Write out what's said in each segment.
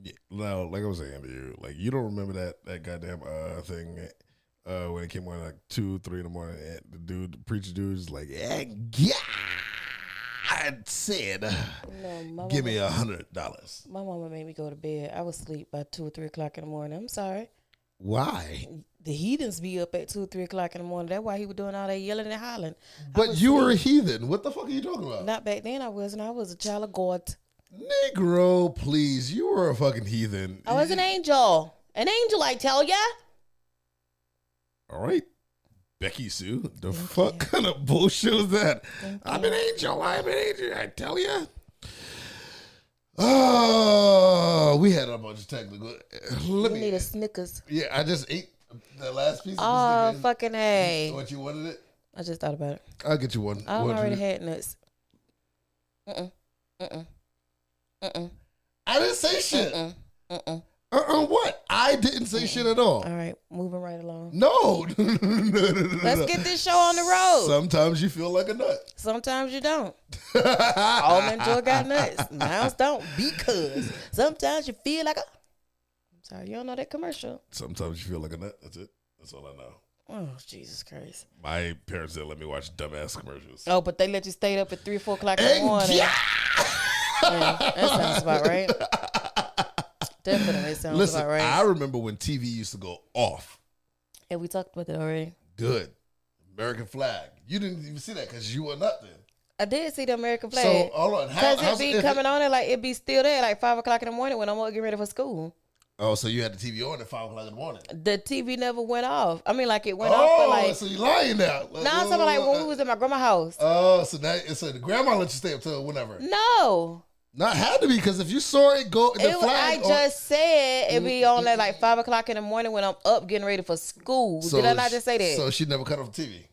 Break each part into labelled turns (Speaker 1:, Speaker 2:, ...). Speaker 1: Yeah, no, like I was saying to you, like you don't remember that that goddamn uh thing uh when it came on like two, three in the morning. And the dude, the preacher dude's like, "Eh, God said,
Speaker 2: No, my
Speaker 1: give
Speaker 2: mama,
Speaker 1: me a hundred dollars.
Speaker 2: my mama made me go to bed. I was asleep by two or three o'clock in the morning. I'm sorry.
Speaker 1: Why?
Speaker 2: The heathens be up at two or three o'clock in the morning. That's why he was doing all that yelling and hollering. I
Speaker 1: But
Speaker 2: was
Speaker 1: you were a
Speaker 2: asleep.
Speaker 1: heathen. What the fuck are you talking about,
Speaker 2: not back then. I wasn't. I was a child of God.
Speaker 1: Negro? Please, you were a fucking heathen.
Speaker 2: I was an angel. An angel, I tell ya.
Speaker 1: All right, Becky Sue. The fuck kind of bullshit was that? I'm an angel. I'm an angel. I tell you. Oh, we had a bunch of technical. Let
Speaker 2: You
Speaker 1: me.
Speaker 2: need a Snickers.
Speaker 1: yeah, I just ate the last piece.
Speaker 2: Oh
Speaker 1: of this
Speaker 2: fucking
Speaker 1: thing.
Speaker 2: a!
Speaker 1: What you wanted it?
Speaker 2: I just thought about it.
Speaker 1: I'll get you one.
Speaker 2: I
Speaker 1: What
Speaker 2: already
Speaker 1: you-
Speaker 2: had nuts. Mm mm mm
Speaker 1: I didn't say shit. Uh
Speaker 2: mm mm.
Speaker 1: uh What? I didn't say shit at all.
Speaker 2: All right, moving right along.
Speaker 1: No. No, no, no, no, no,
Speaker 2: Let's
Speaker 1: no.
Speaker 2: get this show on the road.
Speaker 1: Sometimes you feel like a nut.
Speaker 2: Sometimes you don't. All men joy got nuts. Mouse don't because sometimes you feel like a. I'm sorry, you don't know that commercial.
Speaker 1: Sometimes you feel like a nut. That's it. That's all I know.
Speaker 2: Oh Jesus Christ!
Speaker 1: My parents didn't let me watch dumbass commercials.
Speaker 2: Oh, but they let you stay up at three, four o'clock in the
Speaker 1: Egg-
Speaker 2: morning.
Speaker 1: yeah!
Speaker 2: Yeah, that sounds about right. Definitely sounds
Speaker 1: Listen,
Speaker 2: about right.
Speaker 1: I remember when TV used to go off.
Speaker 2: and we talked about that already.
Speaker 1: Good. American flag. You didn't even see that because you were nothing.
Speaker 2: I did see the American
Speaker 1: So
Speaker 2: flag.
Speaker 1: hold on. How,
Speaker 2: Cause it
Speaker 1: how's-
Speaker 2: be
Speaker 1: if
Speaker 2: coming
Speaker 1: it-
Speaker 2: on and like it be still there like five o'clock in the morning when I'm up getting ready for school.
Speaker 1: Oh, so you had the TV on at five o'clock in the morning.
Speaker 2: The TV never went off. I mean, like it went off,
Speaker 1: oh,
Speaker 2: but like
Speaker 1: so you lying now?
Speaker 2: no, I'm talking like when we was at my grandma's house.
Speaker 1: Oh, so that so the grandma let you stay up till whenever.
Speaker 2: Mm. no,
Speaker 1: Not had to be because if you saw it go, the
Speaker 2: it, was- I
Speaker 1: flag. on-
Speaker 2: just said it be on at like five o'clock in the morning when I'm up getting ready for school.
Speaker 1: So
Speaker 2: Did I not just say
Speaker 1: she-
Speaker 2: that?
Speaker 1: So she never cut off the TV.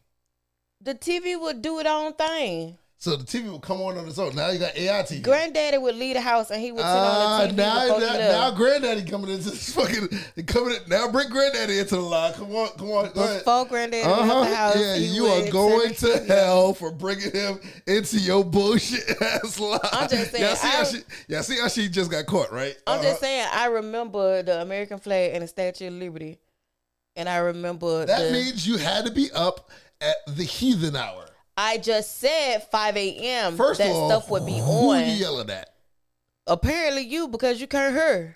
Speaker 2: the TV would do its own thing.
Speaker 1: So the TV will come on on its own. Now you got AI TV.
Speaker 2: Granddaddy would leave the house and he would turn
Speaker 1: Ah,
Speaker 2: on the TV
Speaker 1: now,
Speaker 2: before
Speaker 1: now,
Speaker 2: he
Speaker 1: now,
Speaker 2: left.
Speaker 1: granddaddy coming into this fucking coming. In, now bring granddaddy into the line. Come on, come on, go ahead.
Speaker 2: before granddaddy left the
Speaker 1: Uh-huh.
Speaker 2: house,
Speaker 1: Yeah,
Speaker 2: he
Speaker 1: you
Speaker 2: would
Speaker 1: are
Speaker 2: turn
Speaker 1: going
Speaker 2: the
Speaker 1: to
Speaker 2: TV on.
Speaker 1: hell for bringing him into your bullshit ass line.
Speaker 2: I'm just saying,
Speaker 1: Y'all see, how
Speaker 2: I-
Speaker 1: she, y'all see how she just got caught, right?
Speaker 2: I'm
Speaker 1: Uh-huh.
Speaker 2: just saying, I remember the American flag and the Statue of Liberty, and I remember
Speaker 1: That
Speaker 2: the,
Speaker 1: means you had to be up at the heathen hour.
Speaker 2: I just said 5 a.m.
Speaker 1: First
Speaker 2: that
Speaker 1: of all,
Speaker 2: stuff would be
Speaker 1: who
Speaker 2: on.
Speaker 1: you yelling at?
Speaker 2: Apparently, you because you can't hear.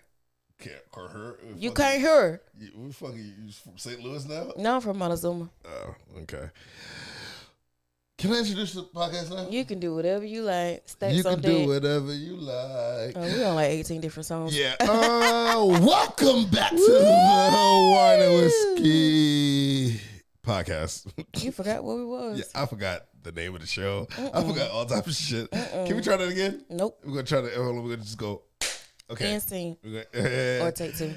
Speaker 1: Can't or her?
Speaker 2: You
Speaker 1: Fucking-
Speaker 2: can't hear.
Speaker 1: You, we fucking you from St. Louis now?
Speaker 2: No, I'm from Montezuma.
Speaker 1: Oh, okay. Can I introduce the podcast now?
Speaker 2: You can do whatever you like. Stats
Speaker 1: You
Speaker 2: on
Speaker 1: can
Speaker 2: deck.
Speaker 1: do whatever you like.
Speaker 2: Oh, we on like 18 different songs.
Speaker 1: Yeah. Uh, welcome back to the Wine and
Speaker 2: Woo!
Speaker 1: Whiskey podcast.
Speaker 2: You forgot what we was.
Speaker 1: yeah, I forgot the name of the show. I forgot all types of shit. Can we try that again?
Speaker 2: Nope.
Speaker 1: We're gonna try to. Hold on, we're gonna just go. Okay.
Speaker 2: And sing
Speaker 1: We're gonna-
Speaker 2: or take two.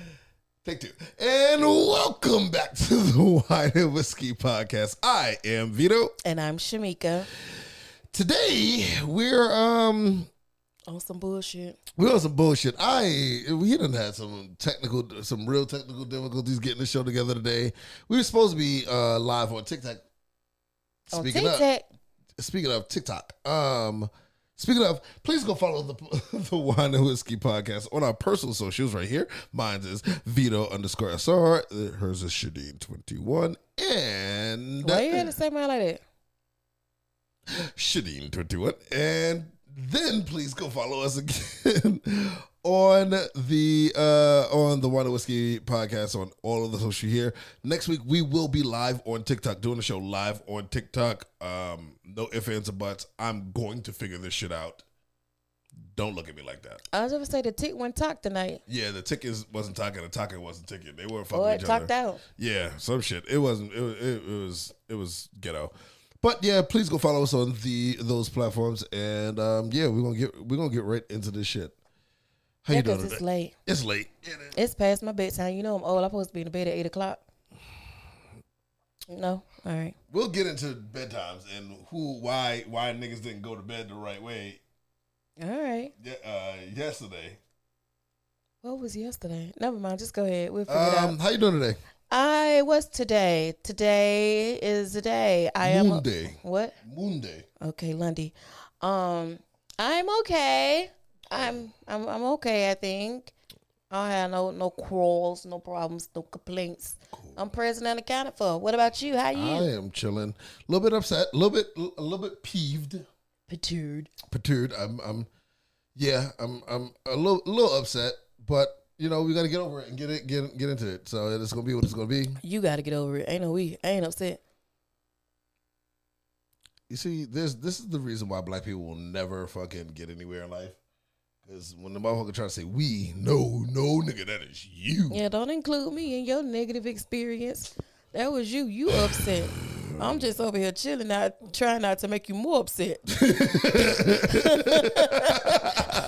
Speaker 1: Take two. And welcome back to the Wine and Whiskey podcast. I am Vito.
Speaker 2: And I'm Shamika
Speaker 1: Today we're um
Speaker 2: on some bullshit.
Speaker 1: we're on some bullshit. I we done had some technical some real technical difficulties getting the show together today. We were supposed to be uh live on TikTok.
Speaker 2: On
Speaker 1: Speaking
Speaker 2: Tic
Speaker 1: of
Speaker 2: Tac.
Speaker 1: speaking of TikTok, um, speaking of, please go follow the the Wine and Whiskey podcast on our personal socials right here. Mine is Vito underscore SR. Hers is Shadeen twenty one and
Speaker 2: Why you had to say mine like that?
Speaker 1: Shadeen twenty one and. Then please go follow us again on the uh on the Wine and Whiskey podcast on all of the social here. Next week we will be live on TikTok, doing the show live on TikTok. Um, no ifs, ands, or buts. I'm going to figure this shit out. Don't look at me like that.
Speaker 2: I was gonna say the tick went talk tonight.
Speaker 1: Yeah, the tickets wasn't talking. The talking wasn't ticket. They weren't fucking
Speaker 2: Or it
Speaker 1: each other.
Speaker 2: talked out.
Speaker 1: Yeah, some shit. It wasn't. It, wa- it, it was. It was ghetto. But yeah, please go follow us on the those platforms, and um, yeah, we're gonna get we're gonna get right into this shit. How you
Speaker 2: Yeah,
Speaker 1: doing?
Speaker 2: 'cause
Speaker 1: Today?
Speaker 2: it's late.
Speaker 1: It's late. It is.
Speaker 2: It's past my bedtime. You know I'm old. I'm supposed to be in bed at eight o'clock. No, all right.
Speaker 1: We'll get into bedtimes and who, why, why niggas didn't go to bed the right way
Speaker 2: All right.
Speaker 1: ye- uh, yesterday.
Speaker 2: What was yesterday? Never mind. Just go ahead. We'll figure
Speaker 1: Um,
Speaker 2: it out.
Speaker 1: how you doing today?
Speaker 2: I was today. Today is the day. I am.
Speaker 1: Monday.
Speaker 2: What?
Speaker 1: Monday.
Speaker 2: Okay, Lundy. Um, I'm okay. I'm I'm I'm okay. I think. I don't have no no quarrels, no problems, no complaints. I'm present and accounted for. What about you? How
Speaker 1: I
Speaker 2: you?
Speaker 1: am chilling. A little bit upset. A little bit. A little bit peeved.
Speaker 2: Perturbed.
Speaker 1: perturbed. I'm, I'm, yeah, I'm, I'm a little, a little upset, but you know, we got to get over it and get it, get, get into it. So it's gonna be what it's gonna be.
Speaker 2: You got to get over it. Ain't no we. I ain't upset.
Speaker 1: You see, this, this is the reason why black people will never fucking get anywhere in life. Because when the motherfucker try to say we, no, no, nigga, that is you.
Speaker 2: Yeah, don't include me in your negative experience. That was you. You upset. I'm just over here chilling out, trying not to make you more upset.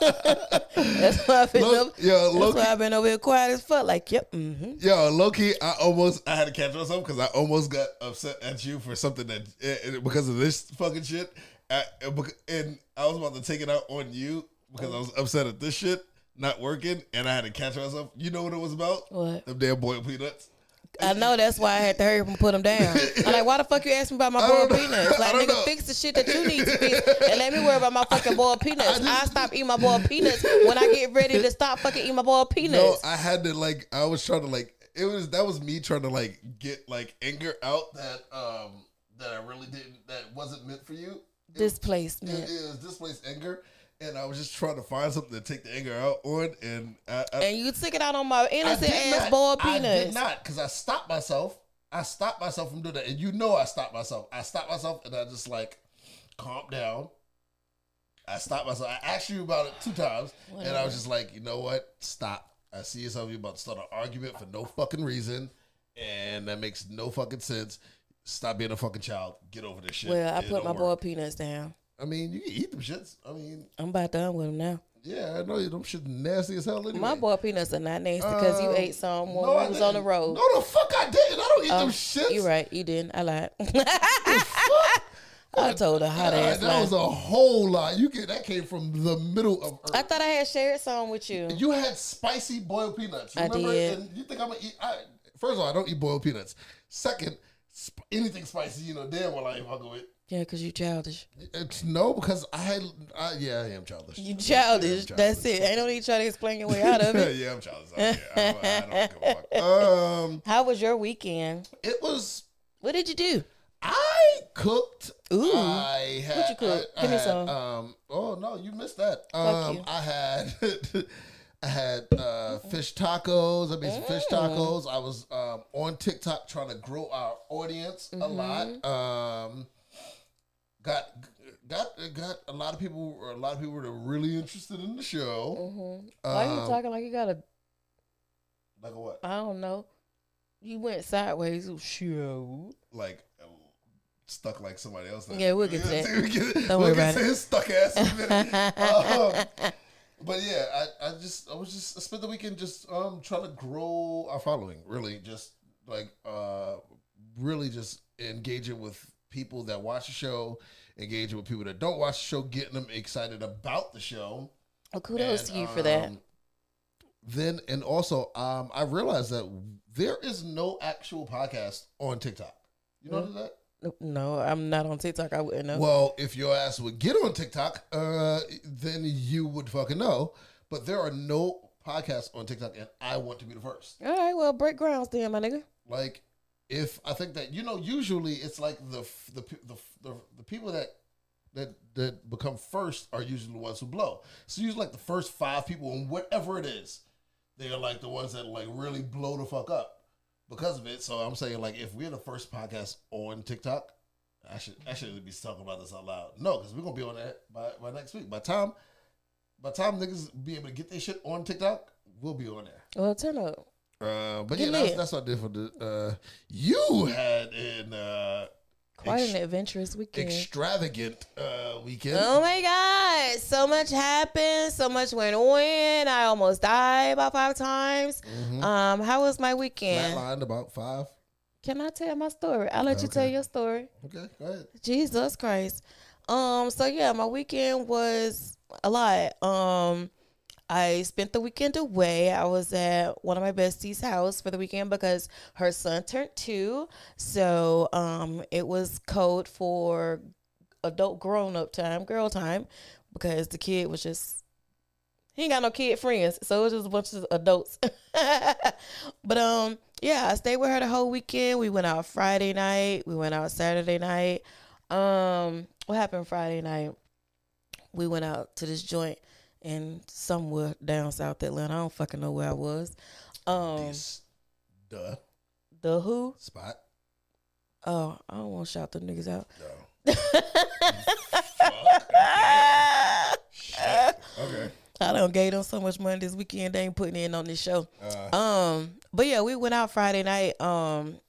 Speaker 2: That's why I've been
Speaker 1: Low,
Speaker 2: up.
Speaker 1: yo,
Speaker 2: That's
Speaker 1: low
Speaker 2: why I've been over here quiet as fuck. Like, yep. Mm-hmm.
Speaker 1: Yo, low key, I almost I had to catch myself because I almost got upset at you for something that eh, eh, because of this fucking shit, I, eh, bec- and I was about to take it out on you because I was upset at this shit not working, and I had to catch myself. You know what it was about?
Speaker 2: What?
Speaker 1: Them damn boiled peanuts.
Speaker 2: I know that's why I had to hurry up and put them down. I'm like, why the fuck you ask me about my
Speaker 1: I don't
Speaker 2: boiled
Speaker 1: know.
Speaker 2: peanuts?
Speaker 1: I
Speaker 2: Like,
Speaker 1: don't
Speaker 2: nigga,
Speaker 1: know.
Speaker 2: fix the shit that you need to fix, and let me worry about my fucking boiled peanuts. I,
Speaker 1: just-
Speaker 2: stop eating my boiled peanuts when I get ready to stop fucking eating my boiled
Speaker 1: No,
Speaker 2: peanuts.
Speaker 1: I had to like I was trying to like it was that was me trying to like get like anger out that um that I really didn't that wasn't meant for you.
Speaker 2: Displacement.
Speaker 1: It, it was displaced anger. And I was just trying to find something to take the anger out on, and I, I,
Speaker 2: and you took it out on my
Speaker 1: I
Speaker 2: innocent
Speaker 1: did
Speaker 2: ass
Speaker 1: not.
Speaker 2: boiled
Speaker 1: I did
Speaker 2: peanuts.
Speaker 1: not because I stopped myself. I stopped myself from doing that, and you know I stopped myself. I stopped myself, and I just like calmed down. I stopped myself. I asked you about it two times, and I
Speaker 2: Whatever.
Speaker 1: was just like, you know what? Stop. I see yourself. You're about to start an argument for no fucking reason, and that makes no fucking sense. Stop being a fucking child. Get over this shit.
Speaker 2: Well, I
Speaker 1: It
Speaker 2: put
Speaker 1: don't
Speaker 2: my
Speaker 1: work.
Speaker 2: boiled peanuts down.
Speaker 1: I mean, you can eat them shits. I mean,
Speaker 2: I'm about done with them now.
Speaker 1: yeah, I know you. Them shit nasty as hell. Anyway.
Speaker 2: My boiled peanuts are not nasty because you
Speaker 1: Um,
Speaker 2: ate some when
Speaker 1: no, I
Speaker 2: we was on the
Speaker 1: didn't.
Speaker 2: road. Um,
Speaker 1: No, the fuck I didn't. I don't eat them shits.
Speaker 2: Oh, You right, you didn't. I lied. I told a hot
Speaker 1: Uh,
Speaker 2: ass
Speaker 1: that was
Speaker 2: lie.
Speaker 1: a whole lot. You get that came from the middle of
Speaker 2: I
Speaker 1: earth.
Speaker 2: thought I had shared some with you.
Speaker 1: you had spicy boiled peanuts. You
Speaker 2: I
Speaker 1: remember?
Speaker 2: did.
Speaker 1: And you think I'm gonna eat? I, first of all, I don't eat boiled peanuts. Second, sp- anything spicy, you know damn well I ain't fucking with.
Speaker 2: Yeah, because you childish.
Speaker 1: It's no because I had. I, yeah, I am childish.
Speaker 2: You
Speaker 1: Yeah,
Speaker 2: childish.
Speaker 1: I'm
Speaker 2: That's it. Ain't no need to try to explain your way out of it.
Speaker 1: yeah, I'm childish. I don't, care. I don't- I don't give a fuck. Um,
Speaker 2: How was your weekend?
Speaker 1: it was.
Speaker 2: What did you do?
Speaker 1: I cooked.
Speaker 2: Ooh.
Speaker 1: I had,
Speaker 2: What you cook?
Speaker 1: I, I
Speaker 2: Give me
Speaker 1: had,
Speaker 2: some.
Speaker 1: Um, oh no, you missed that.
Speaker 2: Fuck
Speaker 1: Um,
Speaker 2: you.
Speaker 1: I had, I had uh, fish tacos. I made some fish
Speaker 2: Mm.
Speaker 1: tacos. I was um, on TikTok trying to grow our audience a
Speaker 2: Mm-hmm.
Speaker 1: lot. Um, got got got a lot of people. A lot of people were really interested in the show.
Speaker 2: Mm-hmm. Why you
Speaker 1: Um,
Speaker 2: talking like you got a?
Speaker 1: Like a what?
Speaker 2: I don't know. You went sideways. Oh, Sure.
Speaker 1: Like. uh, Stuck like somebody else.
Speaker 2: Yeah, we'll get to that.
Speaker 1: We'll get-
Speaker 2: Don't
Speaker 1: we'll
Speaker 2: worry
Speaker 1: get
Speaker 2: about
Speaker 1: to
Speaker 2: it.
Speaker 1: his stuck ass. in a minute. Um, But yeah, I, I just I was just I spent the weekend just um trying to grow our following. Really, just like uh really just engaging with people that watch the show, engaging with people that don't watch the show, getting them excited about the show.
Speaker 2: Well, kudos
Speaker 1: And,
Speaker 2: to you for that.
Speaker 1: um, Then and also um I realized that there is no actual podcast on TikTok. You
Speaker 2: Yeah.
Speaker 1: notice that?
Speaker 2: No, I'm not on TikTok. I wouldn't know.
Speaker 1: Well, if your ass would get on TikTok, uh, then you would fucking know. But there are no podcasts on TikTok, and I want to be the first.
Speaker 2: All right, well, break grounds then, my nigga.
Speaker 1: Like, if I think that you know, usually it's like the f- the pe- the f- the, the people that that that become first are usually the ones who blow. So usually like the first five people, and whatever it is, they are like the ones that like really blow the fuck up because of it. So I'm saying like if we're the first podcast on TikTok, I should I should be talking about this out loud. No, because we're gonna be on that by, by next week. By time by time niggas be able to get their shit on TikTok, we'll be on there.
Speaker 2: Well, turn up.
Speaker 1: Uh, but
Speaker 2: Get
Speaker 1: yeah, that's,
Speaker 2: lit.
Speaker 1: that's what I did for the. Uh, you had an uh,
Speaker 2: Quite
Speaker 1: Ex-
Speaker 2: an adventurous weekend.
Speaker 1: extravagant uh, weekend.
Speaker 2: oh my God. So much happened. So much went on. I almost died about five times. Um, How was my weekend?
Speaker 1: Mm-hmm. Flatlined about five.
Speaker 2: Can I tell my story? I'll let you
Speaker 1: Okay.
Speaker 2: tell your story.
Speaker 1: Okay, go ahead.
Speaker 2: Jesus Christ. Um, so yeah, my weekend was a lot. Um, I spent the weekend away. I was at one of my besties' house for the weekend because her son turned two. So um, it was code for adult grown up time, girl time, because the kid was just He ain't got no kid friends, so it was just a bunch of adults. but um, yeah, I stayed with her the whole weekend. We went out Friday night. We went out Saturday night. Um, what happened Friday night? We went out to this joint and somewhere down South Atlanta. I don't fucking know where I was. Um,
Speaker 1: This duh
Speaker 2: the who?
Speaker 1: spot.
Speaker 2: Oh, I don't want to shout the niggas out.
Speaker 1: No.
Speaker 2: I
Speaker 1: Okay.
Speaker 2: don't gave them so much money this weekend. They ain't putting in on this show.
Speaker 1: Uh,
Speaker 2: Um, but yeah, we went out Friday night. Um,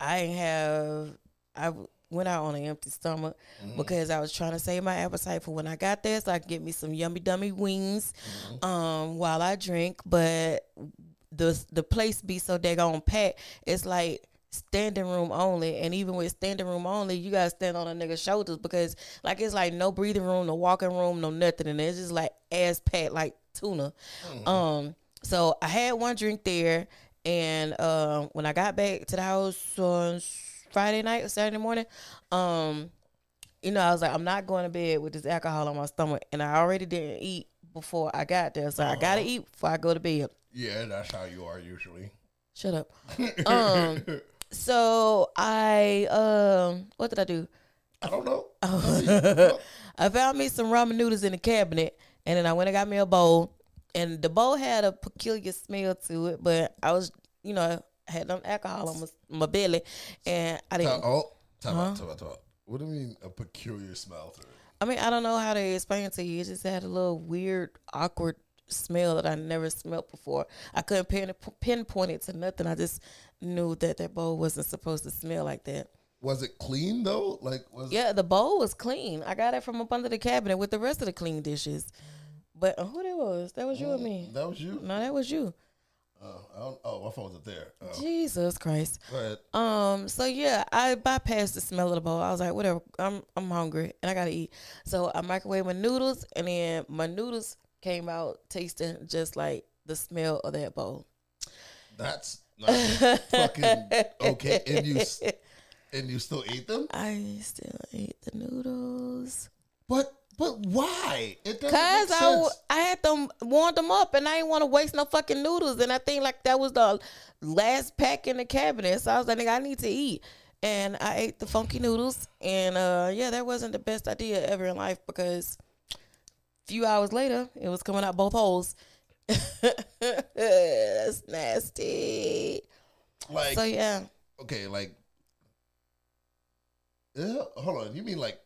Speaker 2: I ain't have I w- went out on an empty stomach because I was trying to save my appetite for when I got there, so I could get me some yummy dummy wings, um, while I drink. But the the place be so daggone packed. It's like standing room only, and even with standing room only, you gotta stand on a nigga's shoulders because like it's like no breathing room, no walking room, no nothing, and it's just like ass packed like tuna. Um, so I had one drink there, and um, when I got back to the house on Friday night or Saturday morning, um, you know, I was like, I'm not going to bed with this alcohol on my stomach, and I already didn't eat before I got there, so I gotta eat before I go to bed.
Speaker 1: yeah, that's how you are usually.
Speaker 2: Shut up. Um, so I um, what did I do?
Speaker 1: I don't know.
Speaker 2: Oh. I found me some ramen noodles in the cabinet, and then I went and got me a bowl. And the bowl had a peculiar smell to it, but I was, you know, had no alcohol on my, my belly, and I
Speaker 1: Uh,
Speaker 2: didn't.
Speaker 1: oh, time out, time out, time out. What do you mean a peculiar smell to it?
Speaker 2: I mean, I don't know how to explain it to you. It just had a little weird, awkward smell that I never smelled before. I couldn't pin, pinpoint it to nothing. I just knew that that bowl wasn't supposed to smell like that.
Speaker 1: Was it clean though? Like was
Speaker 2: Yeah, the bowl was clean. I got it from up under the cabinet with the rest of the clean dishes. But uh, who that was? That was you and me.
Speaker 1: that was you?
Speaker 2: No, that was you.
Speaker 1: Oh, I don't, oh, my phone wasn't there. Oh,
Speaker 2: Jesus Christ.
Speaker 1: go ahead.
Speaker 2: Um, so yeah, I bypassed the smell of the bowl. I was like, whatever, I'm I'm hungry and I gotta eat. So I microwaved my noodles and then my noodles came out tasting just like the smell of that bowl.
Speaker 1: That's not fucking okay. And you s- and you still eat them?
Speaker 2: I still ate the noodles.
Speaker 1: But but why? It doesn't
Speaker 2: Cause
Speaker 1: make
Speaker 2: I, w-
Speaker 1: sense.
Speaker 2: I had them warmed them up and I didn't want to waste no fucking noodles and I think like that was the last pack in the cabinet so I was like nigga I need to eat and I ate the funky noodles and uh yeah that wasn't the best idea ever in life because a few hours later it was coming out both holes that's nasty
Speaker 1: like
Speaker 2: so yeah
Speaker 1: okay, like yeah, hold on. You mean like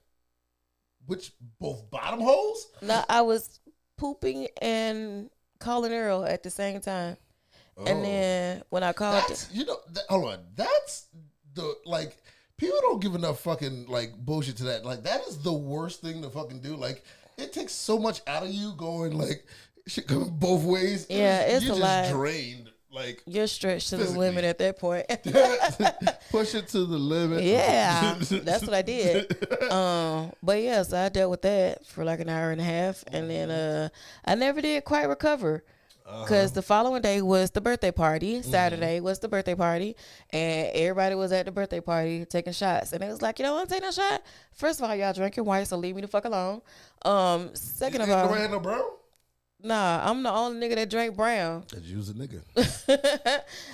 Speaker 1: which both bottom holes?
Speaker 2: no I was pooping and calling Earl at the same time
Speaker 1: Oh.
Speaker 2: and then when I called
Speaker 1: That's you know. That, hold on. That's the like people don't give enough fucking like bullshit to that. Like that is the worst thing to fucking do. Like it takes so much out of you going like shit coming both ways.
Speaker 2: Yeah, it's
Speaker 1: you
Speaker 2: a
Speaker 1: just
Speaker 2: lot.
Speaker 1: drained. Like
Speaker 2: You're stretched to the
Speaker 1: Physically.
Speaker 2: limit at that point.
Speaker 1: push it to the limit.
Speaker 2: yeah, that's what I did. Um, but yeah, so I dealt with that for like an hour and a half, and then uh, I never did quite recover because the following day was the birthday party. Saturday was the birthday party, and everybody was at the birthday party taking shots, and it was like, you know what, I'm taking a shot. First of all, y'all drinking white, so leave me the fuck alone. Um, second of all,
Speaker 1: Randall Brown.
Speaker 2: nah, I'm the only nigga that drank brown.
Speaker 1: Cause you was a nigga.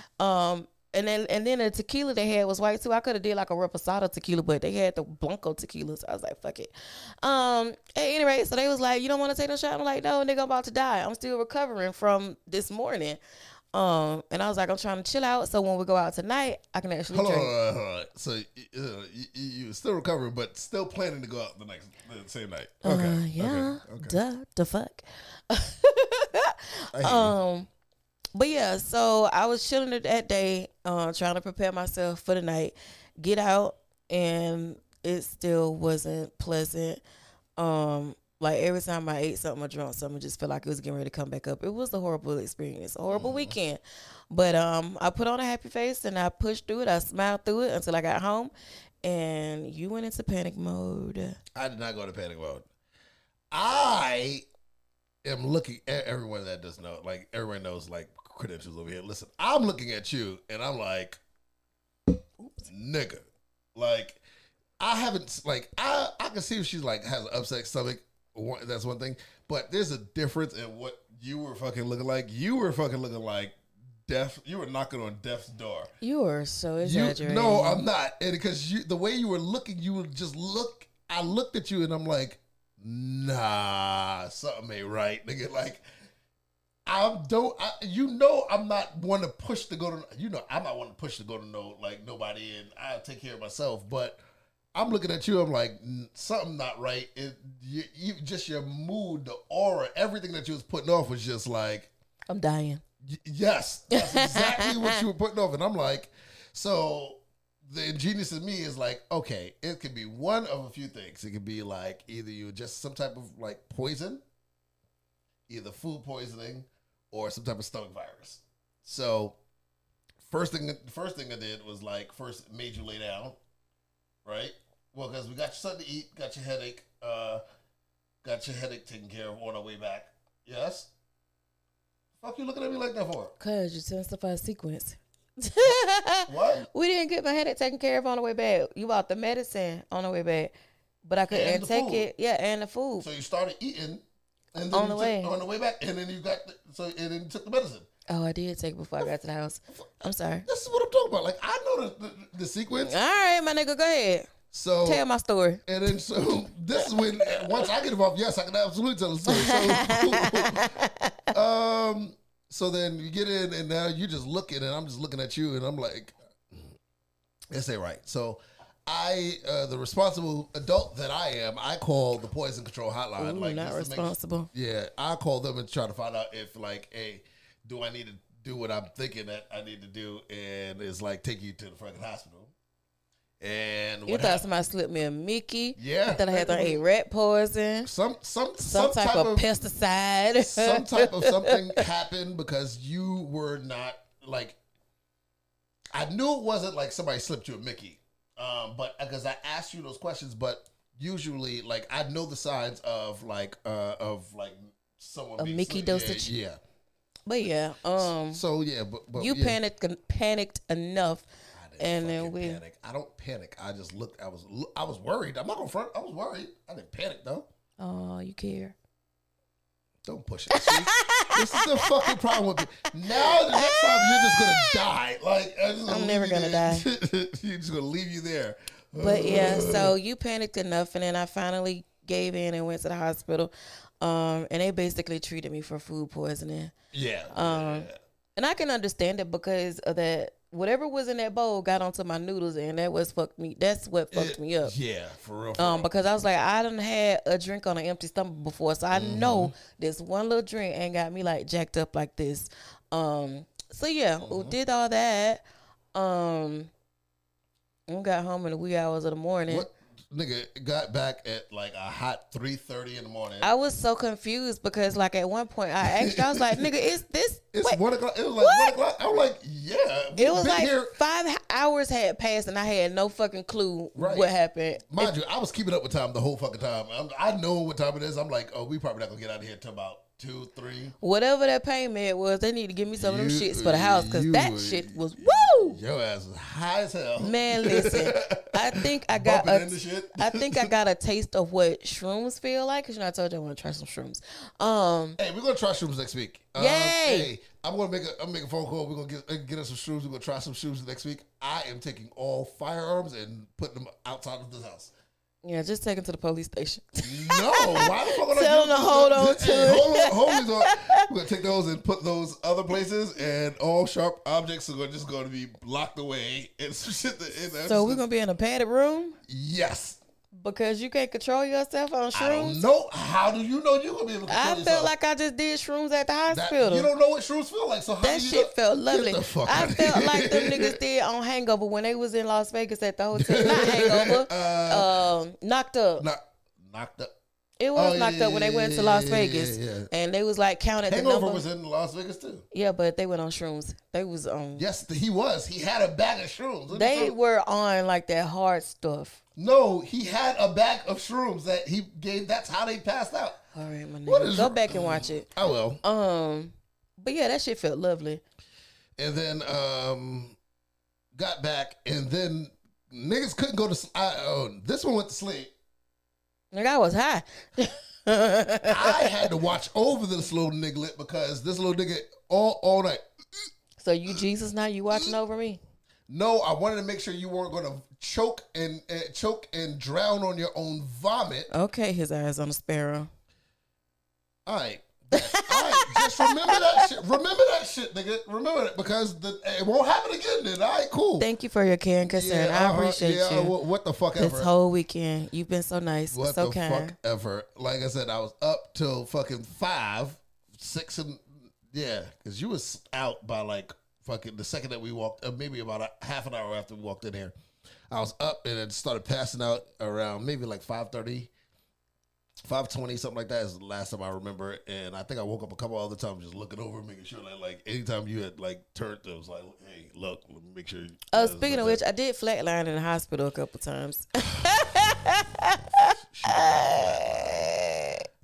Speaker 2: um, and then and then the tequila they had was white too. I could have did like a reposado tequila, but they had the blanco tequila, so I was like, fuck it. Um, at any rate, so they was like, you don't want to take no shot. I'm like, no, nigga, I'm about to die. I'm still recovering from this morning. Um, and I was like, I'm trying to chill out, so when we go out tonight, I can actually
Speaker 1: Hold on,
Speaker 2: drink.
Speaker 1: hold on, hold on. So uh, you, you was still recovering, but still planning to go out the next the same night. Okay.
Speaker 2: Uh, yeah,
Speaker 1: Okay. okay.
Speaker 2: duh, the fuck.
Speaker 1: I hear you.
Speaker 2: Um, but yeah, so I was chilling it that day, uh, trying to prepare myself for the night, get out, and it still wasn't pleasant. Um, like every time I ate something or drunk something, it just felt like it was getting ready to come back up. It was a horrible experience, a horrible weekend. But um, I put on a happy face and I pushed through it. I smiled through it until I got home, and you went into panic mode.
Speaker 1: I did not go to panic mode. I am looking at everyone that does know, like everyone knows, like credentials over here. Listen, I'm looking at you, and I'm like, nigga, like I haven't, like I, I can see if she's like has an upset stomach. one, that's one thing. But there's a difference in what you were fucking looking like. You were fucking looking like death. You were knocking on death's door.
Speaker 2: You are so
Speaker 1: You,
Speaker 2: exaggerated.
Speaker 1: no, I'm not. And because you, the way you were looking, you would just look. I looked at you and I'm like, nah, something ain't right, nigga. Like, I don't. I, you know, I'm not one to push to go to. You know, I'm not one to push to go to no like nobody, and I'll take care of myself. But I'm looking at you. I'm like, "N- something not right. It, you, you, just your mood, the aura, everything that you was putting off was just like,
Speaker 2: I'm dying.
Speaker 1: Y- yes, that's exactly what you were putting off. And I'm like, so the ingenious in me is like, okay, it could be one of a few things. It could be like either you just some type of like poison, either food poisoning, or some type of stomach virus. So first thing, first thing I did was like first made you lay down, right? Well, because we got you something to eat, got your headache, uh, got your headache taken care of on our way back. Yes. Fuck you looking at me like that for?
Speaker 2: Cause you intensified sequence.
Speaker 1: What?
Speaker 2: we didn't get my headache taken care of on the way back. You bought the medicine on the way back, but I
Speaker 1: And
Speaker 2: couldn't
Speaker 1: the
Speaker 2: take
Speaker 1: food.
Speaker 2: it. Yeah, and the food.
Speaker 1: So you started eating, and then
Speaker 2: On
Speaker 1: you
Speaker 2: the
Speaker 1: took-
Speaker 2: way.
Speaker 1: on the way back, and then you got the, so and then you took the medicine.
Speaker 2: oh, I did take it before I got to the house. I'm sorry.
Speaker 1: This is what I'm talking about. Like I know the, the, the sequence.
Speaker 2: All right, my nigga, go ahead.
Speaker 1: So
Speaker 2: Tell my story.
Speaker 1: And then so this is when once I get involved, yes, I can absolutely tell the story. So, um, so then you get in, and now you're just looking, and I'm just looking at you, and I'm like, mm, this ain't right. So I, uh, the responsible adult that I am, I call the poison control hotline.
Speaker 2: Ooh,
Speaker 1: like,
Speaker 2: not
Speaker 1: just to make-
Speaker 2: responsible.
Speaker 1: yeah, I call them and try to find out if like, hey, do I need to do what I'm thinking that I need to do, and it's like take you to the fucking hospital. And
Speaker 2: You
Speaker 1: what
Speaker 2: thought
Speaker 1: hap-
Speaker 2: somebody slipped me a Mickey.
Speaker 1: Yeah.
Speaker 2: You thought I had to eat rat poison.
Speaker 1: some some
Speaker 2: Some, type, of, pesticide.
Speaker 1: some type of something happened because you were not like I knew it wasn't like somebody slipped you a Mickey, um, but because I asked you those questions, but usually like I know the signs of like uh of like someone
Speaker 2: A
Speaker 1: being
Speaker 2: Mickey
Speaker 1: slipped.
Speaker 2: dosage.
Speaker 1: yeah, yeah.
Speaker 2: but yeah, um,
Speaker 1: so yeah, but, but
Speaker 2: you
Speaker 1: yeah.
Speaker 2: panicked panicked enough,
Speaker 1: I didn't
Speaker 2: and
Speaker 1: fucking
Speaker 2: then we.
Speaker 1: panic. I don't panic. I just looked. I was I was worried. I'm not gonna front. I was worried. I didn't panic though.
Speaker 2: Oh, you care.
Speaker 1: Don't push it. See? this is the fucking problem with me. Now the next time you're just gonna die. Like I'm, just
Speaker 2: I'm never
Speaker 1: leave you
Speaker 2: gonna
Speaker 1: there. you're just gonna leave you there.
Speaker 2: But yeah, so you panicked enough, and then I finally gave in and went to the hospital. Um, and they basically treated me for food poisoning.
Speaker 1: yeah.
Speaker 2: Um,
Speaker 1: yeah.
Speaker 2: And I can understand it because of that. Whatever was in that bowl got onto my noodles, and that was fucked me. That's what fucked me up.
Speaker 1: Yeah, for real. For
Speaker 2: Um,
Speaker 1: real.
Speaker 2: because I was like, I done had a drink on an empty stomach before, so I know this one little drink ain't got me like jacked up like this. Um, so yeah, we did all that. Um, we got home in the wee hours of the morning.
Speaker 1: What nigga got back at like a hot three thirty in the morning.
Speaker 2: I was so confused because like at one point I asked, I was like, nigga, is this?
Speaker 1: it's
Speaker 2: what?
Speaker 1: one o'clock. It was like one
Speaker 2: What?
Speaker 1: o'clock. I'm like, yeah. we've
Speaker 2: It was
Speaker 1: been
Speaker 2: like
Speaker 1: here.
Speaker 2: five h- hours had passed and I had no fucking clue
Speaker 1: Right.
Speaker 2: what happened.
Speaker 1: Mind you, I was keeping up with time the whole fucking time. I'm, I know what time it is. I'm like, oh, we probably not gonna get out of here till about two, three.
Speaker 2: Whatever that payment was, they need to give me some of them
Speaker 1: You-
Speaker 2: shits for the house because
Speaker 1: you
Speaker 2: that
Speaker 1: were-
Speaker 2: shit was woo.
Speaker 1: Your ass was high as hell.
Speaker 2: Man, listen, I think I got
Speaker 1: Bumping
Speaker 2: a,
Speaker 1: into shit.
Speaker 2: I think I got a taste of what shrooms feel like because you know I told you I want to try some shrooms. Um,
Speaker 1: Hey, we're gonna try shrooms next week. Um,
Speaker 2: Yay!
Speaker 1: hey, I'm gonna make a I'm making a phone call. We're gonna get uh, get us some shrooms. We're gonna try some shrooms next week. I am taking all firearms and putting them outside of this house.
Speaker 2: yeah, just take him to the police station.
Speaker 1: No, why the fuck would I
Speaker 2: Tell
Speaker 1: give
Speaker 2: them to
Speaker 1: this-
Speaker 2: hold on
Speaker 1: hey,
Speaker 2: to it.
Speaker 1: Hold on, hold these on. We're gonna take those and put those other places, and all sharp objects are gonna just gonna be locked away and some shit. That, and that's-
Speaker 2: so we're gonna be in a padded room
Speaker 1: yes.
Speaker 2: because you can't control yourself on
Speaker 1: I don't
Speaker 2: shrooms.
Speaker 1: know. How do you know you're gonna be able to?
Speaker 2: I,
Speaker 1: control
Speaker 2: felt
Speaker 1: yourself?
Speaker 2: like I just did shrooms at the
Speaker 1: That-
Speaker 2: hospital.
Speaker 1: you don't know what shrooms feel like. So how
Speaker 2: That
Speaker 1: do you
Speaker 2: shit
Speaker 1: know-
Speaker 2: felt lovely.
Speaker 1: Get the fuck
Speaker 2: I
Speaker 1: outta
Speaker 2: felt
Speaker 1: here.
Speaker 2: like them niggas did on Hangover when they was in Las Vegas at the hotel. Not Hangover,
Speaker 1: Uh,
Speaker 2: um, knocked up.
Speaker 1: Knock- knocked up.
Speaker 2: it was
Speaker 1: oh,
Speaker 2: knocked
Speaker 1: yeah,
Speaker 2: up when they
Speaker 1: yeah,
Speaker 2: went
Speaker 1: yeah,
Speaker 2: to Las
Speaker 1: yeah,
Speaker 2: Vegas,
Speaker 1: yeah, yeah.
Speaker 2: and they was like counted the
Speaker 1: Hangover
Speaker 2: number.
Speaker 1: was in Las Vegas too.
Speaker 2: yeah, but they went on shrooms. They was on.
Speaker 1: Yes, he was. He had a bag of shrooms. What the
Speaker 2: They
Speaker 1: fuck?
Speaker 2: were on like that hard stuff.
Speaker 1: no, he had a bag of shrooms that he gave. That's how they passed out.
Speaker 2: All right, my
Speaker 1: What
Speaker 2: nigga,
Speaker 1: is Oh,
Speaker 2: go
Speaker 1: wr-
Speaker 2: back and watch it.
Speaker 1: I will.
Speaker 2: Um, but yeah, that shit felt lovely.
Speaker 1: And then um, got back, and then niggas couldn't go to. s- I, oh, this one went to sleep.
Speaker 2: Like I was high.
Speaker 1: I had to watch over this little nigga because this little nigga all all night.
Speaker 2: So you Jesus now? You watching over me?
Speaker 1: No, I wanted to make sure you weren't going to choke and uh, choke and drown on your own vomit.
Speaker 2: Okay, his eyes on a sparrow.
Speaker 1: All right. That's- All right, just remember that shit. Remember that shit, nigga. Remember it because the, it won't happen again. Then, all right, cool.
Speaker 2: Thank you for your care and concern. I
Speaker 1: uh-huh,
Speaker 2: appreciate
Speaker 1: yeah,
Speaker 2: you.
Speaker 1: wha- What the fuck
Speaker 2: This
Speaker 1: ever.
Speaker 2: whole weekend, you've been so nice,
Speaker 1: what
Speaker 2: so
Speaker 1: the
Speaker 2: kind.
Speaker 1: fuck ever. Like I said, I was up till fucking five, six, and yeah, because you was out by like fucking the second that we walked, uh, maybe about a half an hour after we walked in here. I was up and it started passing out around maybe like 5.30, 5.20, something like that is the last time I remember. it. And I think I woke up a couple other times just looking over, making sure that like anytime you had like turned, it was like, hey, look, let me make sure. you-
Speaker 2: Oh,
Speaker 1: it's
Speaker 2: speaking
Speaker 1: not
Speaker 2: of
Speaker 1: there.
Speaker 2: which, I did flatline in the hospital a couple times.
Speaker 1: Ah!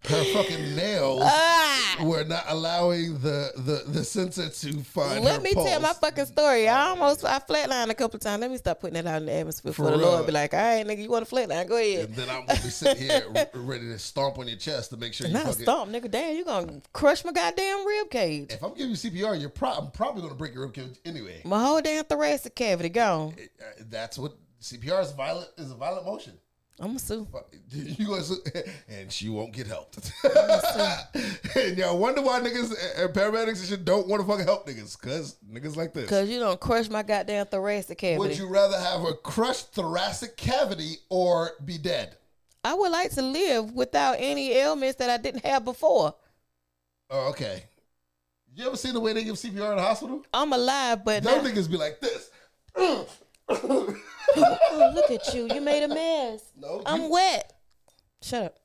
Speaker 1: her fucking nails
Speaker 2: Ah!
Speaker 1: We're not allowing the the the sensor to find.
Speaker 2: Let
Speaker 1: her
Speaker 2: me tell
Speaker 1: pulse.
Speaker 2: my fucking story. I almost I flatlined a couple times. Let me stop putting it out in the atmosphere for,
Speaker 1: For
Speaker 2: the
Speaker 1: real.
Speaker 2: Lord. Be like, all right, nigga, you want to flatline? Go ahead.
Speaker 1: And then I'm gonna be sitting here re- ready to stomp on your chest to make sure you
Speaker 2: Not
Speaker 1: fucking.
Speaker 2: stomp, nigga. Damn, you gonna crush my goddamn rib cage.
Speaker 1: If I'm giving you CPR, you're pro- I'm probably gonna break your rib cage anyway.
Speaker 2: My whole damn thoracic cavity gone.
Speaker 1: It- uh, That's what CPR is. Violent is a violent motion.
Speaker 2: I'm gonna sue.
Speaker 1: Fuck, You gonna s- and she won't get helped. and y'all wonder why niggas and paramedics and shit don't want to fucking help niggas because niggas like this.
Speaker 2: Cause you don't crush my goddamn thoracic
Speaker 1: Would
Speaker 2: cavity.
Speaker 1: you rather have a crushed thoracic cavity or be dead?
Speaker 2: I would like to live without any ailments that I didn't have before.
Speaker 1: Oh, okay. You ever seen the way they give CPR in the hospital?
Speaker 2: I'm alive, but
Speaker 1: Them
Speaker 2: now-
Speaker 1: niggas be like this.
Speaker 2: oh, look at you. You made a mess.
Speaker 1: No,
Speaker 2: I'm
Speaker 1: you-
Speaker 2: wet. Shut up.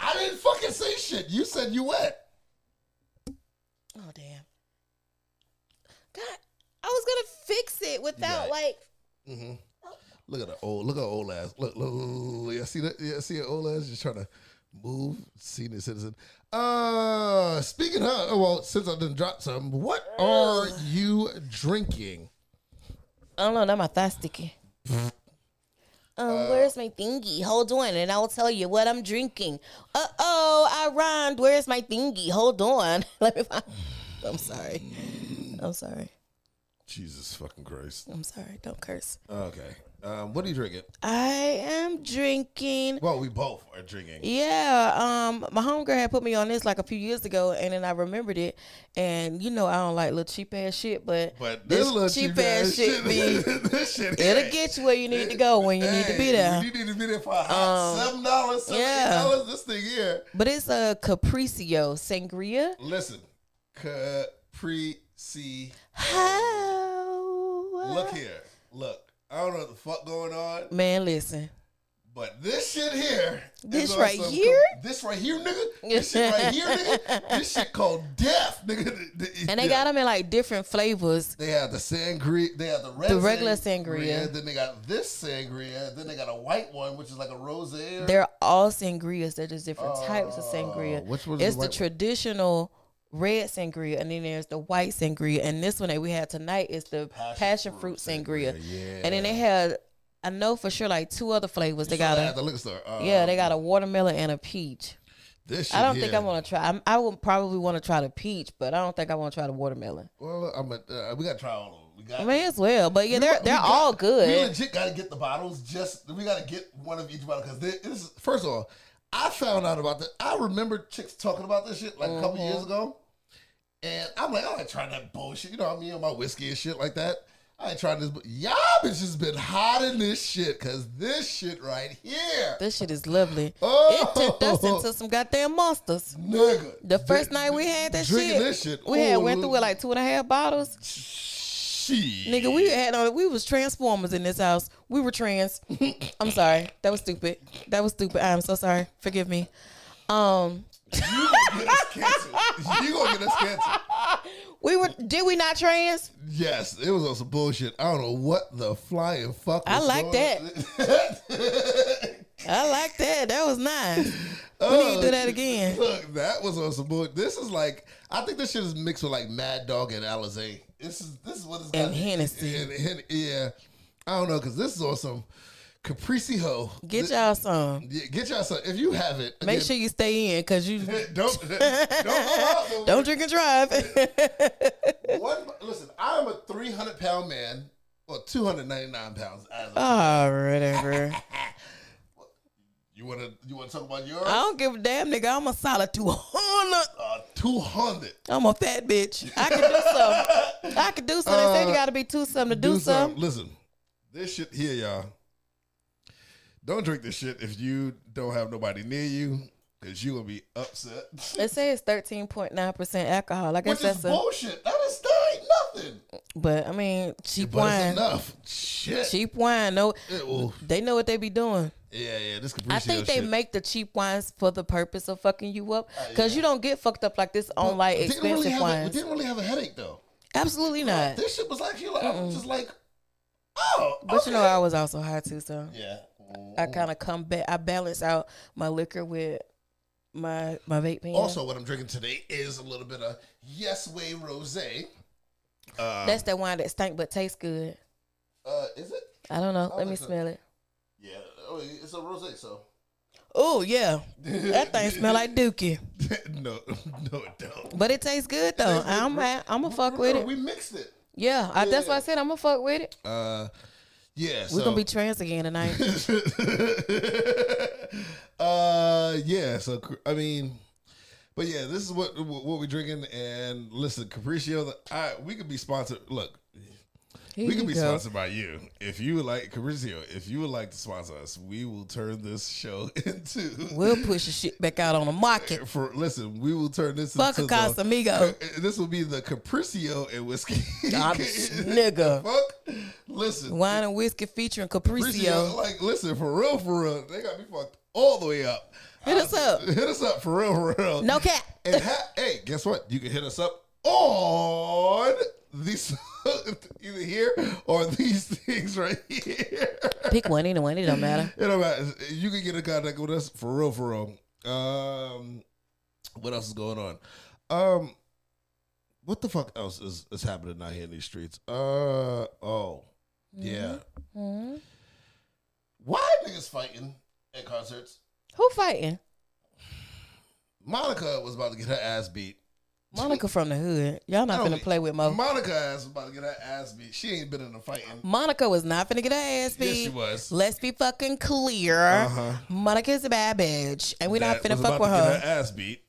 Speaker 1: I didn't fucking say shit. You said you wet.
Speaker 2: Oh damn. God, I was gonna fix it without
Speaker 1: right.
Speaker 2: like
Speaker 1: Look at the old. Look at old ass. Look, look, look, look. Yeah, see that? Yeah, see an old ass just trying to move senior citizen. Uh, speaking of, oh, well, since I didn't drop some, what are you drinking?
Speaker 2: I don't know, not my thigh sticky. Um,
Speaker 1: Uh,
Speaker 2: where's my thingy? Hold on, and I'll tell you what I'm drinking. Uh oh, I rhymed. Where's my thingy? Hold on. Let me find. I'm sorry. I'm sorry.
Speaker 1: Jesus fucking Christ.
Speaker 2: I'm sorry. Don't curse.
Speaker 1: Okay. Um, what are you drinking?
Speaker 2: I am drinking.
Speaker 1: Well, we both are drinking.
Speaker 2: Yeah, um, my homegirl had put me on this like a few years ago, and then I remembered it. And you know, I don't like little cheap ass shit, but,
Speaker 1: But this little cheap ass shit,
Speaker 2: be
Speaker 1: this shit
Speaker 2: it'll
Speaker 1: hit.
Speaker 2: get you where you need to go when you need to be
Speaker 1: Hey,
Speaker 2: there.
Speaker 1: You need to be there for a hot
Speaker 2: Um,
Speaker 1: seven dollars, seven
Speaker 2: yeah.
Speaker 1: dollars. This thing here.
Speaker 2: But it's a Capriccio Sangria.
Speaker 1: Listen, Capriccio.
Speaker 2: How?
Speaker 1: Look here. Look, I don't know what the fuck going on,
Speaker 2: Man, listen.
Speaker 1: but this shit here. is
Speaker 2: This
Speaker 1: on
Speaker 2: right
Speaker 1: some
Speaker 2: here?
Speaker 1: co- this right here, nigga. This shit right here, nigga. This shit called death, nigga.
Speaker 2: And they
Speaker 1: Yeah.
Speaker 2: got them in like different flavors.
Speaker 1: They have the sangria. They have the red
Speaker 2: The regular sangria.
Speaker 1: Then they got this sangria. Then they got a white one, which is like a rosé. or-
Speaker 2: They're all sangrias. They're just different types of sangria.
Speaker 1: Oh, which one's the
Speaker 2: it's the,
Speaker 1: white one?
Speaker 2: traditional red sangria, and then there's the white sangria. And this one that we had tonight is the passion, fruit, sangria. And then they had, I know for sure, like two other flavors. They got
Speaker 1: at
Speaker 2: a
Speaker 1: the liquor store. Uh,
Speaker 2: yeah, they got a watermelon and a peach.
Speaker 1: This shit
Speaker 2: I don't think I
Speaker 1: here.
Speaker 2: want to try. I'm, I would probably want to try the peach, but I don't think I want to try the watermelon.
Speaker 1: Well, I'm a, uh, we gotta try all of them. We got.
Speaker 2: I may as well, but yeah,
Speaker 1: we-
Speaker 2: they're
Speaker 1: we
Speaker 2: they're
Speaker 1: got-
Speaker 2: all
Speaker 1: We
Speaker 2: good.
Speaker 1: legit gotta get the bottles. Just we gotta get one of each bottle because this. is- First of all, I found out about this. I remember chicks talking about this shit like a couple
Speaker 2: Mm-hmm.
Speaker 1: years ago, and I'm like, I ain't trying that bullshit. You know what I mean? On my whiskey and shit like that. I ain't trying this. But y'all bitches been hiding this shit because this shit right here,
Speaker 2: This shit is lovely.
Speaker 1: Oh.
Speaker 2: It turned us into some goddamn monsters.
Speaker 1: nigga.
Speaker 2: The first
Speaker 1: Dr-
Speaker 2: night we had that
Speaker 1: drinking
Speaker 2: shit,
Speaker 1: this shit.
Speaker 2: we had
Speaker 1: Oh,
Speaker 2: went
Speaker 1: look.
Speaker 2: through it like two and a half bottles.
Speaker 1: Shit.
Speaker 2: Nigga, we had on we was transformers in this house. We were trans. I'm sorry. That was stupid. That was stupid. I'm so sorry. Forgive me. Um
Speaker 1: You gonna get us canceled. You gonna get us canceled.
Speaker 2: we were did we not trans?
Speaker 1: Yes, it was on some bullshit. I don't know what the flying fuck.
Speaker 2: I
Speaker 1: was
Speaker 2: like
Speaker 1: going-
Speaker 2: I like that. That was nice. We need
Speaker 1: Oh,
Speaker 2: to do that again.
Speaker 1: Look, that was on some bullshit. This is like, I think this shit is mixed with like Mad Dog and Alizé. This is this is what it's
Speaker 2: And
Speaker 1: got-
Speaker 2: Hennessy.
Speaker 1: And, Hen- yeah, I don't know because this is on some. Caprese Ho.
Speaker 2: Get y'all some.
Speaker 1: Yeah, get y'all some. If you have it,
Speaker 2: Make sure you stay in because you
Speaker 1: don't don't go out.
Speaker 2: don't drink and drive.
Speaker 1: One, listen, I am a three hundred pound man, or two hundred ninety nine pounds. I don't know.
Speaker 2: oh, whatever.
Speaker 1: You wanna you wanna talk about
Speaker 2: I
Speaker 1: yours?
Speaker 2: don't give a damn, nigga. I'm a solid 200.
Speaker 1: Uh, two hundred.
Speaker 2: I'm a fat bitch. I can do some. I can do some. They say you gotta be two something to Uh, do, some.
Speaker 1: Listen, this shit here, y'all. Don't drink this shit if you don't have nobody near you, cause you gonna be upset.
Speaker 2: They say it's 13.9% alcohol. I guess
Speaker 1: Which is
Speaker 2: that's a.
Speaker 1: bullshit. That is that ain't nothing.
Speaker 2: But I mean, cheap
Speaker 1: But it's
Speaker 2: wine.
Speaker 1: enough. Shit.
Speaker 2: Cheap wine. No,
Speaker 1: It will-
Speaker 2: they know what they be doing.
Speaker 1: yeah, yeah. This Capriccio
Speaker 2: I think they
Speaker 1: shit. Oh,
Speaker 2: make the cheap wines for the purpose of fucking you up, cause you don't get fucked up like this on like
Speaker 1: Didn't really
Speaker 2: expensive
Speaker 1: have a-
Speaker 2: wines.
Speaker 1: didn't really have a headache though.
Speaker 2: Absolutely not.
Speaker 1: This shit was actually like I was just like, oh.
Speaker 2: But you know,
Speaker 1: okay. Oh.
Speaker 2: I was also high too, so
Speaker 1: yeah.
Speaker 2: I kind of come back. I balance out my liquor with my my vape pen.
Speaker 1: Also, what I'm drinking today is a little bit of Yes Way Rosé. Uh,
Speaker 2: that's that wine that stink but tastes good.
Speaker 1: uh, is it?
Speaker 2: I don't know. Let me
Speaker 1: like that.
Speaker 2: smell it.
Speaker 1: Yeah, oh, it's a rosé. So
Speaker 2: Oh yeah, that thing smell like Dookie,
Speaker 1: no, no, it don't.
Speaker 2: but it tastes good though.
Speaker 1: tastes good.
Speaker 2: I'm i I'm a fuck with
Speaker 1: Remember,
Speaker 2: it.
Speaker 1: We mixed it.
Speaker 2: Yeah, I, that's why I said I'm a fuck with it.
Speaker 1: Uh, yeah.
Speaker 2: We're
Speaker 1: so,
Speaker 2: gonna be trans again tonight.
Speaker 1: uh, yeah. So cr- I mean, but yeah, this is what what what we're drinking. And listen, Capriccio, the- I we could be sponsored. Look,
Speaker 2: Here
Speaker 1: we
Speaker 2: you
Speaker 1: could be
Speaker 2: go.
Speaker 1: sponsored by you if you would like Capriccio. If you would like to sponsor us, we will turn this show into.
Speaker 2: We'll push the shit back out on the market.
Speaker 1: For listen, we will turn this
Speaker 2: Fuck a
Speaker 1: into the-
Speaker 2: Casamigo.
Speaker 1: This will be the Capriccio and whiskey.
Speaker 2: I'm- nigga.
Speaker 1: Fuck. Listen.
Speaker 2: Wine and whiskey featuring Capriccio.
Speaker 1: Capriccio, like, listen, for real, for real, they got me fucked all the way up.
Speaker 2: Hit us up.
Speaker 1: Hit us up, for real, for real.
Speaker 2: No cap.
Speaker 1: And ha- hey, guess what? You can hit us up on these, either here or these things right here.
Speaker 2: Pick one, either one, it don't matter.
Speaker 1: It don't matter. You can get in contact with us for real, for real. Um, what else is going on? Um, what the fuck else is, is happening out here in these streets? Uh, oh, yeah.
Speaker 2: Mhm.
Speaker 1: Why niggas fighting at concerts?
Speaker 2: Who fighting?
Speaker 1: Monica was about to get her ass beat.
Speaker 2: Monica from the hood. Y'all not
Speaker 1: I don't
Speaker 2: finna
Speaker 1: be-
Speaker 2: play with Mo.
Speaker 1: Monica ass was about to get her ass beat. She ain't been in a fighting.
Speaker 2: Monica was not finna get her ass beat.
Speaker 1: Yes, she was.
Speaker 2: Let's be fucking clear.
Speaker 1: Uh-huh.
Speaker 2: Monica is a bad bitch, and we're not
Speaker 1: That
Speaker 2: finna
Speaker 1: was
Speaker 2: fuck
Speaker 1: about
Speaker 2: with
Speaker 1: to get
Speaker 2: her.
Speaker 1: her ass beat.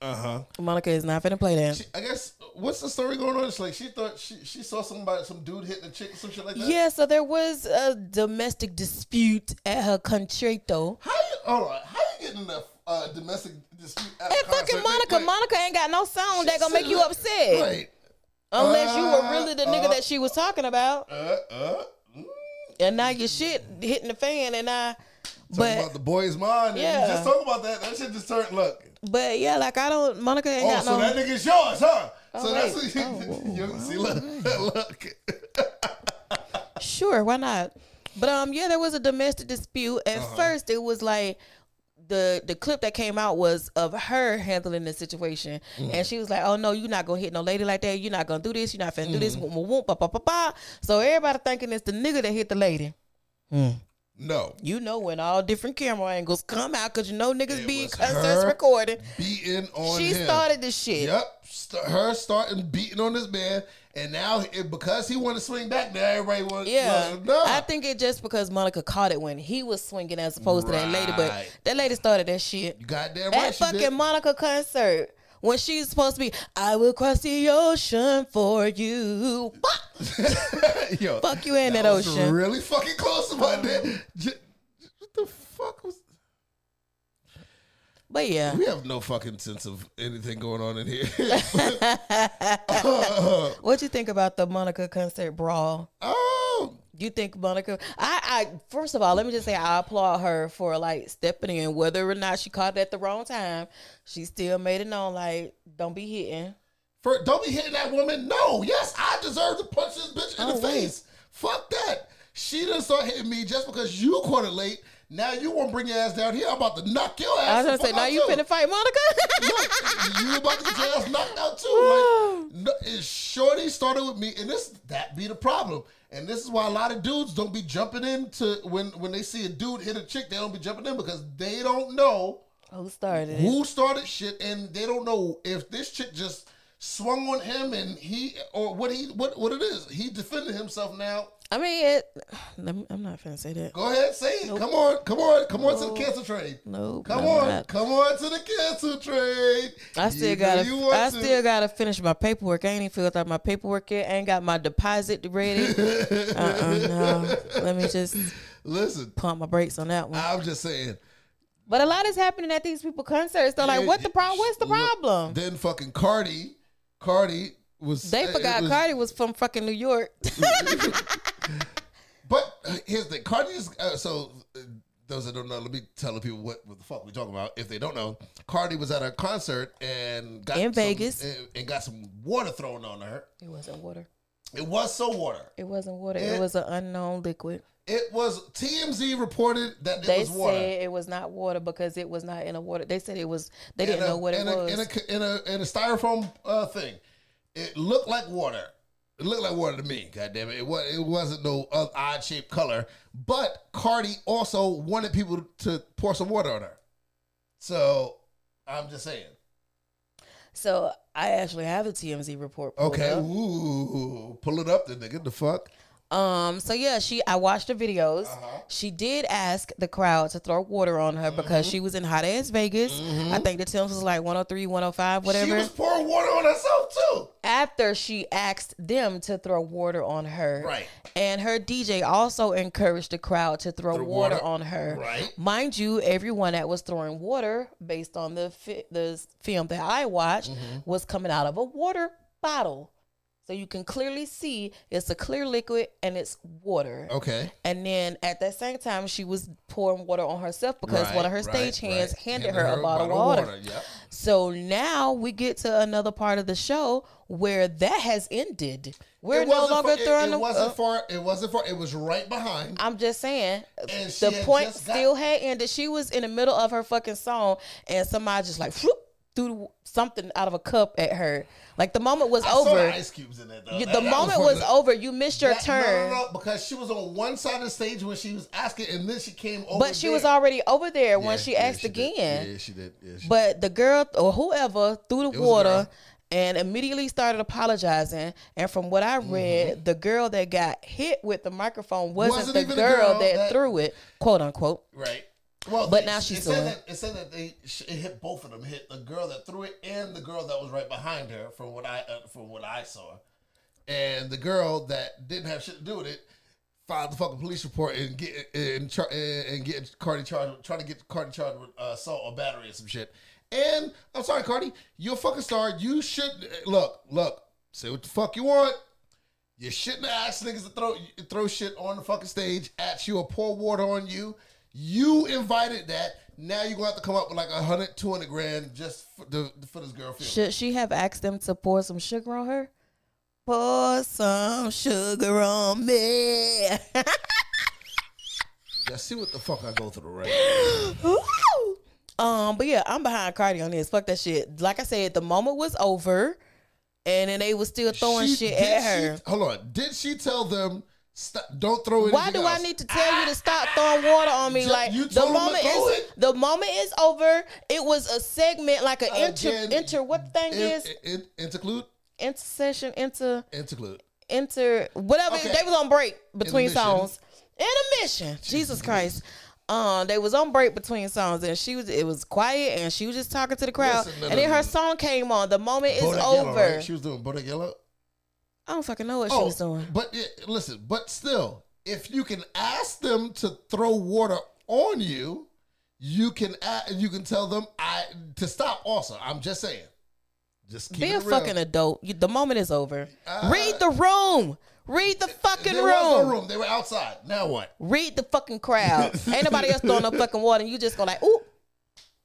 Speaker 1: Uh huh.
Speaker 2: Monica is not finna play that.
Speaker 1: She- I guess what's the story going on? It's like she thought she she saw somebody some dude hitting a chick or some shit like that.
Speaker 2: yeah, so there was a domestic dispute at her concerto.
Speaker 1: How you hold on? How you getting a uh, domestic dispute? At a
Speaker 2: And fucking
Speaker 1: concert?
Speaker 2: Monica,
Speaker 1: Like,
Speaker 2: Monica ain't got no song that
Speaker 1: she
Speaker 2: gonna make you
Speaker 1: said-
Speaker 2: upset.
Speaker 1: Right.
Speaker 2: Unless you were
Speaker 1: Uh,
Speaker 2: really the nigga
Speaker 1: uh,
Speaker 2: that she was talking about,
Speaker 1: Uh uh. Mm.
Speaker 2: and now your shit hitting the fan, and I.
Speaker 1: Talking
Speaker 2: But
Speaker 1: about the boy's mind. Yeah.
Speaker 2: Yeah.
Speaker 1: You just talk about that. That shit just turned. Look.
Speaker 2: but yeah, like I don't. Monica ain't
Speaker 1: Oh,
Speaker 2: got
Speaker 1: so
Speaker 2: no.
Speaker 1: that nigga's yours, huh?
Speaker 2: Oh,
Speaker 1: so that's
Speaker 2: wait.
Speaker 1: what you,
Speaker 2: Oh, whoa,
Speaker 1: you see. Look, look.
Speaker 2: Sure, why not? But um, yeah, there was a domestic dispute. At
Speaker 1: Uh-huh.
Speaker 2: first, it was like the the clip that came out was of her handling the situation,
Speaker 1: Mm.
Speaker 2: and she was like, "Oh no, you're not gonna hit no lady like that. You're not gonna do this. You're not finna do
Speaker 1: Mm.
Speaker 2: this." Whoop, whoop, whoop, ba, ba, ba, ba. So everybody thinking it's the nigga that hit the lady.
Speaker 1: No,
Speaker 2: You know when all different camera angles come out because you know niggas
Speaker 1: It
Speaker 2: be in
Speaker 1: was
Speaker 2: concerts
Speaker 1: her
Speaker 2: recording.
Speaker 1: beating on
Speaker 2: She
Speaker 1: him.
Speaker 2: started this shit.
Speaker 1: Yep, st- her starting beating on this man, and now it, because he want to swing back, now everybody want.
Speaker 2: Yeah,
Speaker 1: no.
Speaker 2: I think it just because Monica caught it when he was swinging as opposed to that lady, but
Speaker 1: Right.
Speaker 2: that lady started that shit.
Speaker 1: you goddamn right.
Speaker 2: That
Speaker 1: she
Speaker 2: fucking
Speaker 1: did.
Speaker 2: Monica concert when she's supposed to be, I will cross the ocean for you. What?
Speaker 1: Yo,
Speaker 2: Fuck you in that,
Speaker 1: was
Speaker 2: ocean. Oh.
Speaker 1: Really fucking close about that. J- j- what the fuck was?
Speaker 2: But yeah,
Speaker 1: We have no fucking sense of anything going on in here.
Speaker 2: what you think about the Monica concert brawl?
Speaker 1: oh,
Speaker 2: You think Monica? I, I first of all, let me just say I applaud her for like stepping in, whether or not she caught it at the wrong time. She still made it known, like don't be hitting.
Speaker 1: For don't be hitting that woman. No, yes, I deserve to punch this bitch in
Speaker 2: Oh,
Speaker 1: the
Speaker 2: wait.
Speaker 1: face. Fuck that. She done start hitting me just because you caught it late. Now you won't bring your ass down here. I'm about to knock your
Speaker 2: I
Speaker 1: ass.
Speaker 2: was gonna say, now you finna fight Monica?
Speaker 1: Look, you about to get your ass knocked out too. Like, no, it- Shorty started with me, and this that be the problem. And this is why a lot of dudes don't be jumping in to when when they see a dude hit a chick, they don't be jumping in because they don't know
Speaker 2: Who started it?
Speaker 1: who started shit, and they don't know if this chick just swung on him and he or what he what what it is. He defended himself now.
Speaker 2: I mean, it, let me, I'm not finna say that.
Speaker 1: Go ahead, say it. Come on, come on, come on to the cancel trade.
Speaker 2: Nope.
Speaker 1: Come
Speaker 2: I'm
Speaker 1: on,
Speaker 2: not.
Speaker 1: come on to the cancel trade.
Speaker 2: I
Speaker 1: You
Speaker 2: still
Speaker 1: know
Speaker 2: gotta.
Speaker 1: you want
Speaker 2: I
Speaker 1: to.
Speaker 2: still gotta finish my paperwork. I ain't even filled out my paperwork yet. I ain't got my deposit ready. uh, uh no. Let me just
Speaker 1: Listen,
Speaker 2: pump my brakes on that one.
Speaker 1: I'm just saying.
Speaker 2: But a lot is happening at these people concerts. They're like,
Speaker 1: Yeah,
Speaker 2: what the
Speaker 1: yeah,
Speaker 2: problem? What's the
Speaker 1: look,
Speaker 2: problem?
Speaker 1: Then fucking Cardi, Cardi was.
Speaker 2: They
Speaker 1: it
Speaker 2: forgot
Speaker 1: was-
Speaker 2: Cardi was from fucking New York.
Speaker 1: But uh, here's the thing. Cardi's uh, so uh, those that don't know, let me tell the people what, what the fuck we talking about. If they don't know, Cardi was at a concert and got some-
Speaker 2: In Vegas.
Speaker 1: and, and got some water thrown on her.
Speaker 2: it wasn't water.
Speaker 1: It was so water.
Speaker 2: It wasn't water.
Speaker 1: It-
Speaker 2: It was an unknown liquid.
Speaker 1: It was TMZ reported that it
Speaker 2: They
Speaker 1: was water.
Speaker 2: said it was not water because it was not in a water. They said it was. They didn't
Speaker 1: in a-
Speaker 2: know what it
Speaker 1: in a-
Speaker 2: was.
Speaker 1: in a in a in a styrofoam uh, thing. It looked like water. It looked like water to me. God damn it! It was it wasn't no odd shaped color. But Cardi also wanted people to pour some water on her. So I'm just saying.
Speaker 2: so I actually have a TMZ report. pulled
Speaker 1: Okay,
Speaker 2: up.
Speaker 1: ooh, pull it up, then nigga. The fuck.
Speaker 2: Um. So yeah, she. I watched the videos. She did ask the crowd to throw water on her because she was in hot ass Vegas. I think the temps was like 103, 105, whatever.
Speaker 1: She was pouring water on herself too.
Speaker 2: after she asked them to throw water on her.
Speaker 1: Right.
Speaker 2: And her DJ also encouraged the crowd to throw, water,
Speaker 1: water-
Speaker 2: on her.
Speaker 1: right.
Speaker 2: Mind you, everyone that was throwing water, based on the fi- the film that I watched, was coming out of a water bottle. So you can clearly see it's a clear liquid and it's water.
Speaker 1: Okay.
Speaker 2: And then at that same time, she was pouring water on herself because one of her stage hands handed, her, a bottle of water.
Speaker 1: Yep.
Speaker 2: So now we get to another part of the show where that has ended. We're
Speaker 1: It
Speaker 2: no
Speaker 1: wasn't
Speaker 2: longer
Speaker 1: far- it-
Speaker 2: throwing
Speaker 1: It
Speaker 2: the.
Speaker 1: wasn't
Speaker 2: uh,
Speaker 1: far. It wasn't far. It was right behind.
Speaker 2: I'm just saying,
Speaker 1: And she
Speaker 2: the
Speaker 1: had
Speaker 2: point
Speaker 1: just got-
Speaker 2: still had ended. She was in the middle of her fucking song, and somebody just like whoop, threw something out of a cup at her. Like the moment was
Speaker 1: I saw
Speaker 2: over.
Speaker 1: the ice cubes in it though.
Speaker 2: You-
Speaker 1: That-
Speaker 2: the
Speaker 1: that
Speaker 2: moment
Speaker 1: one of
Speaker 2: was
Speaker 1: the-
Speaker 2: over. You missed your
Speaker 1: that-
Speaker 2: turn.
Speaker 1: No, no, no, because she was on one side of the stage when she was asking, and then she came over.
Speaker 2: But she was
Speaker 1: there.
Speaker 2: already over there
Speaker 1: Yeah,
Speaker 2: when she
Speaker 1: yeah,
Speaker 2: asked
Speaker 1: did.
Speaker 2: again.
Speaker 1: Yeah, she did. Yeah, she
Speaker 2: But the girl or whoever threw the
Speaker 1: was a
Speaker 2: water
Speaker 1: girl.
Speaker 2: and immediately started apologizing. And from what I
Speaker 1: Mm-hmm.
Speaker 2: read, the girl that got hit with the microphone wasn't,
Speaker 1: Wasn't
Speaker 2: the
Speaker 1: even
Speaker 2: girl,
Speaker 1: the girl
Speaker 2: that,
Speaker 1: that-
Speaker 2: threw it, quote unquote.
Speaker 1: right. Well,
Speaker 2: But
Speaker 1: they-
Speaker 2: now she's
Speaker 1: it said
Speaker 2: suing.
Speaker 1: that it said that they sh- it hit both of them. It Hit the girl that threw it and the girl that was right behind her. From what I uh, from what I saw, and the girl that didn't have shit to do with it filed the fucking police report and get and char- and get Cardi charged, trying to get Cardi charged with uh, assault or battery and some shit. And I'm sorry, Cardi, you're a fucking star. You should look, look, say what the fuck you want. You shouldn't have asked niggas to throw throw shit on the fucking stage at you or pour water on you. You invited that. Now you're gonna have to come up with like a hundred, two hundred grand just for, the, for this girl. feeling.
Speaker 2: Should she have asked them to pour some sugar on her? Pour some sugar on me.
Speaker 1: Y'all see what the fuck I go through, right?
Speaker 2: Woo! um, but yeah, I'm behind Cardi on this. Fuck that shit. Like I said, the moment was over, and then they was still throwing
Speaker 1: She-
Speaker 2: shit
Speaker 1: did
Speaker 2: at
Speaker 1: she-
Speaker 2: her.
Speaker 1: hold on. Did she tell them stop? Don't throw it?
Speaker 2: Why do I need to tell you to stop throwing water on me?
Speaker 1: Ju-
Speaker 2: Like
Speaker 1: you
Speaker 2: the
Speaker 1: told 'em to
Speaker 2: moment
Speaker 1: throw
Speaker 2: is
Speaker 1: it.
Speaker 2: the moment is over. It was a segment, like an inter
Speaker 1: Again,
Speaker 2: inter what the thing is
Speaker 1: in, in, interclude?
Speaker 2: intercession inter
Speaker 1: Interclude.
Speaker 2: inter whatever.
Speaker 1: Okay.
Speaker 2: They was on break between
Speaker 1: Intermission.
Speaker 2: songs. Intermission. Jesus Christ. Um, they was on break between songs, and she was. It was quiet, and she was just talking to the crowd.
Speaker 1: Listen, no,
Speaker 2: and
Speaker 1: no,
Speaker 2: then
Speaker 1: no,
Speaker 2: her
Speaker 1: no.
Speaker 2: song came on. The moment is
Speaker 1: Bodak Yellow,
Speaker 2: over.
Speaker 1: right? Oh, She was doing Bodak Yellow.
Speaker 2: I don't fucking know what she was doing.
Speaker 1: but yeah, listen. But still, if you can ask them to throw water on you, you can a- you can tell them I to stop. Also, I'm just saying. Just keep
Speaker 2: Be
Speaker 1: it
Speaker 2: a
Speaker 1: real.
Speaker 2: fucking adult. You, the moment is over.
Speaker 1: Uh,
Speaker 2: Read the room. Read the fucking
Speaker 1: There
Speaker 2: room.
Speaker 1: was no room. They were outside. Now what?
Speaker 2: Read the fucking crowd. Ain't nobody else throwing no fucking water. And you just go like, ooh.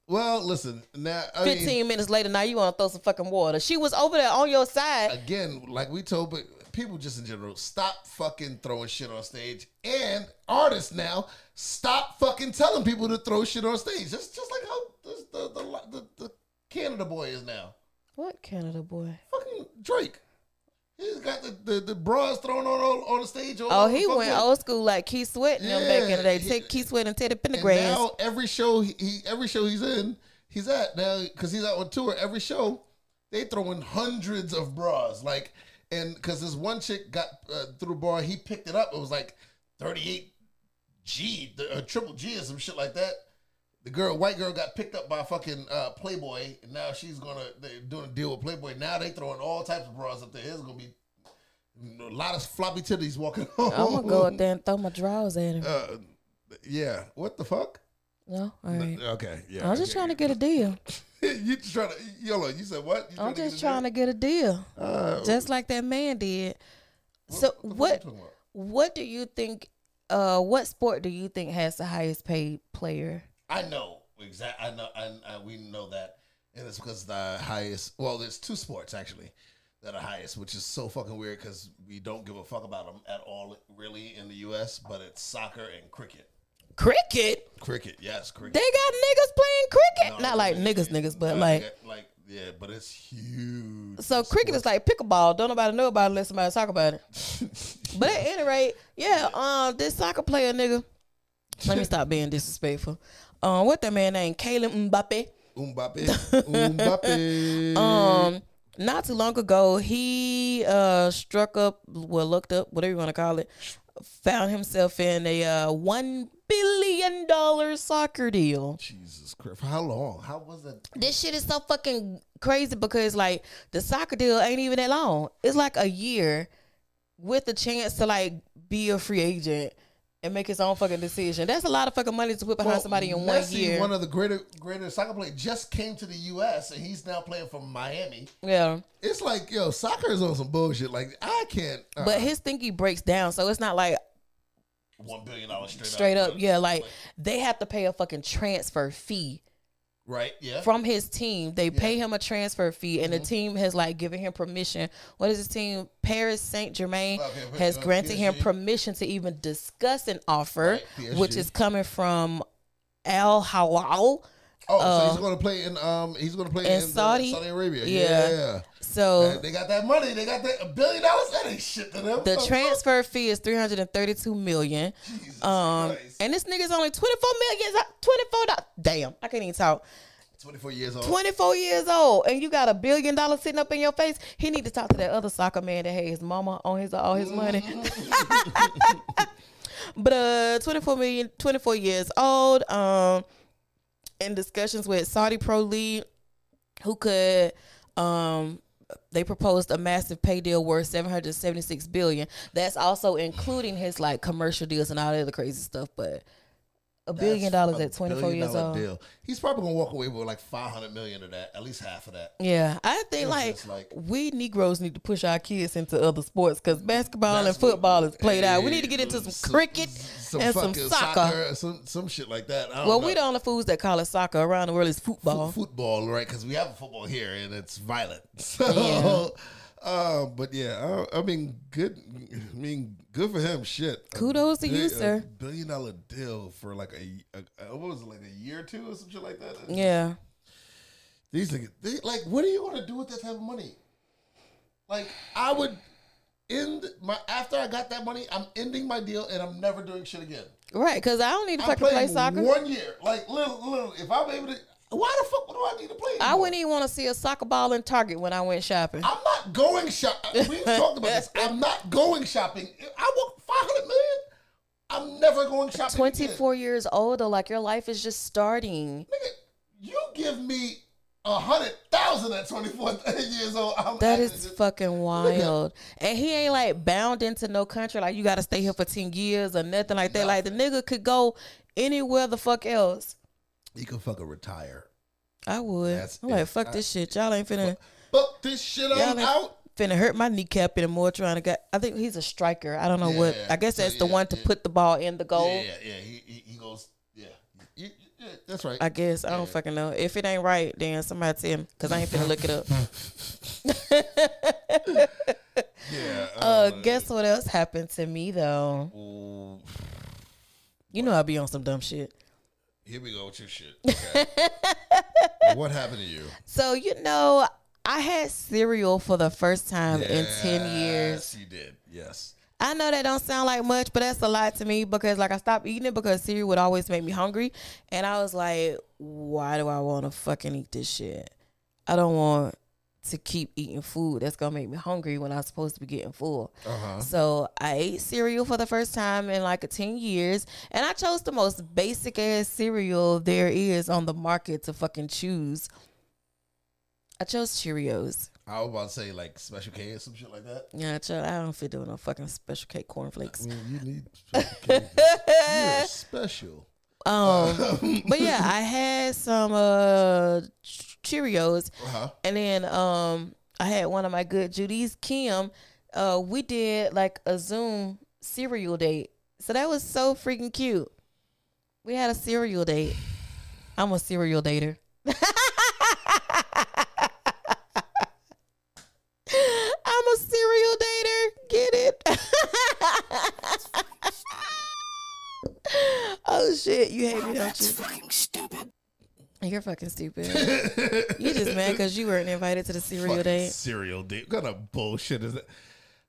Speaker 1: Well, listen. Now, I mean,
Speaker 2: 15 minutes later, now you want to throw some fucking water. She was over there on your side.
Speaker 1: again, like we told but people just in general, stop fucking throwing shit on stage. And artists now, stop fucking telling people to throw shit on stage. Just just like how this, the, the, the the Canada boy is now.
Speaker 2: What Canada boy?
Speaker 1: Fucking Drake. He's got the, the, the bras thrown on all, on the stage. all
Speaker 2: Oh,
Speaker 1: over the
Speaker 2: he
Speaker 1: fucking-
Speaker 2: went old school like Keith Sweat and them back in the day.
Speaker 1: Yeah,
Speaker 2: Take Keith Sweat and Teddy
Speaker 1: And
Speaker 2: Pendergrass.
Speaker 1: now every show he, he every show he's in, he's at now because he's out on tour. Every show they throw in hundreds of bras, like and because this one chick got uh, through the bar, he picked it up. It was like thirty eight G, the- uh, triple G or some shit like that. The girl, white girl, got picked up by fucking uh, Playboy, and now she's gonna they're doing a deal with Playboy. Now they throwing all types of bras up there. There's gonna be a lot of floppy titties walking.
Speaker 2: I'm gonna go up there and throw my drawers at him.
Speaker 1: Uh, yeah, what the fuck?
Speaker 2: no, all right.
Speaker 1: Okay, yeah.
Speaker 2: I'm just trying to get a deal.
Speaker 1: you just trying to Yolo. You said what? You
Speaker 2: I'm just trying to get a deal,
Speaker 1: Uh,
Speaker 2: just like that man did. So
Speaker 1: the fuck
Speaker 2: what?
Speaker 1: you talking about?
Speaker 2: What do you think? Uh, what sport do you think has the highest paid player?
Speaker 1: I know exactly. I know. I, I, we know that, and it's because the highest. Well, there's two sports actually that are highest, which is so fucking weird because we don't give a fuck about them at all, really, in the U.S. But it's soccer and cricket.
Speaker 2: Cricket.
Speaker 1: Cricket, yes, cricket.
Speaker 2: They got niggas playing cricket.
Speaker 1: No,
Speaker 2: Not like
Speaker 1: they-
Speaker 2: niggas, niggas, but
Speaker 1: Uh,
Speaker 2: like.
Speaker 1: yeah, like, yeah, but it's huge.
Speaker 2: So cricket is like pickleball. Don't nobody know about it unless somebody talk about it. But at any rate, yeah, um, this soccer player nigga. Let me stop being disrespectful. Um, what that man named Caleb Mbappe.
Speaker 1: Umbape, Umbape.
Speaker 2: Um, not too long ago, he uh struck up, well, looked up, whatever you want to call it, found himself in a uh, one billion dollar soccer deal.
Speaker 1: Jesus Christ! For how long? How was that?
Speaker 2: this shit is so fucking crazy because like the soccer deal ain't even that long. It's like a year with the chance to like be a free agent and make his own fucking decision. That's a lot of fucking money to put behind
Speaker 1: Well,
Speaker 2: somebody in one
Speaker 1: Messi,
Speaker 2: year.
Speaker 1: One of the greater greater soccer players just came to the U.S. and he's now playing for Miami.
Speaker 2: yeah.
Speaker 1: It's like yo, soccer is on some bullshit. Like I can't. Uh,
Speaker 2: But his thingy breaks down, so it's not like
Speaker 1: one billion dollars straight,
Speaker 2: straight
Speaker 1: up.
Speaker 2: up, yeah, like they have to pay a fucking transfer fee
Speaker 1: Right? Yeah.
Speaker 2: from his team. They pay him a transfer fee
Speaker 1: Mm-hmm.
Speaker 2: and the team has like given him permission. What is his team? Paris Saint Germain
Speaker 1: Okay, but,
Speaker 2: has
Speaker 1: uh,
Speaker 2: granted him
Speaker 1: PSG.
Speaker 2: permission to even discuss an offer,
Speaker 1: Right,
Speaker 2: which
Speaker 1: PSG.
Speaker 2: is coming from Al Hawal.
Speaker 1: oh, so he's gonna play in um, he's gonna play
Speaker 2: uh, in
Speaker 1: in, uh,
Speaker 2: Saudi?
Speaker 1: Saudi Arabia.
Speaker 2: Yeah.
Speaker 1: Yeah.
Speaker 2: So
Speaker 1: They- They got that money. They got that a billion dollars. That ain't shit to them. Oh,
Speaker 2: the transfer fee is 332 million.
Speaker 1: Jesus
Speaker 2: Um,
Speaker 1: Christ.
Speaker 2: and this nigga's only 24 million, 24, do- damn, I can't even talk.
Speaker 1: Twenty-four years old.
Speaker 2: 24 years old and you got a billion dollars sitting up in your face, he need to talk to that other soccer man that had his mama on his all his money. but uh 24 million 24 years old um in discussions with Saudi Pro League who could um they proposed a massive pay deal worth 776 billion. That's also including his like commercial deals and all the other crazy stuff, but a billion
Speaker 1: That's
Speaker 2: dollars
Speaker 1: a
Speaker 2: at 24
Speaker 1: billion
Speaker 2: years
Speaker 1: dollar
Speaker 2: old.
Speaker 1: Deal. He's probably gonna walk away with like five hundred million of that, at least half of that.
Speaker 2: Yeah, I think
Speaker 1: It's
Speaker 2: like,
Speaker 1: just like-
Speaker 2: we Negroes need to push our kids into other sports because basketball and
Speaker 1: Basketball.
Speaker 2: football is played out. We need to get
Speaker 1: Hey,
Speaker 2: into some,
Speaker 1: some-
Speaker 2: cricket and some
Speaker 1: fucking
Speaker 2: soccer.
Speaker 1: or some some shit like that. I don't
Speaker 2: Well,
Speaker 1: know.
Speaker 2: we the only fools that call it soccer around the world is football.
Speaker 1: F- football, right? Because we have a football here and it's violent. So, uh, but yeah, I, I mean, good. I mean, good for him. Shit. A
Speaker 2: Kudos to you,
Speaker 1: a
Speaker 2: sir.
Speaker 1: billion dollar deal for like a, a- a- what was it like a year or two or some shit like that.
Speaker 2: yeah,
Speaker 1: These niggas, they, like, what are you gonna do with that type of money? Like, I would end my after I got that money, I'm ending my deal and I'm never doing shit again.
Speaker 2: right. Because I don't need to
Speaker 1: I
Speaker 2: fucking play
Speaker 1: played
Speaker 2: soccer.
Speaker 1: one year. Like, little, little. If I'm able to, why the fuck do I need to play?
Speaker 2: I
Speaker 1: anymore?
Speaker 2: wouldn't even want to see a soccer ball in Target when I went shopping.
Speaker 1: I'm not going shopping. We've talked about this. I'm not going shopping. I want 500 million. I'm never going shopping. again.
Speaker 2: 24 years old, though, like your life is just starting.
Speaker 1: Nigga, you give me a hundred thousand at 24 years old. I'm
Speaker 2: That
Speaker 1: actually
Speaker 2: is
Speaker 1: just-
Speaker 2: fucking wild. And he ain't like bound into no country. Like you got to stay here for ten years or nothing like that. Like the nigga could go anywhere the fuck else.
Speaker 1: You can fucking retire.
Speaker 2: I would.
Speaker 1: That's
Speaker 2: I'm
Speaker 1: it.
Speaker 2: like fuck this shit. Y'all ain't finna
Speaker 1: Fuck this shit.
Speaker 2: y'all
Speaker 1: I'm
Speaker 2: ain't
Speaker 1: out.
Speaker 2: finna hurt my kneecap anymore. Trying to get. I think he's a striker. I don't know what.
Speaker 1: Yeah,
Speaker 2: I guess
Speaker 1: so
Speaker 2: that's the
Speaker 1: yeah,
Speaker 2: one to
Speaker 1: yeah.
Speaker 2: put the ball in the goal.
Speaker 1: Yeah, yeah, yeah. He, he, he goes. Yeah. You- you- yeah, that's right.
Speaker 2: I guess I don't fucking know. If it ain't right, then somebody tell me because I ain't finna look it up.
Speaker 1: yeah.
Speaker 2: Uh, guess what else happened to me though?
Speaker 1: ooh,
Speaker 2: You know I be on some dumb shit.
Speaker 1: here we go with your shit. Okay. what happened to you?
Speaker 2: So you know, I had cereal for the first time in 10 years.
Speaker 1: She did. Yes.
Speaker 2: I know that don't sound like much, but that's a lot to me because like I stopped eating it because cereal would always make me hungry, and I was like, why do I want to fucking eat this shit? I don't want to keep eating food that's gonna make me hungry when I'm supposed to be getting full.
Speaker 1: Uh-huh.
Speaker 2: So I ate cereal for the first time in like 10 years, and I chose the most basic ass cereal there is on the market to fucking choose. I chose Cheerios.
Speaker 1: I was about to say like special K or some shit like that.
Speaker 2: Yeah, I chose- I don't fit doing no fucking special cake cornflakes.
Speaker 1: Well, you need special K. You're special. Uh, Uh-huh.
Speaker 2: Um, but yeah, I had some uh Ch- Cheerios,
Speaker 1: Uh-huh.
Speaker 2: and then um, I had one of my good Judy's Kim. Uh, we did like a Zoom cereal date, so that was so freaking cute. We had a cereal date. I'm a cereal dater. I'm a serial dater. Get it? oh shit, you hate me, don't you? You're fucking stupid. You just mad because you weren't invited to the serial
Speaker 1: Fucking
Speaker 2: date.
Speaker 1: Cereal date. What kind of bullshit is that?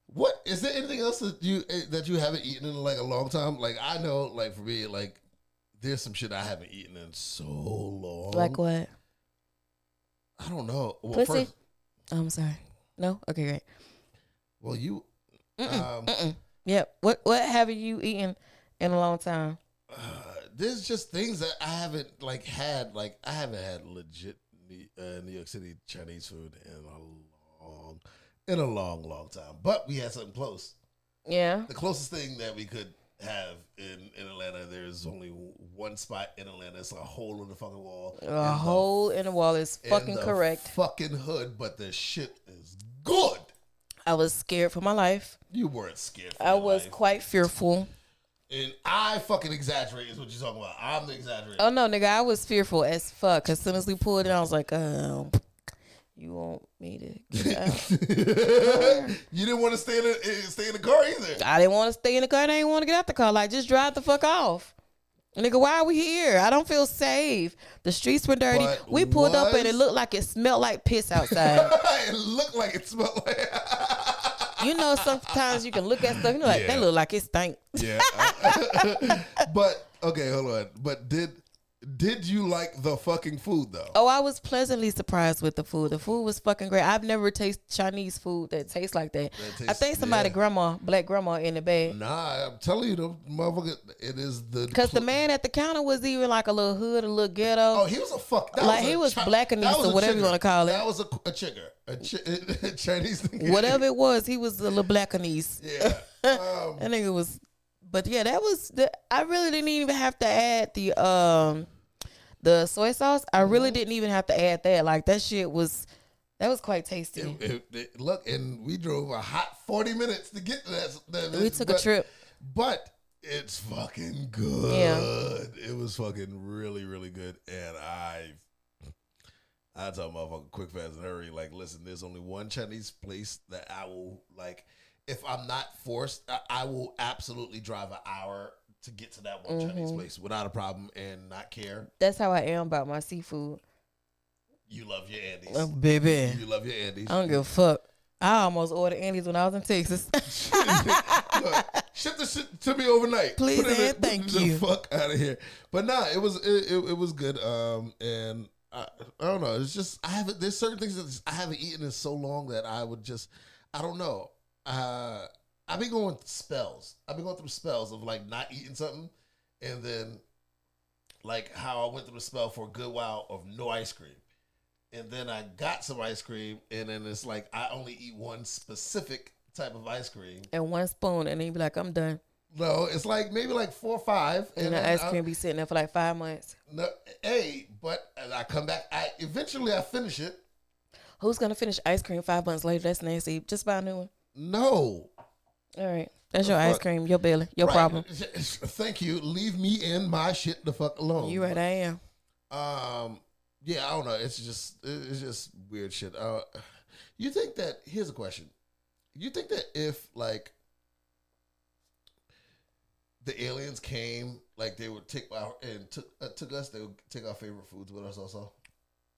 Speaker 1: What is there anything else that you eh, that you haven't eaten in like a long time? Like I know, like for me, like there's some shit I haven't eaten in so long.
Speaker 2: Like what?
Speaker 1: I don't know. Well,
Speaker 2: Pussy?
Speaker 1: First,
Speaker 2: I'm sorry. No. Okay, great.
Speaker 1: well, you.
Speaker 2: Mm-mm.
Speaker 1: Um,
Speaker 2: Mm-mm. Yep. What What haven't you eaten in a long time?
Speaker 1: uh, there's just things that I haven't like had. Like I haven't had legit New, uh, New York City Chinese food in a long, in a long, long time. But we had something close.
Speaker 2: Yeah.
Speaker 1: The closest thing that we could have in, in Atlanta, there's only one spot in Atlanta. It's a hole in the fucking wall. in
Speaker 2: A
Speaker 1: the-
Speaker 2: hole in the wall is
Speaker 1: in
Speaker 2: fucking
Speaker 1: the
Speaker 2: correct.
Speaker 1: Fucking hood, but the shit is good.
Speaker 2: I was scared for my life.
Speaker 1: You weren't scared. for
Speaker 2: I
Speaker 1: your
Speaker 2: was
Speaker 1: life.
Speaker 2: quite fearful.
Speaker 1: and I fucking exaggerate is what you're talking about. I'm the exaggerator.
Speaker 2: Oh no, nigga, I was fearful as fuck. As soon as we pulled in, I was like, um, you want me to? Get out?
Speaker 1: you didn't want to stay in the, eh, stay in the car either.
Speaker 2: I didn't want to stay in the car. and I didn't want to get out the car. Like, just drive the fuck off. Nigga, why are we here? I don't feel safe. The streets were dirty.
Speaker 1: But
Speaker 2: we pulled up and
Speaker 1: was-
Speaker 2: it looked like it smelled like piss outside.
Speaker 1: it looked like it smelled like.
Speaker 2: you know, sometimes you can look at stuff. You know, like
Speaker 1: Yeah.
Speaker 2: that look like it stank.
Speaker 1: yeah. but okay, hold on. But did did you like the fucking food though?
Speaker 2: Oh, I was pleasantly surprised with the food. The food was fucking great. I've never tasted Chinese food that tastes like that.
Speaker 1: That
Speaker 2: I
Speaker 1: tastes-
Speaker 2: think somebody,
Speaker 1: yeah.
Speaker 2: grandma, black grandma, in the bag.
Speaker 1: Nah, I'm telling you, the motherfucker. It is the
Speaker 2: Cause the man at the counter was even like a little hood, a little ghetto.
Speaker 1: Oh, he was a fuck. that
Speaker 2: Like,
Speaker 1: a
Speaker 2: he was
Speaker 1: Chi-
Speaker 2: Blackanese
Speaker 1: that was
Speaker 2: or
Speaker 1: a
Speaker 2: whatever you
Speaker 1: chigger.
Speaker 2: wanna call it.
Speaker 1: That was a, a chigger, a, chi- a Chinese thing.
Speaker 2: Whatever it was, he was a little blackanese.
Speaker 1: Yeah. Um,
Speaker 2: That nigga was, but yeah, that was. The, I really didn't even have to add the um, the soy sauce. I
Speaker 1: Mm-hmm.
Speaker 2: really didn't even have to add that. Like that shit was, that was quite tasty.
Speaker 1: it- it- look, and we drove a hot forty minutes to get to that. that
Speaker 2: we took a
Speaker 1: but-
Speaker 2: trip.
Speaker 1: but it's fucking good. It was fucking really, really good, and I. I tell motherfucker quick, fast, and hurry. Like, listen, there's only one Chinese place that I will like. If I'm not forced, I, I will absolutely drive an hour to get to that one
Speaker 2: Mm-hmm.
Speaker 1: Chinese place without a problem and not care.
Speaker 2: That's how I am about my seafood,
Speaker 1: You love your Andes.
Speaker 2: Oh, baby.
Speaker 1: you love your Andes.
Speaker 2: I don't give a fuck. I almost ordered Andy's when I was in Texas.
Speaker 1: Look, ship the shit to me overnight.
Speaker 2: Please
Speaker 1: Put it
Speaker 2: and
Speaker 1: in-
Speaker 2: thank
Speaker 1: put the
Speaker 2: you.
Speaker 1: fuck out of here. But nah, it was it, it, it was good. Um, and I, I don't know. It's just I haven't. There's certain things that just- I haven't eaten in so long that I would just I don't know. Uh, I've been going spells. I've been going through spells of like not eating something, and then like how I went through the spell for a good while of no ice cream. And then I got some ice cream, and then it's like I only eat one specific type of ice cream.
Speaker 2: and one spoon, and then you be like, I'm done.
Speaker 1: No, it's like maybe like four or five.
Speaker 2: And, the
Speaker 1: then
Speaker 2: ice
Speaker 1: I-
Speaker 2: cream be sitting there for like five months.
Speaker 1: No, hey, but as I come back, I eventually I finish it.
Speaker 2: Who's gonna finish ice cream five months later? That's nasty. Just buy a new one.
Speaker 1: No,
Speaker 2: All right, that's your ice
Speaker 1: fuck?
Speaker 2: cream, your belly, your
Speaker 1: Right.
Speaker 2: problem.
Speaker 1: Thank you. Leave me and my shit the fuck alone.
Speaker 2: You right, I am.
Speaker 1: Um, yeah, I don't know. It's just it's just weird shit. Uh, you think that? Here's a question. You think that if like the aliens came, like they would take our and took uh, took us, they would take our favorite foods with us also.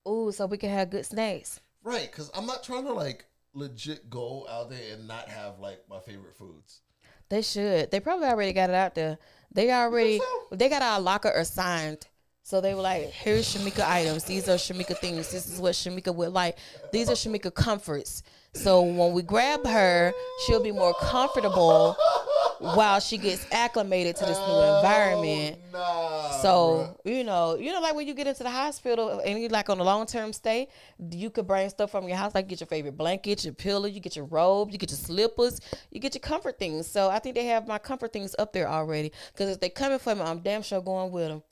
Speaker 2: Ooh, so we can have good snacks.
Speaker 1: Right, because I'm not trying to like legit go out there and not have like my favorite foods.
Speaker 2: They should. They probably already got it out there. They already
Speaker 1: so?
Speaker 2: they got our locker assigned. So they were like, here's Shamika items. These are Shamika things. This is what Shamika would like. These are Shamika comforts. So when we grab her, she'll be more comfortable while she gets acclimated to this new environment.
Speaker 1: Oh, nah,
Speaker 2: So you know, you know, like when you get into the hospital and you like on a long term stay, you could bring stuff from your house. Like you get your favorite blanket, your pillow, you get your robe, you get your slippers, you get your comfort things. So I think they have my comfort things up there already. Because if they coming for me, I'm damn sure going with them.
Speaker 1: bruh.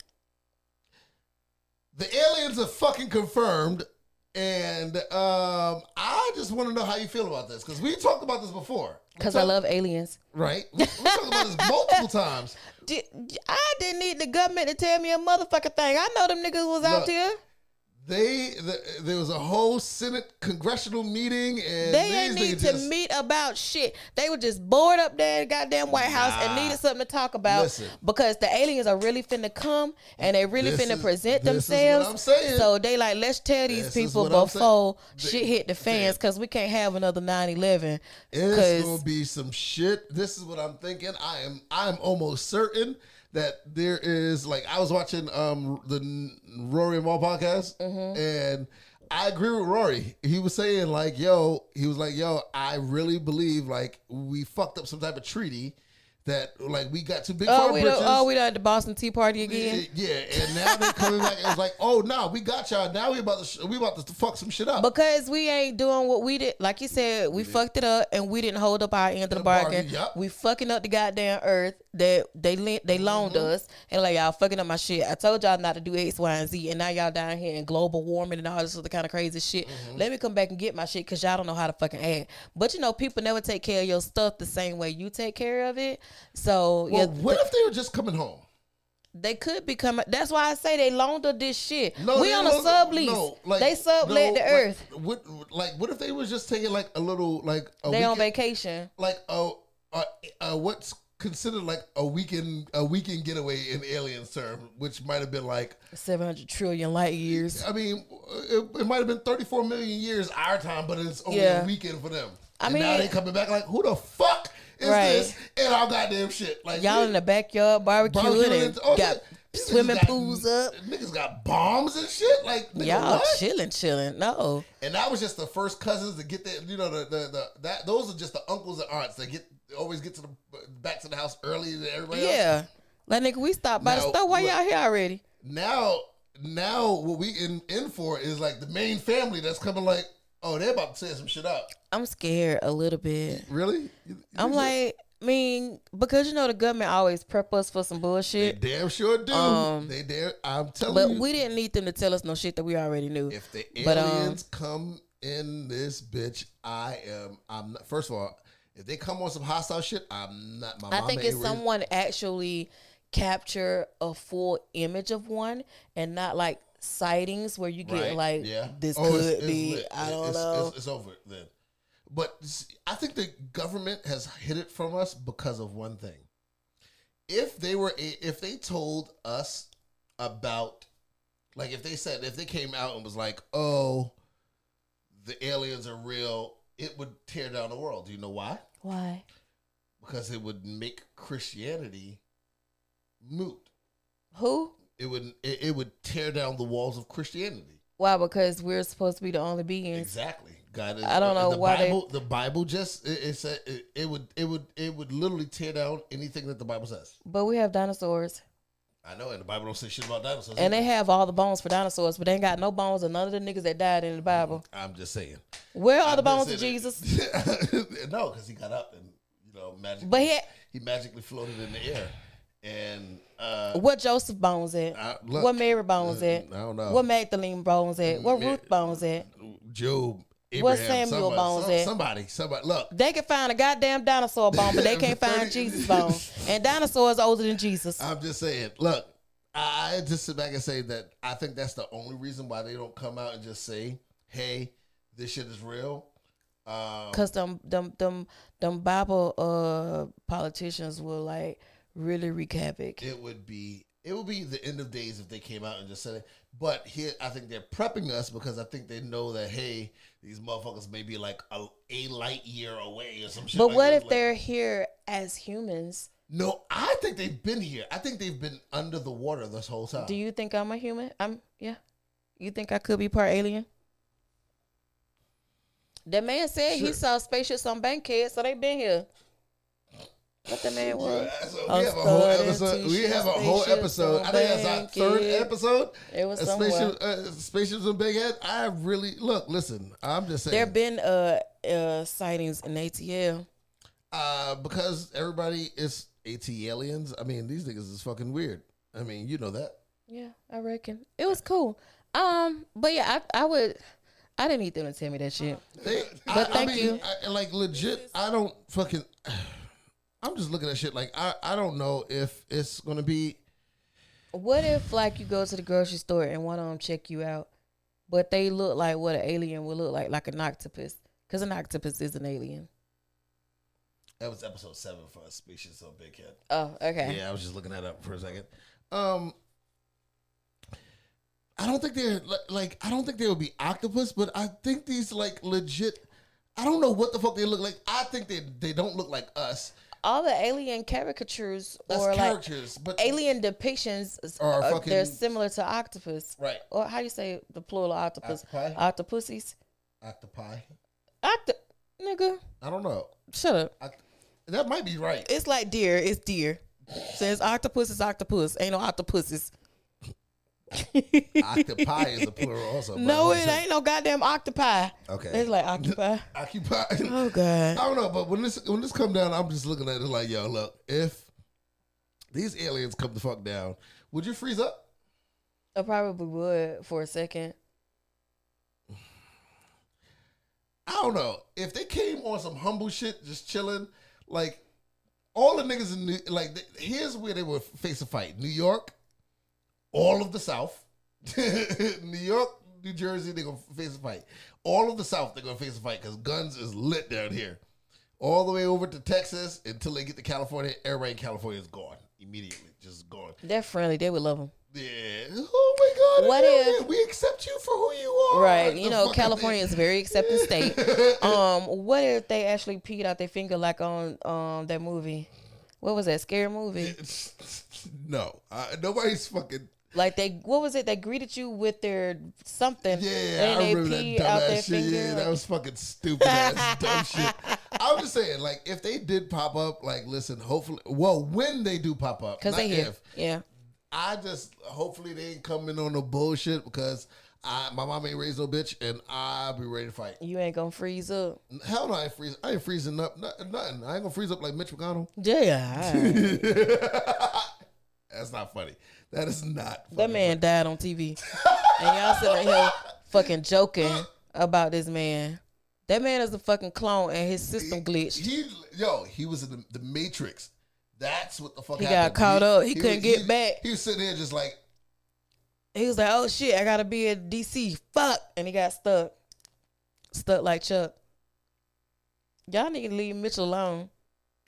Speaker 1: the aliens are fucking confirmed, and um, I just want to know how you feel about this because we talked about this before. We
Speaker 2: Because I
Speaker 1: talked-
Speaker 2: love aliens.
Speaker 1: right. We, we talked about this multiple times.
Speaker 2: Di- I didn't need the government to tell me a motherfucking thing. I know them niggas was
Speaker 1: Look,
Speaker 2: out there.
Speaker 1: They the, there was a whole Senate congressional meeting, and
Speaker 2: They
Speaker 1: these
Speaker 2: ain't need
Speaker 1: niggas
Speaker 2: to
Speaker 1: just-
Speaker 2: meet about shit. They were just bored up there in the goddamn White House and
Speaker 1: Nah.
Speaker 2: needed something to talk about
Speaker 1: Listen.
Speaker 2: because the aliens are really finna come and they really
Speaker 1: This
Speaker 2: finna
Speaker 1: is-
Speaker 2: present
Speaker 1: this is what
Speaker 2: themselves.
Speaker 1: I'm saying.
Speaker 2: So they like, let's tell these
Speaker 1: This is
Speaker 2: people
Speaker 1: what I'm saying.
Speaker 2: before
Speaker 1: They-
Speaker 2: shit hit the fans because we can't have another 9-11.
Speaker 1: It's gonna
Speaker 2: Because
Speaker 1: be some shit. This is what I'm thinking. I am I am almost certain that there is like I was watching um the N- Rory and Maul podcast
Speaker 2: Mm-hmm.
Speaker 1: and I agree with Rory. He was saying like, yo, he was like, yo, I really believe like we fucked up some type of treaty that like we got too big for
Speaker 2: oh,
Speaker 1: our
Speaker 2: we
Speaker 1: britches.
Speaker 2: done, oh, we done at the Boston Tea Party again.
Speaker 1: yeah, and now they're coming back. It was like, oh no, we got y'all. Now we about to sh- we about to fuck some shit up.
Speaker 2: Because we ain't doing what we did. Like you said, we fucked it up and we didn't hold up our end of the bargain.
Speaker 1: bargain, yup.
Speaker 2: We fucking up the goddamn earth that they lent,
Speaker 1: Mm-hmm.
Speaker 2: they loaned us. And like, y'all fucking up my shit. I told y'all not to do X, Y, and Z. And now y'all down here in global warming and all this other kind of crazy shit.
Speaker 1: Mm-hmm.
Speaker 2: Let me come back and get my shit because y'all don't know how to fucking act. But you know, people never take care of your stuff the same way you take care of it. So,
Speaker 1: well,
Speaker 2: yeah,
Speaker 1: what if they were just coming home?
Speaker 2: they could be coming. That's why I say they loaned us this shit. we
Speaker 1: they
Speaker 2: on a
Speaker 1: don't-
Speaker 2: sublease.
Speaker 1: no, like,
Speaker 2: they
Speaker 1: no,
Speaker 2: sublet the
Speaker 1: like,
Speaker 2: earth.
Speaker 1: What, like, what if they was just taking like a little, like a
Speaker 2: They
Speaker 1: weekend,
Speaker 2: on vacation.
Speaker 1: like a, a, a what's considered like a weekend, a weekend getaway in aliens term, which might have been like,
Speaker 2: 700 trillion light years.
Speaker 1: I mean, it, it might have been thirty four million years our time, but it's only
Speaker 2: Yeah.
Speaker 1: a weekend for them.
Speaker 2: I
Speaker 1: and now
Speaker 2: mean-
Speaker 1: they coming back like, who the fuck is
Speaker 2: Right.
Speaker 1: this in our goddamn shit? Like
Speaker 2: Y'all
Speaker 1: we-
Speaker 2: in the backyard barbecuing
Speaker 1: barbecuing
Speaker 2: and
Speaker 1: oh,
Speaker 2: got
Speaker 1: yeah. These niggas
Speaker 2: swimming
Speaker 1: got-
Speaker 2: pools up.
Speaker 1: Niggas got bombs and shit. Like nigga,
Speaker 2: Y'all
Speaker 1: what?
Speaker 2: chilling, chilling. No,
Speaker 1: And that was just the first cousins to get that. You know, the, the the that those are just the uncles and aunts that get always get to the back to the house early than everybody else.
Speaker 2: yeah. Like nigga, we stopped by the
Speaker 1: Now,
Speaker 2: store. Why
Speaker 1: look.
Speaker 2: y'all here already?
Speaker 1: Now, now what we in in for is like the main family that's coming. Like, oh, they're about to tear some shit up.
Speaker 2: I'm scared a little bit.
Speaker 1: Really? You-
Speaker 2: I'm
Speaker 1: you-
Speaker 2: like, I mean, because you know the government always prep us for some
Speaker 1: they
Speaker 2: bullshit.
Speaker 1: damn sure do.
Speaker 2: Um,
Speaker 1: they damn. I'm telling
Speaker 2: But
Speaker 1: you,
Speaker 2: we didn't need them to tell us no shit that we already knew.
Speaker 1: if the
Speaker 2: but, um,
Speaker 1: aliens come in this bitch, I am. I'm not, first of all. If they come on some hostile shit, I'm not. My
Speaker 2: I
Speaker 1: mama
Speaker 2: think it's
Speaker 1: ain't raised-
Speaker 2: someone actually capture a full image of one and not like sightings where you get
Speaker 1: Right,
Speaker 2: like this
Speaker 1: Oh,
Speaker 2: could
Speaker 1: it's- it's
Speaker 2: be
Speaker 1: lit.
Speaker 2: I
Speaker 1: It-
Speaker 2: don't
Speaker 1: it's,
Speaker 2: know.
Speaker 1: It's, it's over then. But s- I think the government has hid it from us because of one thing. If they were, a- if they told us about, like, if they said, if they came out and was like, "Oh, the aliens are real," it would tear down the world. Do you know why?
Speaker 2: Why?
Speaker 1: Because it would make Christianity moot.
Speaker 2: Who?
Speaker 1: It would, it, it would tear down the walls of Christianity.
Speaker 2: Why? Because we're supposed to be the only beings.
Speaker 1: Exactly. God is,
Speaker 2: I don't know
Speaker 1: the
Speaker 2: why they-
Speaker 1: Bible, the Bible just it, it said it, it would it would it would literally tear down anything that the Bible says.
Speaker 2: But we have dinosaurs,
Speaker 1: I know, and the Bible don't say shit about dinosaurs.
Speaker 2: and they
Speaker 1: either.
Speaker 2: have all the bones for dinosaurs, but they ain't got no bones of none of the niggas that died
Speaker 1: Mm-hmm.
Speaker 2: in the Bible.
Speaker 1: I'm just saying.
Speaker 2: Where are the
Speaker 1: I've been
Speaker 2: bones of
Speaker 1: saying
Speaker 2: Jesus?
Speaker 1: it. no, because he got up and you know magically,
Speaker 2: But he,
Speaker 1: he magically floated in the air, and uh,
Speaker 2: what Joseph bones at?
Speaker 1: I, look, Mm,
Speaker 2: What Mary bones
Speaker 1: uh,
Speaker 2: at?
Speaker 1: I don't know.
Speaker 2: What Magdalene bones at? What
Speaker 1: Ma-
Speaker 2: Ruth bones at?
Speaker 1: Job, Abraham,
Speaker 2: what Samuel
Speaker 1: Samuel
Speaker 2: bones
Speaker 1: somebody, some-
Speaker 2: at?
Speaker 1: somebody, somebody. Look,
Speaker 2: They can find a goddamn dinosaur bone, but they can't find
Speaker 1: Right.
Speaker 2: Jesus bone. And dinosaurs older than Jesus.
Speaker 1: I'm just saying. Look, I I just sit back and say that I think that's the only reason why they don't come out and just say, "Hey, this shit is real." Um,
Speaker 2: Cause them them them them Bible uh politicians will like really wreak havoc.
Speaker 1: it would be it would be the end of days if they came out and just said it. But here, I think they're prepping us because I think they know that hey, these motherfuckers may be like a, a light year away or some shit.
Speaker 2: But
Speaker 1: like
Speaker 2: what
Speaker 1: that.
Speaker 2: if
Speaker 1: Like,
Speaker 2: they're here as humans?
Speaker 1: No, I think they've been here. I think they've been under the water this whole time.
Speaker 2: Do you think I'm a human? I'm yeah. You think I could be part alien? That man said he
Speaker 1: Sure.
Speaker 2: saw spaceships on Bankhead, so they been here. What the man was?
Speaker 1: Yeah, so
Speaker 2: I'm
Speaker 1: we have a whole episode. We have
Speaker 2: starting to
Speaker 1: a
Speaker 2: shoot
Speaker 1: whole
Speaker 2: spaceships
Speaker 1: episode.
Speaker 2: on
Speaker 1: I think that's our
Speaker 2: Big
Speaker 1: third
Speaker 2: Head.
Speaker 1: episode.
Speaker 2: It was
Speaker 1: A
Speaker 2: somewhere.
Speaker 1: spaceship, uh, spaceships and big head. I really look. Listen, I'm just
Speaker 2: There
Speaker 1: saying
Speaker 2: been uh, uh sightings in ATL.
Speaker 1: uh, because everybody is AT aliens. I mean, these niggas is fucking weird. I mean, you know that.
Speaker 2: Yeah, I reckon it was cool. Um, but yeah, I I would. I didn't need them to tell me that shit.
Speaker 1: They,
Speaker 2: But
Speaker 1: I,
Speaker 2: thank
Speaker 1: I mean,
Speaker 2: you.
Speaker 1: I, like legit, I don't fucking. I'm just looking at shit like I, I don't know if it's gonna be
Speaker 2: What if like you go to the grocery store and one of them check you out, but they look like what an alien would look like, like an octopus, because an octopus is an alien.
Speaker 1: That was episode seven for a species of big head.
Speaker 2: Oh, okay.
Speaker 1: Yeah, I was just looking that up for a second. Um, I don't think they're li- like I don't think they would be octopus, but I think these like legit. I don't know what the fuck they look like. I think they they don't look like us.
Speaker 2: All the alien caricatures
Speaker 1: That's
Speaker 2: or like
Speaker 1: characters, but
Speaker 2: alien depictions, s-
Speaker 1: Are
Speaker 2: uh, they're
Speaker 1: fucking-
Speaker 2: similar to octopus.
Speaker 1: right
Speaker 2: Or how you say the plural of octopus?
Speaker 1: Octopi?
Speaker 2: Octopussies.
Speaker 1: octopi.
Speaker 2: Octo nigga.
Speaker 1: I don't know.
Speaker 2: Shut up.
Speaker 1: Oct- that might be right.
Speaker 2: It's like deer. It's deer. Since octopus is octopus, ain't no octopuses.
Speaker 1: Octopi is a plural also. but
Speaker 2: no,
Speaker 1: I'm
Speaker 2: it
Speaker 1: just-
Speaker 2: ain't no goddamn octopi.
Speaker 1: Okay.
Speaker 2: It's like octopi.
Speaker 1: Occupy.
Speaker 2: Oh
Speaker 1: I
Speaker 2: god.
Speaker 1: don't know, but when this when this come down, I'm just looking at it like, yo, look, if these aliens come the fuck down, would you freeze up?
Speaker 2: I probably would for a second.
Speaker 1: I don't know. If they came on some humble shit, just chilling, like all the niggas in New, like th- here's where they would face a fight: New York, all of the South, New York, New Jersey. They gonna face a fight. All of the South, they're gonna face a fight because guns is lit down here. All the way over to Texas until they get to California. Everybody in California is gone immediately, just gone.
Speaker 2: They're friendly. They would love them.
Speaker 1: Yeah. Oh my God.
Speaker 2: What
Speaker 1: yeah,
Speaker 2: if-
Speaker 1: yeah, we accept you for who you are?
Speaker 2: Right. You
Speaker 1: The
Speaker 2: know,
Speaker 1: fucking
Speaker 2: California is a very accepting state. Um, what if they actually peed out their finger like on um that movie? What was that scary movie?
Speaker 1: no, uh, nobody's fucking.
Speaker 2: Like they, what was it? They greeted you with their something,
Speaker 1: Yeah, I
Speaker 2: and
Speaker 1: remember
Speaker 2: they
Speaker 1: that
Speaker 2: peed out their
Speaker 1: dumbass shit.
Speaker 2: finger.
Speaker 1: Yeah,
Speaker 2: like-
Speaker 1: that was fucking stupid ass dumb shit. I'm just saying, like, if they did pop up, like, listen, hopefully, well, when they do pop up,
Speaker 2: Cause
Speaker 1: not
Speaker 2: they here,
Speaker 1: if.
Speaker 2: yeah.
Speaker 1: I just hopefully they ain't coming on no bullshit because I my mom ain't raised no bitch and I'll be ready to fight.
Speaker 2: You ain't gonna freeze up.
Speaker 1: Hell no, I ain't freeze. I ain't freezing up nothing. nothing. I ain't gonna freeze up like Mitch McConnell.
Speaker 2: Yeah, all right.
Speaker 1: That's not funny. That is not.
Speaker 2: that
Speaker 1: Funny.
Speaker 2: man died on TV, and y'all sitting here fucking joking about this man. That man is a fucking clone, and his system glitched.
Speaker 1: He yo, he was in the, the Matrix. That's what the fuck.
Speaker 2: He got
Speaker 1: happened.
Speaker 2: caught up. He couldn't
Speaker 1: was-
Speaker 2: get back.
Speaker 1: He was sitting there just like,
Speaker 2: He was like, "Oh shit, I gotta be in DC." Fuck, and he got stuck, stuck like Chuck. Y'all need to leave Mitchell alone.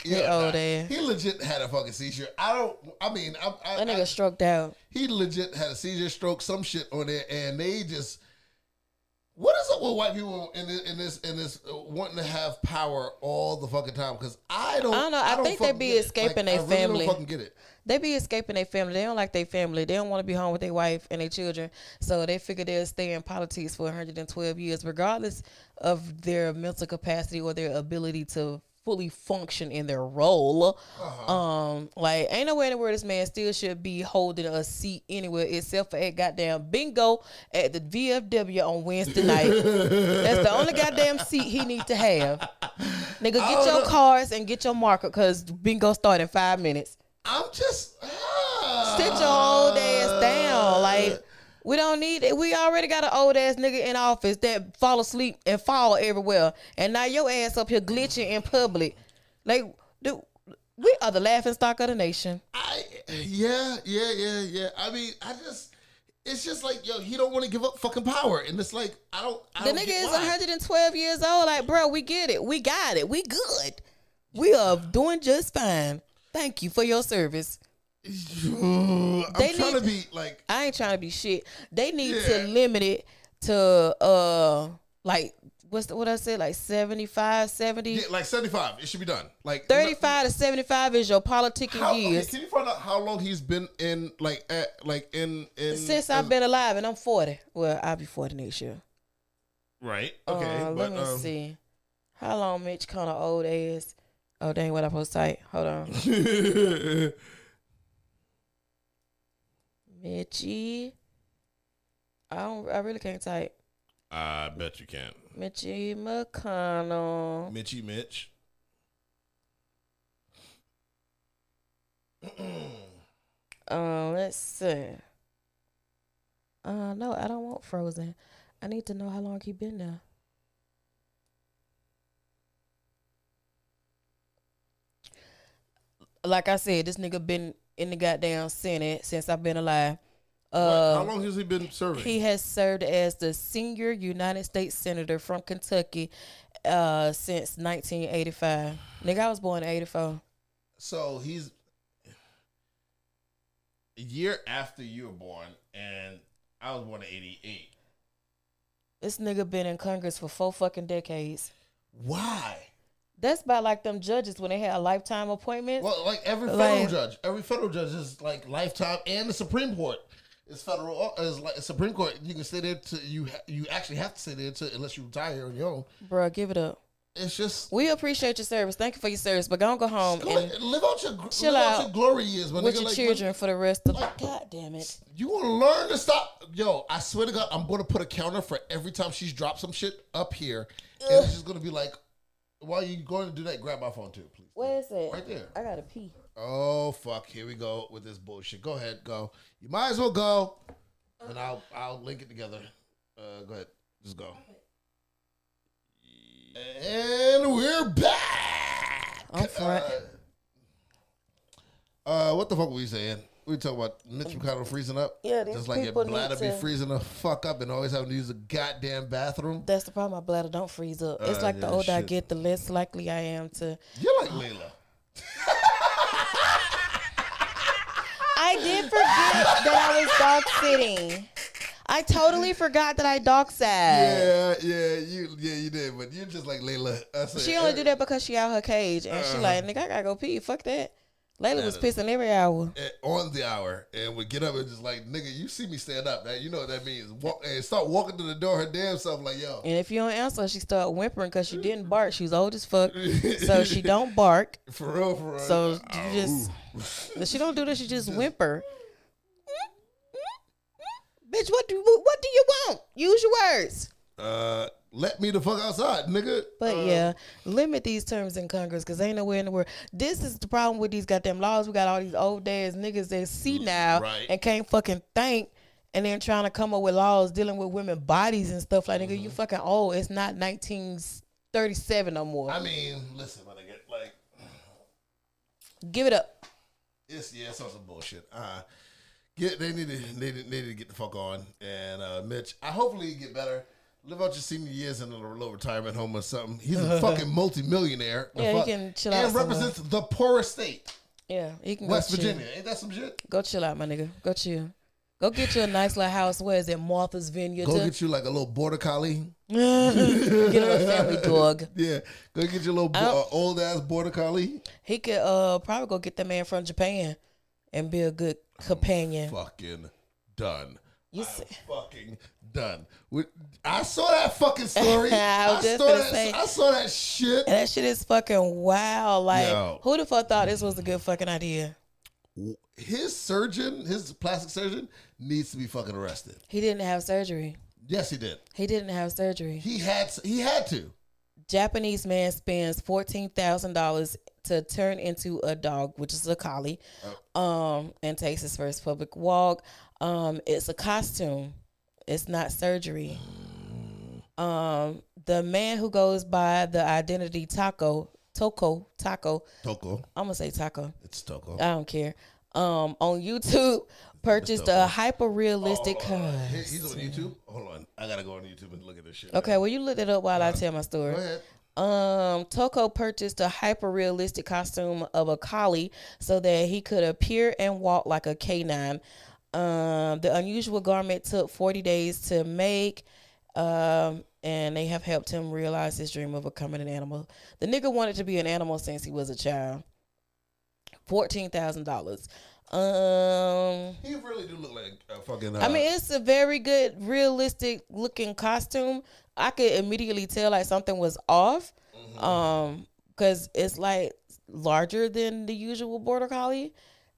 Speaker 1: yeah,
Speaker 2: old
Speaker 1: nah.
Speaker 2: ass.
Speaker 1: He legit had a fucking seizure. I don't. I mean, I, I,
Speaker 2: That
Speaker 1: I-
Speaker 2: nigga stroked out.
Speaker 1: he legit had a seizure, stroke, some shit on there, and they just. What is up with white people in this in this, in this uh, wanting to have power all the fucking time? Because I don't.
Speaker 2: I don't know. I think they
Speaker 1: fucking
Speaker 2: be
Speaker 1: get it. Like,
Speaker 2: escaping they
Speaker 1: I really
Speaker 2: family.
Speaker 1: Don't fucking get it.
Speaker 2: They be escaping their family. They don't like their family. They don't want to be home with their wife and their children. So they figure they'll stay in politics for 112 years, regardless of their mental capacity or their ability to fully function in their role. Um, like ain't nowhere in the world this man still should be holding a seat anywhere except for at goddamn bingo at the VFW on Wednesday night. That's the only goddamn seat he need to have. Nigga, get your cards and get your marker because bingo start in five minutes
Speaker 1: I'm just. ah.
Speaker 2: sit your old ass
Speaker 1: Oh,
Speaker 2: down. Like we don't need it. We already got an old ass nigga in office that fall asleep and fall everywhere, and now your ass up here glitching in public. Like, dude, we are the laughing stock of the nation.
Speaker 1: I yeah yeah yeah yeah. I mean, I just it's just like yo, he don't want to give up fucking power, and it's like I don't. I
Speaker 2: The
Speaker 1: don't
Speaker 2: nigga
Speaker 1: get
Speaker 2: is
Speaker 1: why.
Speaker 2: 112 years old. Like, bro, we get it. We got it. We good. We are doing just fine. Thank you for your service.
Speaker 1: I'm
Speaker 2: They
Speaker 1: trying
Speaker 2: need-
Speaker 1: to be like
Speaker 2: I ain't trying to be shit. They need
Speaker 1: Yeah.
Speaker 2: to limit it to uh like what's the, what I said like 75, 70,
Speaker 1: Yeah, like 75. It should be done. Like no-
Speaker 2: 35 to 75 is your politicking
Speaker 1: How, okay,
Speaker 2: years
Speaker 1: can you find out how long he's been in like at, like in in
Speaker 2: since I've been alive and I'm 40. Well, I'll be 40 next year.
Speaker 1: right? Okay,
Speaker 2: Uh,
Speaker 1: but
Speaker 2: let me
Speaker 1: um,
Speaker 2: see. How long Mitch kind of old is? Oh, dang, what I supposed to type? Hold on. Mitchie. I don't, I really can't type.
Speaker 1: I bet you can't.
Speaker 2: Mitchie McConnell.
Speaker 1: Mitchy Mitch.
Speaker 2: Uh, let's see. Uh, no, I don't want Frozen. I need to know how long he been there. Like I said, this nigga been in the goddamn Senate since I've been alive.
Speaker 1: Like,
Speaker 2: Uh,
Speaker 1: how long has he been serving?
Speaker 2: He has served as the senior United States Senator from Kentucky uh, since 1985. Nigga, I was born in 84.
Speaker 1: so he's a year after you were born, and I was born in '88.
Speaker 2: This nigga been in Congress for four fucking decades.
Speaker 1: Why?
Speaker 2: That's by like them judges when they had lifetime appointments.
Speaker 1: Well, like every federal
Speaker 2: Like-
Speaker 1: judge, every federal judge is like lifetime, and the Supreme Court is federal. Is like Supreme Court. You can stay there to you. ha- You actually have to stay there to unless you retire on your own.
Speaker 2: Bruh, give it up.
Speaker 1: It's just
Speaker 2: We appreciate your service. Thank you for your service, but go go home
Speaker 1: go
Speaker 2: and
Speaker 1: ahead, live out your gr-
Speaker 2: chill
Speaker 1: live out.
Speaker 2: out
Speaker 1: your glory years, my
Speaker 2: with
Speaker 1: nigga.
Speaker 2: your
Speaker 1: Like,
Speaker 2: children for the rest of.
Speaker 1: like-
Speaker 2: God damn it!
Speaker 1: You want to learn to stop, yo. I swear to God, I'm going to put a counter for every time she's dropped some shit up here, and it's just going to be like, while you going to do that, grab my phone too, please.
Speaker 2: Where is it?
Speaker 1: Right there.
Speaker 2: I gotta pee.
Speaker 1: Oh fuck! Here we go with this bullshit. Go ahead, go. You might as well go, and I'll I'll link it together. Uh, go ahead, just go. And we're back.
Speaker 2: I'm front.
Speaker 1: Uh, what the fuck were we saying? We were talking about Mitch McConnell freezing up.
Speaker 2: Um, Yeah, these
Speaker 1: just like your
Speaker 2: people need
Speaker 1: bladder be
Speaker 2: to-
Speaker 1: freezing the fuck up and always having to use a goddamn bathroom.
Speaker 2: That's the problem. My bladder don't freeze up. It's
Speaker 1: Uh,
Speaker 2: like the
Speaker 1: yeah,
Speaker 2: older I
Speaker 1: shit.
Speaker 2: get, the less likely I am to.
Speaker 1: You're like Layla.
Speaker 2: I did forget that I was dog sitting. I totally forgot that I dog sat.
Speaker 1: Yeah, yeah, you, yeah, you did, but you're just like Layla. I said, uh,
Speaker 2: She only do that because she out her cage and
Speaker 1: Uh-huh.
Speaker 2: she like, nigga, I gotta go pee. Fuck that. Layla was pissing every hour.
Speaker 1: at- uh, on the hour and would get up and just like, nigga, you see me stand up, man. You know what that means. Walk and start walking to the door, her damn self, like, yo.
Speaker 2: And if you don't answer, she start whimpering because she didn't bark. She's old as fuck, so she don't bark.
Speaker 1: For real, for real.
Speaker 2: So you just, if she don't do this. She just whimper. Bitch, what do what do you want? Use your words.
Speaker 1: uh, let me the fuck outside, nigga.
Speaker 2: But
Speaker 1: Uh,
Speaker 2: yeah, limit these terms in Congress because ain't nowhere in the world. This is the problem with these goddamn laws. We got all these old dads niggas that see now
Speaker 1: Mm, right.
Speaker 2: and can't fucking think, and then trying to come up with laws dealing with women bodies and stuff like
Speaker 1: Mm-hmm.
Speaker 2: nigga, you fucking old. It's not 1937 no more.
Speaker 1: I mean, listen, my nigga, like,
Speaker 2: Give it up.
Speaker 1: it's yeah, it's on some bullshit. Uh get they need to they need, they need to get the fuck on. And uh Mitch, I hopefully you get better. Live out your senior years in a little retirement home or something. He's a fucking multimillionaire. The
Speaker 2: Yeah, he
Speaker 1: fuck-
Speaker 2: can chill
Speaker 1: and
Speaker 2: out somewhere.
Speaker 1: represents the poorest state,
Speaker 2: Yeah, you can
Speaker 1: West
Speaker 2: go chill.
Speaker 1: Virginia. Ain't that some shit?
Speaker 2: Go chill out, my nigga. Go chill. Go get you a nice little house. Where is it? Martha's Vineyard.
Speaker 1: Go get you like a little border collie.
Speaker 2: get him a family dog.
Speaker 1: Yeah, go get your little bo- uh,
Speaker 2: don't-
Speaker 1: old ass border collie.
Speaker 2: He could uh probably go get the man from Japan and be a good companion.
Speaker 1: Fucking done.
Speaker 2: You
Speaker 1: I'm
Speaker 2: see-
Speaker 1: fucking done. With, I saw that fucking story.
Speaker 2: I was just
Speaker 1: saw
Speaker 2: gonna
Speaker 1: that.
Speaker 2: say-
Speaker 1: I saw that shit.
Speaker 2: And that shit is fucking wild. Like,
Speaker 1: Yo.
Speaker 2: who the fuck thought this was a good fucking idea?
Speaker 1: His surgeon, his plastic surgeon, needs to be fucking arrested.
Speaker 2: He didn't have surgery.
Speaker 1: Yes, he did.
Speaker 2: He didn't have surgery.
Speaker 1: He had. He had to.
Speaker 2: Japanese man spends fourteen thousand dollars to turn into a dog, which is a collie, um, and takes his first public walk. Um, it's a costume. It's not surgery. Um, the man who goes by the identity Taco, Toko, Taco.
Speaker 1: Toko.
Speaker 2: I'm gonna say Taco.
Speaker 1: It's Toko.
Speaker 2: I don't care. Um, on YouTube, purchased a hyper realistic.
Speaker 1: He- He's on YouTube. Hold on. I gotta go on YouTube and look at this shit.
Speaker 2: Okay, well, you look it up while I tell my story.
Speaker 1: Go ahead.
Speaker 2: Um, Toko purchased a hyper realistic costume of a collie so that he could appear and walk like a canine. Um, the unusual garment took 40 days to make. um, and they have helped him realize his dream of becoming an animal. The nigga wanted to be an animal since he was a child. Fourteen thousand dollars. Um,
Speaker 1: He really do look like a fucking. Uh,
Speaker 2: I mean, it's a very good, realistic looking costume. I could immediately tell like something was off,
Speaker 1: Mm-hmm.
Speaker 2: um, because it's like larger than the usual border collie.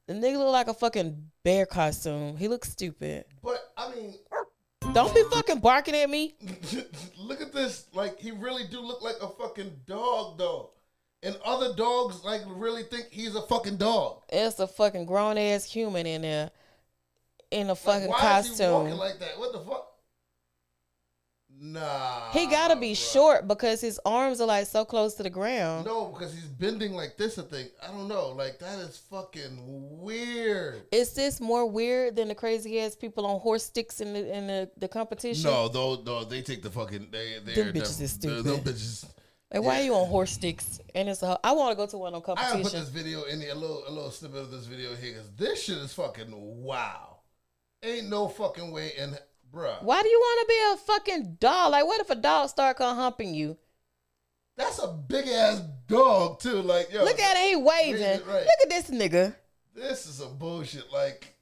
Speaker 2: The nigga look like a fucking bear costume. He looks stupid.
Speaker 1: but I mean,
Speaker 2: Don't be fucking barking at me.
Speaker 1: look at this. Like he really do look like a fucking dog, though. And other dogs like really think he's a fucking dog.
Speaker 2: It's a fucking grown ass human in there, in a fucking
Speaker 1: Why is he
Speaker 2: costume.
Speaker 1: walking like that? What the fuck? Nah.
Speaker 2: he gotta be
Speaker 1: bruh.
Speaker 2: short because his arms are like so close to the ground.
Speaker 1: No, because he's bending like this. I think I don't know. Like that is fucking weird.
Speaker 2: Is this more weird than the crazy ass people on horse sticks in the in the, the competition?
Speaker 1: No, though, no, they take the fucking they. They're
Speaker 2: bitches is
Speaker 1: they're-
Speaker 2: stupid.
Speaker 1: Them bitches.
Speaker 2: Like, why are you on horse sticks? And it's a ho- I want to go to one on
Speaker 1: I gotta put
Speaker 2: competition.
Speaker 1: this video in the, a little a little snippet of this video here because this shit is fucking wow. Ain't no fucking way in bruh.
Speaker 2: Why do you want to be a fucking dog? Like, what if a dog start come humping you?
Speaker 1: That's a big ass dog too. Like yo,
Speaker 2: Look at it, he waving.
Speaker 1: right.
Speaker 2: Look at this nigga,
Speaker 1: this is some bullshit. Like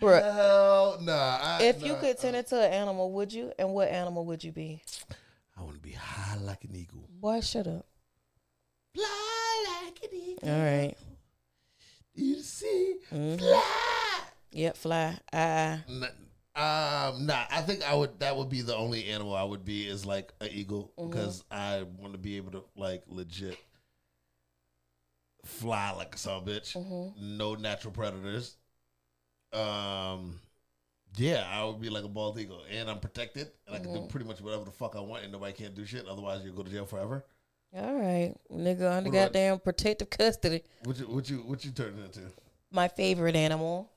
Speaker 2: bruh.
Speaker 1: hell nah. I, uh,
Speaker 2: If you
Speaker 1: nah,
Speaker 2: could turn into an animal, would you? And what animal would you be?
Speaker 1: I want to be high like an eagle.
Speaker 2: Boy, shut up.
Speaker 1: Fly like an eagle.
Speaker 2: All right.
Speaker 1: You see,
Speaker 2: Mhm.
Speaker 1: fly.
Speaker 2: Yep, fly. Ah,
Speaker 1: N- Um, nah, I think I would. That would be the only animal I would be is like an eagle
Speaker 2: Mm-hmm.
Speaker 1: because I want to be able to like legit fly like a son of a bitch.
Speaker 2: Mhm.
Speaker 1: No natural predators. Um, yeah, I would be like a bald eagle, and I'm protected, and I can
Speaker 2: Mm-hmm.
Speaker 1: do pretty much whatever the fuck I want, and nobody can't do shit. Otherwise, you'll go to jail forever.
Speaker 2: all right, nigga, under
Speaker 1: What about-
Speaker 2: goddamn protective custody.
Speaker 1: What you what you what you turn into?
Speaker 2: My favorite animal.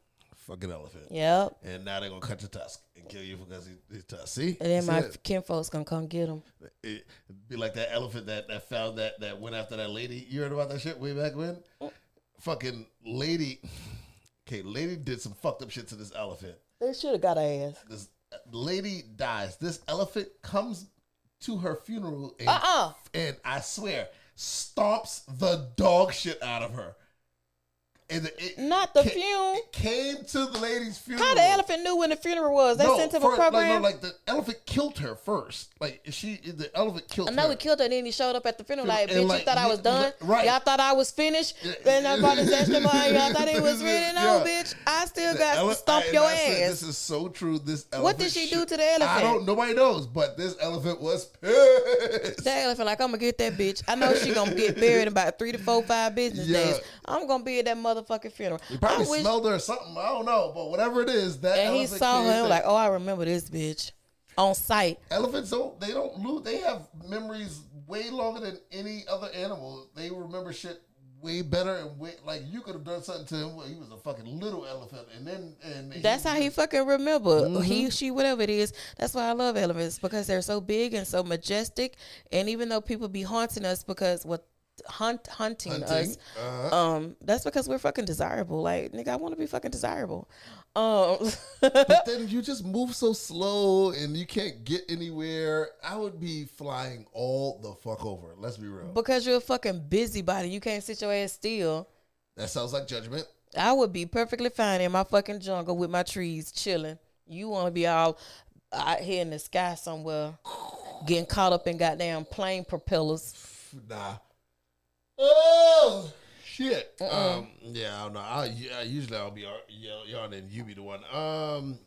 Speaker 1: Fucking elephant.
Speaker 2: Yep.
Speaker 1: And now they're gonna cut your tusk and kill you because he, he tusk. See,
Speaker 2: And then
Speaker 1: See
Speaker 2: my
Speaker 1: that?
Speaker 2: kinfolks gonna come get him.
Speaker 1: it be like that elephant that, that found that that went after that lady. You heard about that shit way back when? Fucking lady. Okay, lady did some fucked up shit to this elephant.
Speaker 2: They should have got her ass.
Speaker 1: This lady dies. This elephant comes to her funeral and,
Speaker 2: Uh-uh.
Speaker 1: and I swear stomps the dog shit out of her. And it,
Speaker 2: Not the
Speaker 1: ca-
Speaker 2: funeral.
Speaker 1: it came to the lady's funeral.
Speaker 2: How the elephant knew when the funeral was? They
Speaker 1: No,
Speaker 2: sent him a
Speaker 1: first- Like,
Speaker 2: program.
Speaker 1: no, like the elephant killed her first. Like she, the elephant killed.
Speaker 2: I know
Speaker 1: her.
Speaker 2: he killed her, and then he showed up at the funeral
Speaker 1: Funeral,
Speaker 2: like,
Speaker 1: and
Speaker 2: bitch,
Speaker 1: like,
Speaker 2: you thought I
Speaker 1: you-
Speaker 2: was done?
Speaker 1: right.
Speaker 2: Y'all thought I was finished? Then I brought his testimony. Y'all thought he was ready? No,
Speaker 1: Yeah.
Speaker 2: bitch. I still
Speaker 1: The
Speaker 2: got
Speaker 1: ele-
Speaker 2: stomp
Speaker 1: I-
Speaker 2: your
Speaker 1: and I said,
Speaker 2: ass.
Speaker 1: This is so true. This elephant.
Speaker 2: What did she do
Speaker 1: shit-
Speaker 2: to the elephant?
Speaker 1: I don't. Nobody knows. But this elephant was pissed.
Speaker 2: That elephant, like I'm gonna get that bitch. I know she gonna get buried in about three to four, five business
Speaker 1: Yeah.
Speaker 2: days. I'm gonna be at that motherfucking funeral.
Speaker 1: He
Speaker 2: I
Speaker 1: probably smelled her or something. I don't know. But whatever it is, that
Speaker 2: and he
Speaker 1: elephant
Speaker 2: saw
Speaker 1: came
Speaker 2: her
Speaker 1: to-
Speaker 2: like, oh, I remember this bitch on sight.
Speaker 1: elephants don't. They don't lose. They have memories way longer than any other animal. They remember shit way better and way like you could have done something to him. when He was a fucking little elephant, and then and
Speaker 2: That's how he fucking remember he, she, whatever it is. That's why I love elephants because they're so big and so majestic. And even though people be haunting us because what hunt hunting, us,
Speaker 1: Uh,
Speaker 2: um, that's because we're fucking desirable. Like nigga, I want to be fucking desirable. Um,
Speaker 1: but then you just move so slow and you can't get anywhere. I would be flying all the fuck over. Let's be real.
Speaker 2: because you're a fucking busybody, you can't sit your ass still.
Speaker 1: that sounds like judgment.
Speaker 2: I would be perfectly fine in my fucking jungle with my trees chilling. You want to be all out here in the sky somewhere, getting caught up in goddamn plane propellers.
Speaker 1: Nah. Oh shit.
Speaker 2: Uh-uh.
Speaker 1: Um. Yeah. I don't know. I, yeah, usually I'll be ar- yell- yelling and you be the one. Um.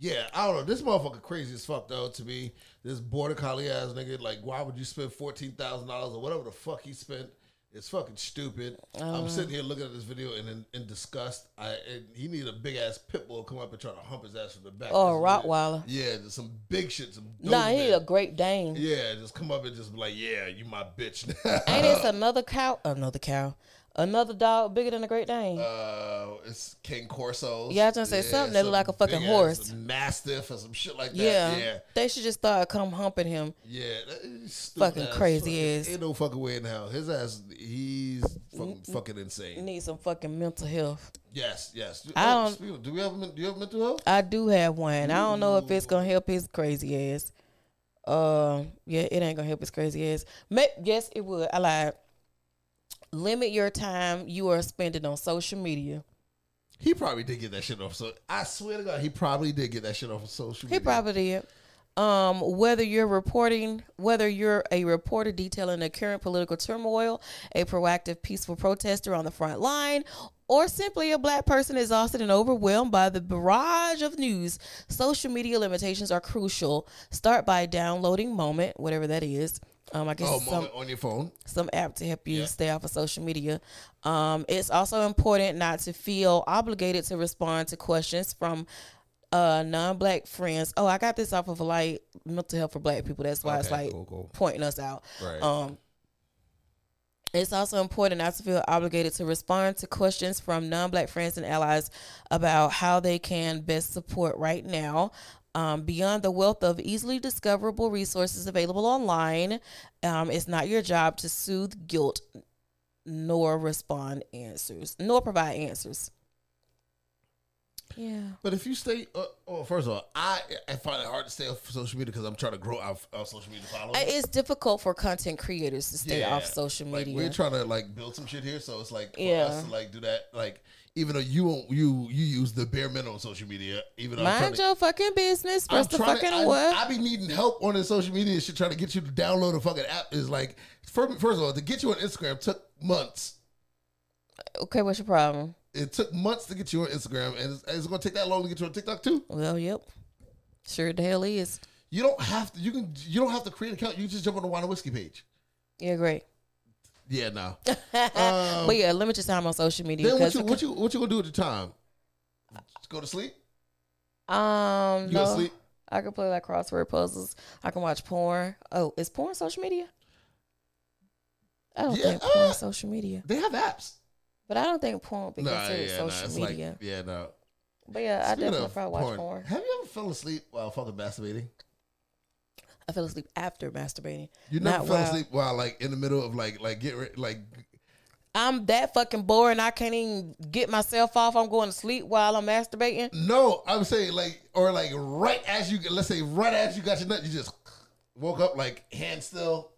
Speaker 1: Yeah, I don't know. This motherfucker crazy as fuck though. To me, this border collie ass nigga, like, why would you spend fourteen thousand dollars or whatever the fuck he spent? It's fucking stupid.
Speaker 2: Uh-huh.
Speaker 1: I'm sitting here looking at this video and in, in disgust. I and he need a big ass pit bull to come up and try to hump his ass from the back.
Speaker 2: Or a
Speaker 1: That's what
Speaker 2: Oh, Rottweiler.
Speaker 1: it- Yeah, there's some big shit. Some
Speaker 2: Nah, he
Speaker 1: Doberman.
Speaker 2: a Great Dane.
Speaker 1: Yeah, just come up and just be like, yeah, you my bitch now.
Speaker 2: Ain't it's another cow? Another cow. Another dog bigger than a Great Dane.
Speaker 1: Uh, it's King Corsos.
Speaker 2: Yeah, I was gonna say something that look like a fucking
Speaker 1: big
Speaker 2: horse.
Speaker 1: ass mastiff or some shit like that.
Speaker 2: yeah.
Speaker 1: Yeah, yeah,
Speaker 2: They should just start come humping him.
Speaker 1: That- he's stupid
Speaker 2: Fucking crazy
Speaker 1: Fucking-
Speaker 2: ass.
Speaker 1: Ain't no fucking way in hell. His ass, he's fucking, fucking insane.
Speaker 2: Need some fucking mental health.
Speaker 1: Yes, yes.
Speaker 2: I
Speaker 1: Oh,
Speaker 2: don't-
Speaker 1: speaking of- do we have men- do you have mental health?
Speaker 2: I do have one. I don't know if it's gonna help his crazy ass. Uh, yeah, it ain't gonna help his crazy ass. May- yes, it would. I lied. Limit your time you are spending on social media.
Speaker 1: He probably did get that shit off. So I swear to God, he probably did get that shit off of social
Speaker 2: He
Speaker 1: media.
Speaker 2: probably did. Um, whether you're reporting, whether you're a reporter detailing the current political turmoil, a proactive peaceful protester on the front line, or simply a black person exhausted and overwhelmed by the barrage of news, social media limitations are crucial. Start by downloading Moment, whatever that is. Um, I guess
Speaker 1: Oh,
Speaker 2: it's some
Speaker 1: moment on your phone.
Speaker 2: some app to help you stay off of social media. Um, it's also important not to feel obligated to respond to questions from uh, non-black friends. Oh, I got this off of like mental health for black people. That's why it's
Speaker 1: Okay,
Speaker 2: like
Speaker 1: cool, cool.
Speaker 2: pointing us out.
Speaker 1: Right.
Speaker 2: Um, it's also important not to feel obligated to respond to questions from non-black friends and allies about how they can best support right now. Um, beyond the wealth of easily discoverable resources available online, um, it's not your job to soothe guilt nor respond answers nor provide answers. Yeah.
Speaker 1: But if you stay, uh, oh, first of all, I, I find it hard to stay off social media because I'm trying to grow our, our social media followers.
Speaker 2: I- It's difficult for content creators to stay
Speaker 1: Yeah.
Speaker 2: off social
Speaker 1: Like,
Speaker 2: media.
Speaker 1: we're trying to like build some shit here, so it's like for
Speaker 2: Yeah.
Speaker 1: us to like do that. Like even though you won't, you you use the bare minimum of social media. Even though I'm trying
Speaker 2: Mind
Speaker 1: to,
Speaker 2: your fucking business.
Speaker 1: I'm
Speaker 2: Press the
Speaker 1: trying
Speaker 2: fucking
Speaker 1: to, I-
Speaker 2: what?
Speaker 1: I, be needing help on the social media shit. Trying to get you to download a fucking app is like fir- first of all to get you on Instagram took months.
Speaker 2: okay, what's your problem?
Speaker 1: It took months to get you on Instagram, and it's, it's going to take that long to get you on TikTok too.
Speaker 2: Well, yep. Sure the hell is.
Speaker 1: You don't have to. You can. You don't have to create an account. You just jump on the wine and whiskey page.
Speaker 2: Yeah, great. Um,
Speaker 1: Yeah, no.
Speaker 2: but yeah, limit your time on social media.
Speaker 1: Then what
Speaker 2: Because
Speaker 1: you what you what you gonna do with the time? Just go to sleep.
Speaker 2: um,
Speaker 1: You
Speaker 2: no,
Speaker 1: gonna sleep?
Speaker 2: I can play like crossword puzzles. I can watch porn. Oh, is porn social media? I don't
Speaker 1: Yeah,
Speaker 2: think porn
Speaker 1: uh,
Speaker 2: is social media,
Speaker 1: They have apps.
Speaker 2: but I don't think porn would be
Speaker 1: Nah,
Speaker 2: considered
Speaker 1: yeah, nah,
Speaker 2: social
Speaker 1: it's like-
Speaker 2: media.
Speaker 1: yeah, no.
Speaker 2: but yeah, I
Speaker 1: Speaking
Speaker 2: definitely
Speaker 1: of
Speaker 2: probably watch porn.
Speaker 1: Have you ever fell asleep while fucking masturbating?
Speaker 2: I fell asleep after masturbating.
Speaker 1: You never
Speaker 2: Not
Speaker 1: fell
Speaker 2: while-
Speaker 1: asleep while like in the middle of like like get re- like
Speaker 2: I'm that fucking boring. I can't even get myself off. I'm going to sleep while I'm masturbating.
Speaker 1: no. I'm saying like or like right as you let's say right as you got your nut, you just woke up like hand still.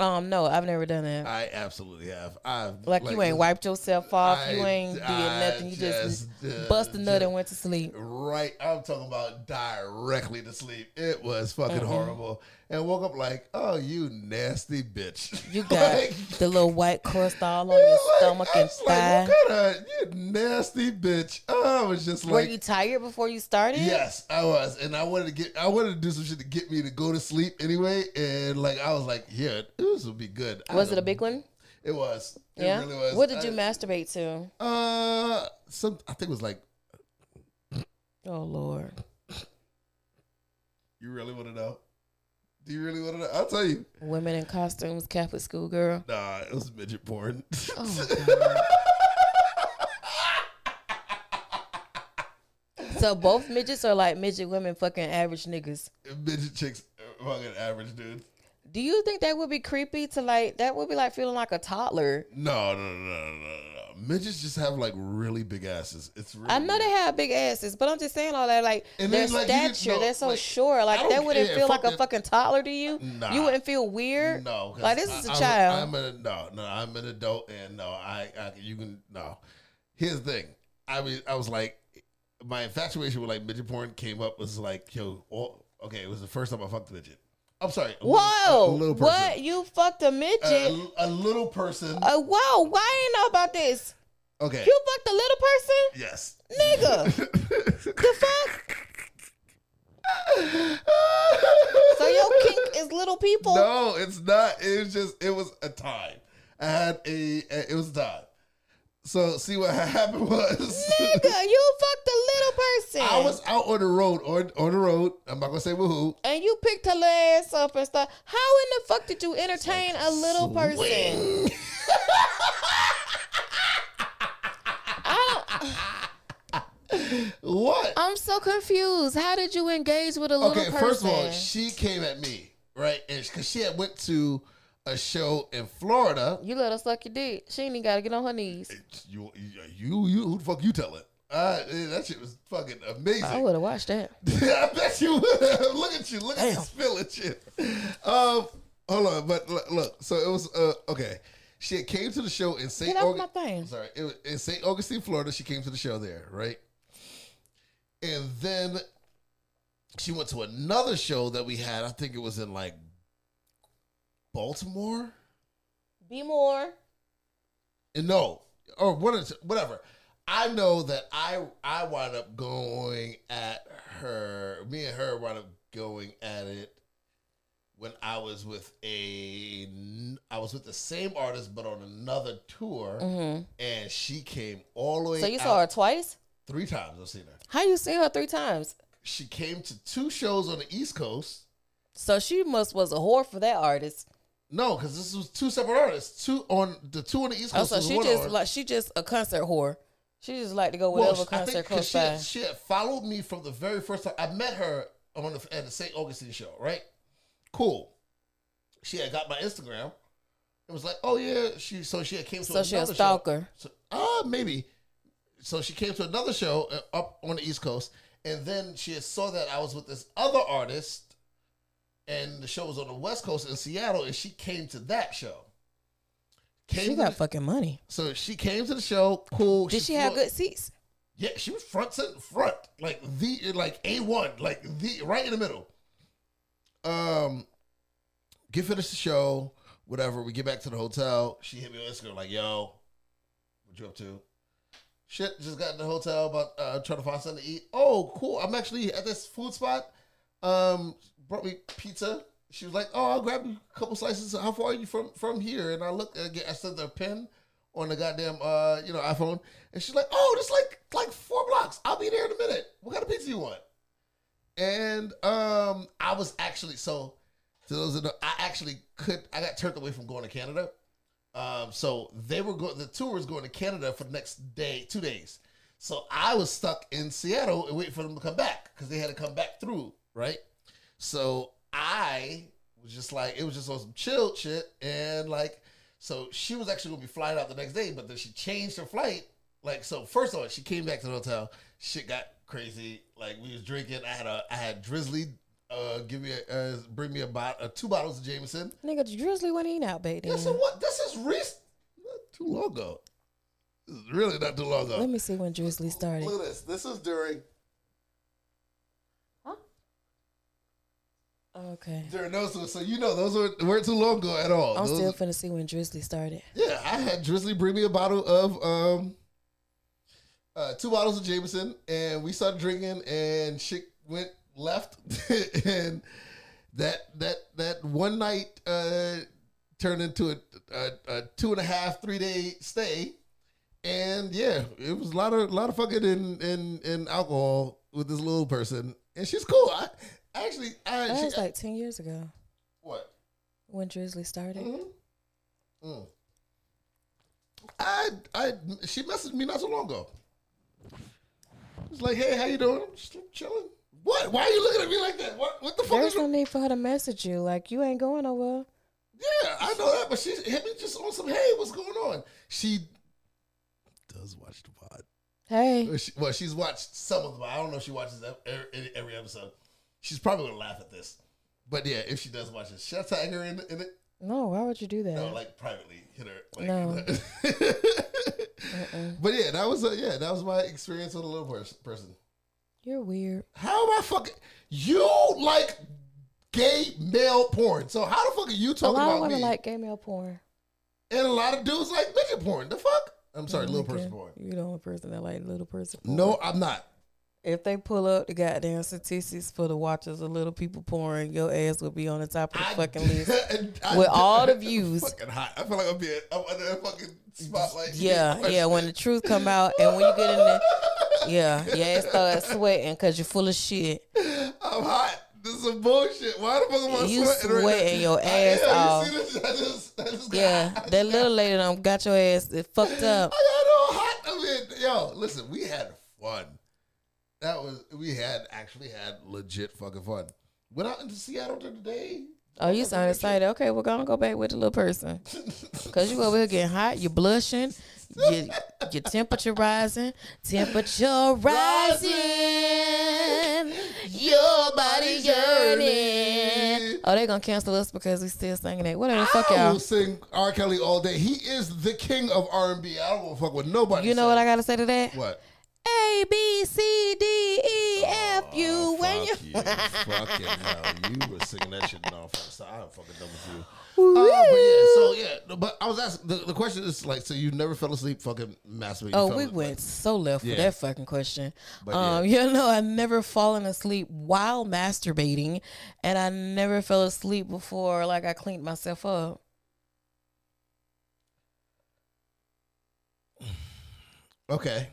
Speaker 2: Um, no, I've never done that.
Speaker 1: I absolutely have. I've
Speaker 2: Like, you ain't wiped yourself off. you
Speaker 1: I-
Speaker 2: ain't did
Speaker 1: I
Speaker 2: nothing. You just,
Speaker 1: just, uh,
Speaker 2: bust a nut
Speaker 1: just-
Speaker 2: and went to sleep.
Speaker 1: Right, I'm talking about directly to sleep. It was fucking
Speaker 2: Mm-hmm.
Speaker 1: horrible, and woke up like, "Oh, you nasty bitch!"
Speaker 2: You got
Speaker 1: Like,
Speaker 2: the little white crust all on your
Speaker 1: like,
Speaker 2: stomach
Speaker 1: I
Speaker 2: and
Speaker 1: was like,
Speaker 2: thigh.
Speaker 1: what kind of you nasty bitch? I was just
Speaker 2: Were
Speaker 1: like,
Speaker 2: you tired before you started?
Speaker 1: yes, I was, and I wanted to get, I wanted to do some shit to get me to go to sleep anyway, and like I was like, yeah, this will be good. I
Speaker 2: Was
Speaker 1: had
Speaker 2: it a big one?
Speaker 1: It was. It
Speaker 2: Yeah.
Speaker 1: really was.
Speaker 2: What did you
Speaker 1: I-
Speaker 2: masturbate to?
Speaker 1: Uh, some I think it was like
Speaker 2: Oh Lord.
Speaker 1: You really want to know? Do you really want to know? I'll tell you.
Speaker 2: Women in costumes, Catholic school girl.
Speaker 1: Nah, it was midget porn.
Speaker 2: Oh. So both midgets are like midget women fucking average niggas.
Speaker 1: midget chicks, are fucking average dudes.
Speaker 2: Do you think that would be creepy to like that would be like feeling like a toddler?
Speaker 1: No, no, no, no, no, no. Midgets just have like really big asses. It's really
Speaker 2: I know they have big asses, but I'm just saying all that. Like
Speaker 1: And
Speaker 2: their
Speaker 1: then, like, you didn't
Speaker 2: stature,
Speaker 1: know,
Speaker 2: they're so
Speaker 1: like,
Speaker 2: short.
Speaker 1: I
Speaker 2: Like
Speaker 1: don't
Speaker 2: that wouldn't
Speaker 1: care.
Speaker 2: feel
Speaker 1: Fuck
Speaker 2: like a
Speaker 1: it.
Speaker 2: fucking toddler to you.
Speaker 1: Nah.
Speaker 2: You wouldn't feel weird.
Speaker 1: No, 'cause
Speaker 2: like this is
Speaker 1: I-
Speaker 2: a
Speaker 1: I'm
Speaker 2: child.
Speaker 1: I'm an no, no. I'm an adult, and no, I, I you can no. Here's the thing. I mean, I was like, my infatuation with like midget porn came up was like, yo, all, okay, it was the first time I fucked a midget. I'm sorry. a little-
Speaker 2: Whoa!
Speaker 1: a little person.
Speaker 2: what you fucked a midget?
Speaker 1: A, a little person.
Speaker 2: Uh, whoa! Why I ain't know about this?
Speaker 1: Okay.
Speaker 2: You fucked a little person,
Speaker 1: Yes.
Speaker 2: nigga. the fuck? So your kink is little people.
Speaker 1: No, it's not. It was just it was a time. I had a, a- it was a time. So see what ha- happened was
Speaker 2: Nigga, you fucked a little person.
Speaker 1: I was out on the road on on the road. I'm not gonna say with who.
Speaker 2: and you picked her little ass up and stuff. How in the fuck did you entertain a little person?
Speaker 1: Swing.
Speaker 2: so confused. How did you engage with a little
Speaker 1: okay,
Speaker 2: person?
Speaker 1: first of all, she came at me, right? Because she had went to a show in Florida.
Speaker 2: you let her suck your dick. She ain't even got to get on her knees.
Speaker 1: You, you, you, who the fuck you telling? Uh, that shit was fucking amazing.
Speaker 2: I would have watched that.
Speaker 1: I bet you would. look at you. Look at this feeling shit. Um, hold on, but look, look. So it was uh, okay. She had came to the show in St.
Speaker 2: Get off
Speaker 1: Aug-
Speaker 2: my thing.
Speaker 1: Sorry, it was in St. Augustine, Florida. She came to the show there, right? And then she went to another show that we had. I think it was in like Baltimore.
Speaker 2: Be more.
Speaker 1: And no, or what is whatever. I know that I I wound up going at her. Me and her wound up going at it when I was with a n- I was with the same artist but on another tour,
Speaker 2: hmm
Speaker 1: and she came all the way.
Speaker 2: So you
Speaker 1: out-
Speaker 2: saw her twice?
Speaker 1: three times. I've seen her.
Speaker 2: How you seen her three times?
Speaker 1: She came to two shows on the East Coast.
Speaker 2: So she must was a whore for that artist.
Speaker 1: No, because this was two separate artists. Two on the two on the East
Speaker 2: Oh,
Speaker 1: Coast.
Speaker 2: so
Speaker 1: was
Speaker 2: she
Speaker 1: one
Speaker 2: just
Speaker 1: artist.
Speaker 2: like she just a concert whore. She just like to go
Speaker 1: Well,
Speaker 2: whatever
Speaker 1: I think
Speaker 2: concert
Speaker 1: 'cause
Speaker 2: close
Speaker 1: she,
Speaker 2: by.
Speaker 1: had, she had followed me from the very first time I met her on the, at the St. Augustine show, right? Cool. She had got my Instagram. It was like, oh yeah, she so she had came to
Speaker 2: So she a
Speaker 1: another show.
Speaker 2: stalker.
Speaker 1: So, ah, maybe. So she came to another show uh, up on the East Coast, and then she had saw that I was with this other artist, and the show was on the West Coast in Seattle, and she came to that show. Came
Speaker 2: She
Speaker 1: to
Speaker 2: got
Speaker 1: the-
Speaker 2: fucking money.
Speaker 1: so she came to the show. Cool.
Speaker 2: Did she have
Speaker 1: flew-
Speaker 2: good seats?
Speaker 1: yeah, she was front to front, like the like a one, like the right in the middle. Um, get finished the show, whatever. We get back to the hotel. She hit me on Instagram like, "Yo, what you up to?" Shit, just got in the hotel about uh, trying to find something to eat. Oh, cool! I'm actually at this food spot. Um, brought me pizza. She was like, "Oh, I'll grab you a couple slices. How far are you from from here?" And I looked again. I sent her a pin on the goddamn uh, you know iPhone, and she's like, "Oh, this like like four blocks. I'll be there in a minute. What kind of pizza you want?" And um, I was actually so to those that know, I actually could I got turned away from going to Canada. Um, so they were going the tour was going to Canada for the next day, two days. So I was stuck in Seattle and waiting for them to come back because they had to come back through, right? So I was just like, it was just on some chill shit, and like, so she was actually gonna be flying out the next day, but then she changed her flight. Like, so first of all, she came back to the hotel. Shit got crazy. Like we was drinking. I had a, I had Drizzly, uh, give me a, uh, bring me a bot, uh, two bottles of Jameson.
Speaker 2: Nigga, Drizzly went in out, baby.
Speaker 1: This is what this is recent, not too long ago. This is really not too long ago.
Speaker 2: Let me see when Drizzly started.
Speaker 1: Look at this. This is during
Speaker 2: Okay.
Speaker 1: during those. ones. So you know those were weren't too long ago at all.
Speaker 2: I'm
Speaker 1: Those-
Speaker 2: still finna see when Drizzly started.
Speaker 1: Yeah, I had Drizzly bring me a bottle of um, uh, two bottles of Jameson, and we started drinking, and shit went left, and that that that one night uh, turned into a, a, a two and a half three day stay, and yeah, it was a lot of lot of fucking and and, and alcohol with this little person, and she's cool. I actually I,
Speaker 2: That
Speaker 1: she,
Speaker 2: was like 10 years ago
Speaker 1: what
Speaker 2: when Drizzly started.
Speaker 1: Mm. I, I, she messaged me not so long ago. It's like, hey, how you doing? I'm just chilling. What? Why are you looking at me like that? What? What the fuck? Is
Speaker 2: There's no
Speaker 1: wrong?
Speaker 2: need for her to message you. Like, you ain't going nowhere.
Speaker 1: Yeah, I know that, but she hit me just on some. Hey, what's going on? She does watch the pod.
Speaker 2: Hey.
Speaker 1: Well, she- well, she's watched some of them. I don't know if she watches ev- every, every episode. She's probably gonna laugh at this, but yeah, if she does watch it, should I tag her in, in it?
Speaker 2: No, why would you do that?
Speaker 1: No, like privately hit her. Like,
Speaker 2: No.
Speaker 1: but yeah, that was a, yeah, that was my experience with a little pers- person.
Speaker 2: You're weird.
Speaker 1: How am I fucking? You like gay male porn? So how the fuck are you
Speaker 2: A
Speaker 1: talking
Speaker 2: lot of
Speaker 1: about me?
Speaker 2: women like gay male porn.
Speaker 1: and a lot of dudes like midget porn. The fuck? I'm sorry,
Speaker 2: Oh my
Speaker 1: little person
Speaker 2: God.
Speaker 1: porn.
Speaker 2: You the only person that like little person porn.
Speaker 1: No, I'm not.
Speaker 2: If they pull up the goddamn statistics for the watchers of little people porn, your ass will be on the top of the
Speaker 1: I-
Speaker 2: fucking list.
Speaker 1: I-
Speaker 2: With all the views.
Speaker 1: fucking hot. I feel like I'm being I'm under a fucking spotlight.
Speaker 2: Yeah, yeah. When the truth come out and when you get in there, yeah, your ass start sweating because you're full of shit.
Speaker 1: I'm hot. This is some bullshit. Why the fuck am I
Speaker 2: You
Speaker 1: sweating? right now?
Speaker 2: sweating your
Speaker 1: I
Speaker 2: ass
Speaker 1: am. You
Speaker 2: off.
Speaker 1: see this? I just- I just-
Speaker 2: Yeah,
Speaker 1: I
Speaker 2: that little lady done got your ass fucked
Speaker 1: got all
Speaker 2: up.
Speaker 1: hot. I mean, yo, listen, we had fun. That was we had actually had legit fucking fun. Went out into Seattle today.
Speaker 2: Oh, you sound excited. Okay, we're gonna go back with the little person. Cause you over here getting hot, you're blushing, your your temperature rising, temperature rising, your body yearning. Oh, they gonna cancel us because we still singing it. Whatever, Oh, fuck
Speaker 1: I
Speaker 2: y'all.
Speaker 1: will sing R. Kelly all day. He is the king of R and B. I don't give a fuck with nobody.
Speaker 2: You know
Speaker 1: says.
Speaker 2: what I gotta say to that?
Speaker 1: What?
Speaker 2: A B C D E F U when you.
Speaker 1: Oh, Fuck you. fucking hell. You were singing that shit off. So I'm fucking done with you. Uh, but yeah, so yeah, but I was asking the, the question is like, so you never fell asleep fucking masturbating? You
Speaker 2: Oh,
Speaker 1: fell
Speaker 2: we
Speaker 1: asleep,
Speaker 2: went so left
Speaker 1: Yeah.
Speaker 2: for that fucking question.
Speaker 1: But
Speaker 2: um, you know, I never fallen asleep while masturbating, and I never fell asleep before like I cleaned myself up.
Speaker 1: Okay.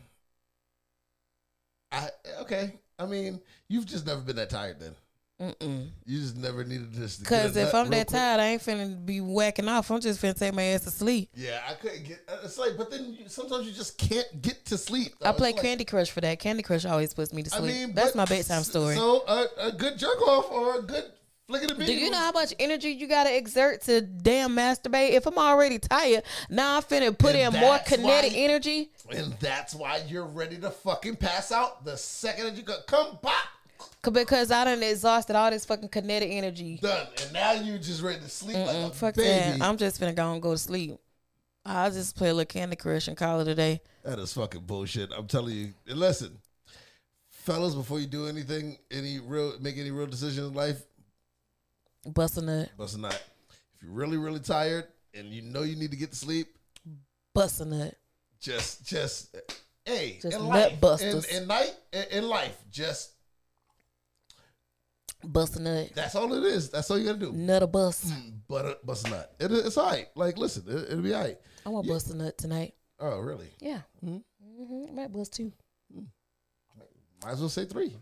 Speaker 1: I okay. I mean, you've just never been that tired then.
Speaker 2: Mm-mm.
Speaker 1: You just never needed this. to get
Speaker 2: Cause
Speaker 1: a nut
Speaker 2: if I'm
Speaker 1: real
Speaker 2: that
Speaker 1: quick.
Speaker 2: tired, I ain't finna be whacking off. I'm just finna take my ass to sleep.
Speaker 1: Yeah, I couldn't get. uh, It's like, but then you, sometimes you just can't get to sleep.
Speaker 2: I
Speaker 1: though.
Speaker 2: play
Speaker 1: It's like-
Speaker 2: Candy Crush for that. Candy Crush always puts me to
Speaker 1: I
Speaker 2: sleep.
Speaker 1: mean,
Speaker 2: That's
Speaker 1: but
Speaker 2: my bedtime
Speaker 1: s-
Speaker 2: story.
Speaker 1: So a, a good jerk off or a good flick of the
Speaker 2: Do you know how much energy you gotta exert to damn masturbate? If I'm already tired, now I'm finna put
Speaker 1: And
Speaker 2: in more
Speaker 1: that's why-
Speaker 2: kinetic energy.
Speaker 1: And that's why you're ready to fucking pass out the second that you go, come pop,
Speaker 2: C- because I done exhausted all this fucking kinetic energy.
Speaker 1: done. And now you just ready to sleep like a
Speaker 2: Fuck
Speaker 1: baby.
Speaker 2: that. I'm just finna go and go to sleep. I'll just play a little Candy Crush and call it a day.
Speaker 1: That is fucking bullshit. I'm telling you. And listen, fellas, before you do anything, any real, make any real decisions in life,
Speaker 2: Bust a nut.
Speaker 1: bust a nut. If you're really, really tired and you know you need to get to sleep,
Speaker 2: Bust a nut.
Speaker 1: just, just, hey,
Speaker 2: Just
Speaker 1: in
Speaker 2: nut
Speaker 1: life, in,
Speaker 2: busters.
Speaker 1: in night, in, in life, just
Speaker 2: Bust a nut.
Speaker 1: that's all it is. That's all you gotta do.
Speaker 2: Nut a bust.
Speaker 1: But uh, bust a nut. It, it's all right. Like, listen, it, it'll be all right.
Speaker 2: I want
Speaker 1: Yeah.
Speaker 2: bust a nut tonight.
Speaker 1: Oh, really?
Speaker 2: Yeah.
Speaker 1: Mhm.
Speaker 2: Mm-hmm. I might bust two.
Speaker 1: Might as well say three.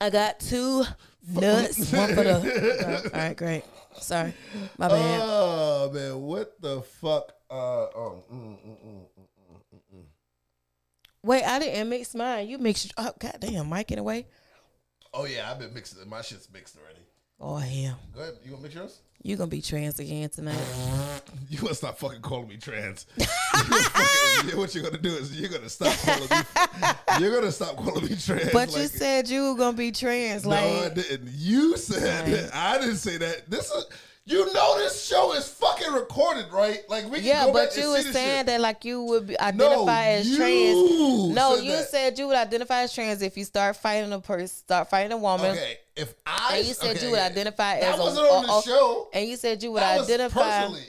Speaker 2: I got two nuts. One for the. All right, great. Sorry. My bad.
Speaker 1: Oh man, what the fuck? Uh, oh, mm, mm, mm, mm, mm, mm, mm.
Speaker 2: Wait, I didn't mix mine. You mixed. Oh, goddamn. Mike in a way.
Speaker 1: oh yeah, I've been mixing. My shit's mixed already.
Speaker 2: Oh, hell.
Speaker 1: Go ahead. You want to mix yours?
Speaker 2: you going to be trans again tonight.
Speaker 1: You gonna stop fucking calling me trans? You're fucking- what you're gonna do is you're gonna stop calling me. You're gonna stop calling me trans.
Speaker 2: But you
Speaker 1: like-
Speaker 2: said you were going to be trans.
Speaker 1: no, I
Speaker 2: like.
Speaker 1: didn't. You said
Speaker 2: Like-
Speaker 1: I didn't say that. This is. You know this show is fucking recorded, right? Like we can
Speaker 2: Yeah,
Speaker 1: go
Speaker 2: but
Speaker 1: back
Speaker 2: you
Speaker 1: and
Speaker 2: were
Speaker 1: see this
Speaker 2: saying
Speaker 1: shit.
Speaker 2: that like you would be
Speaker 1: no,
Speaker 2: identify as
Speaker 1: you
Speaker 2: trans. No,
Speaker 1: said
Speaker 2: you
Speaker 1: that.
Speaker 2: said you would identify as trans if you start fighting a person, start fighting a woman,
Speaker 1: Okay, if I
Speaker 2: and you said
Speaker 1: okay,
Speaker 2: you would
Speaker 1: yeah.
Speaker 2: identify
Speaker 1: that
Speaker 2: as a,
Speaker 1: wasn't on
Speaker 2: a-
Speaker 1: the
Speaker 2: a-
Speaker 1: show.
Speaker 2: and you said you would
Speaker 1: That was
Speaker 2: identify.
Speaker 1: personally.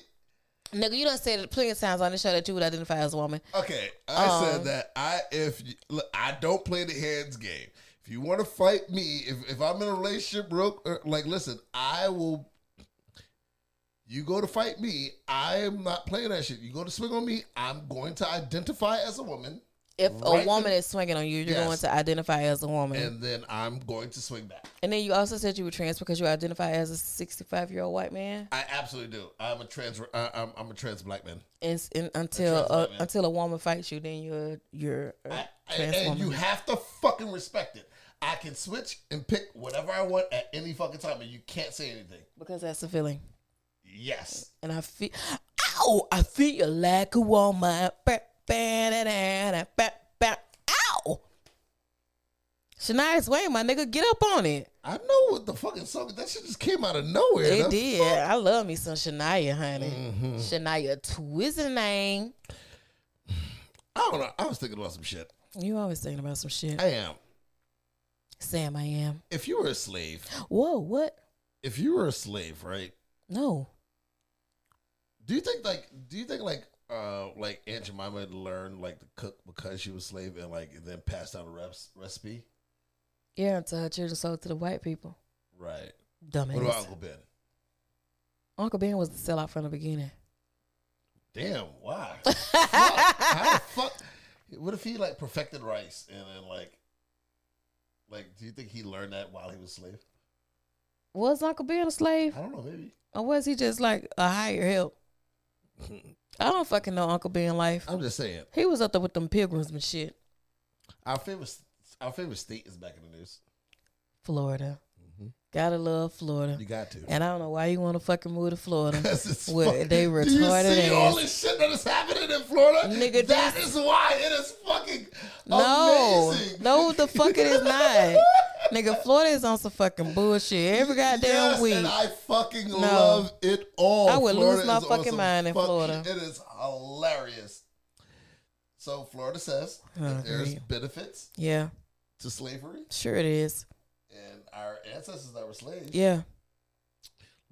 Speaker 2: Nigga, you done said it plenty of times on the show that you would identify as a woman.
Speaker 1: Okay, I said
Speaker 2: Um,
Speaker 1: that I if you, look, I don't play the hands game. If you want to fight me, if if I'm in a relationship, real or, like listen, I will. You go to fight me, I am not playing that shit. You go to swing on me, I'm going to identify as a woman,
Speaker 2: If
Speaker 1: Right.
Speaker 2: a woman is swinging on you, you're
Speaker 1: Yes.
Speaker 2: going to identify as a woman. And,
Speaker 1: and then I'm going to swing back.
Speaker 2: then you also said you were trans because you identify as a 65 year old white man,
Speaker 1: I absolutely do. I'm a trans. I, I'm I'm a trans black man.
Speaker 2: and, s- and until
Speaker 1: trans
Speaker 2: uh,
Speaker 1: white man.
Speaker 2: until a woman fights you, then you're you're a
Speaker 1: I- I-
Speaker 2: trans
Speaker 1: and
Speaker 2: woman.
Speaker 1: you have to fucking respect it. I can switch and pick whatever I want at any fucking time, and you can't say anything.
Speaker 2: because that's the feeling.
Speaker 1: Yes.
Speaker 2: and I feel, ow, I feel like a woman. Ba- ba- da- da- da- ba- ba- Ow! Shania Swain, my nigga, get up on it.
Speaker 1: I know what the fucking song. That shit just came out of nowhere.
Speaker 2: It
Speaker 1: The
Speaker 2: did. I love me some Shania, honey.
Speaker 1: Mm.
Speaker 2: Shania Twizzling.
Speaker 1: I don't know. I was thinking about some shit.
Speaker 2: You always thinking about some shit.
Speaker 1: I am.
Speaker 2: Sam, I am.
Speaker 1: If you were a slave,
Speaker 2: Whoa, what?
Speaker 1: if you were a slave, right?
Speaker 2: No.
Speaker 1: Do you think like? Do you think like? Uh, like Aunt Jemima had learned like to cook because she was slave and like then passed down a reps, recipe.
Speaker 2: Yeah, until her children sold to the white people.
Speaker 1: Right.
Speaker 2: Dumbass.
Speaker 1: What about Uncle Ben?
Speaker 2: Uncle Ben was the sellout from the beginning.
Speaker 1: Damn. Why? Fuck. How the fuck? What if he like perfected rice and then like, like, do you think he learned that while he was a slave?
Speaker 2: Was Uncle Ben a slave?
Speaker 1: I don't know. Maybe.
Speaker 2: Or was he just like a higher help? I don't fucking know Uncle Ben life.
Speaker 1: I'm just saying.
Speaker 2: He was up there with them pilgrims and shit.
Speaker 1: Our favorite s- Our favorite state is back in the news.
Speaker 2: Florida. Gotta love Florida.
Speaker 1: Mm-hmm. You got to.
Speaker 2: And I don't know why you want to fucking move to Florida.
Speaker 1: This is
Speaker 2: What,
Speaker 1: fuck-
Speaker 2: they
Speaker 1: Do you
Speaker 2: retarded
Speaker 1: see all
Speaker 2: ass.
Speaker 1: this shit that is happening in Florida?
Speaker 2: Nigga,
Speaker 1: that is
Speaker 2: this-
Speaker 1: why it is fucking
Speaker 2: No,
Speaker 1: amazing.
Speaker 2: no, the fuck it is not. Nigga, Florida is on some fucking bullshit every goddamn
Speaker 1: Yes,
Speaker 2: week.
Speaker 1: and I fucking love it all.
Speaker 2: I would lose my
Speaker 1: is on
Speaker 2: fucking
Speaker 1: some
Speaker 2: mind in Florida.
Speaker 1: It is hilarious. So Florida says
Speaker 2: I
Speaker 1: that there's
Speaker 2: agree.
Speaker 1: benefits
Speaker 2: yeah,
Speaker 1: to slavery,
Speaker 2: sure it is.
Speaker 1: and our ancestors that were slaves
Speaker 2: Yeah.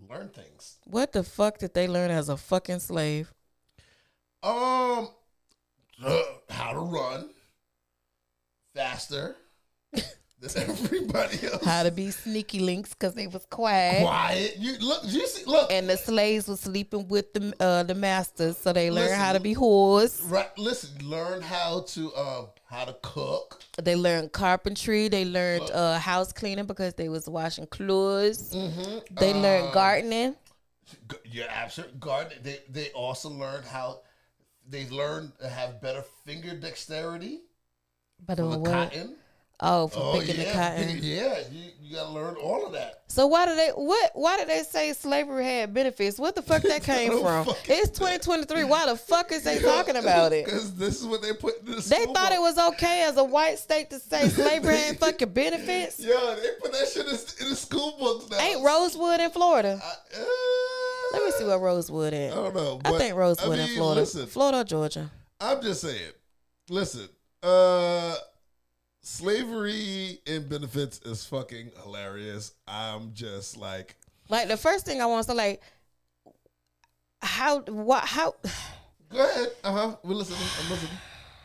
Speaker 1: learned things.
Speaker 2: What the fuck did they learn as a fucking slave?
Speaker 1: Um, how to run faster than everybody else.
Speaker 2: How to be sneaky links because they was quiet.
Speaker 1: quiet. You look. You see. Look.
Speaker 2: And the slaves was sleeping with the uh, the masters, so they learned how to
Speaker 1: Listen.
Speaker 2: be whores.
Speaker 1: Right, listen. Learn how to um how to cook.
Speaker 2: They learned carpentry. They learned uh, house cleaning because they was washing clothes.
Speaker 1: Mm-hmm.
Speaker 2: They learned gardening.
Speaker 1: Your absolute garden. They they also learned how. They learned to have better finger dexterity
Speaker 2: But
Speaker 1: for
Speaker 2: uh,
Speaker 1: the
Speaker 2: what?
Speaker 1: cotton.
Speaker 2: Oh, for
Speaker 1: Oh
Speaker 2: picking
Speaker 1: yeah,
Speaker 2: the cotton.
Speaker 1: picking- yeah. You, you gotta learn all of that.
Speaker 2: So why do they what why did they say slavery had benefits? What the fuck that came
Speaker 1: don't
Speaker 2: from?
Speaker 1: fucking
Speaker 2: It's 2023. Why the fuck is they talking about it?
Speaker 1: Because this is what they put. In the
Speaker 2: They thought it was okay as a white state to say slavery had fucking benefits.
Speaker 1: Yeah, they put that shit in, in the school books now.
Speaker 2: Ain't Rosewood in Florida?
Speaker 1: I, uh,
Speaker 2: Let me see where Rosewood is.
Speaker 1: I don't know.
Speaker 2: I
Speaker 1: Oh, but,
Speaker 2: think Rosewood
Speaker 1: I
Speaker 2: in
Speaker 1: mean,
Speaker 2: Florida.
Speaker 1: Listen,
Speaker 2: Florida or Georgia.
Speaker 1: I'm just saying. Listen, uh, slavery and benefits is fucking hilarious. I'm just like,
Speaker 2: Like the first thing I want to say, like how what how
Speaker 1: go ahead. Uh huh. We're listening. I'm listening.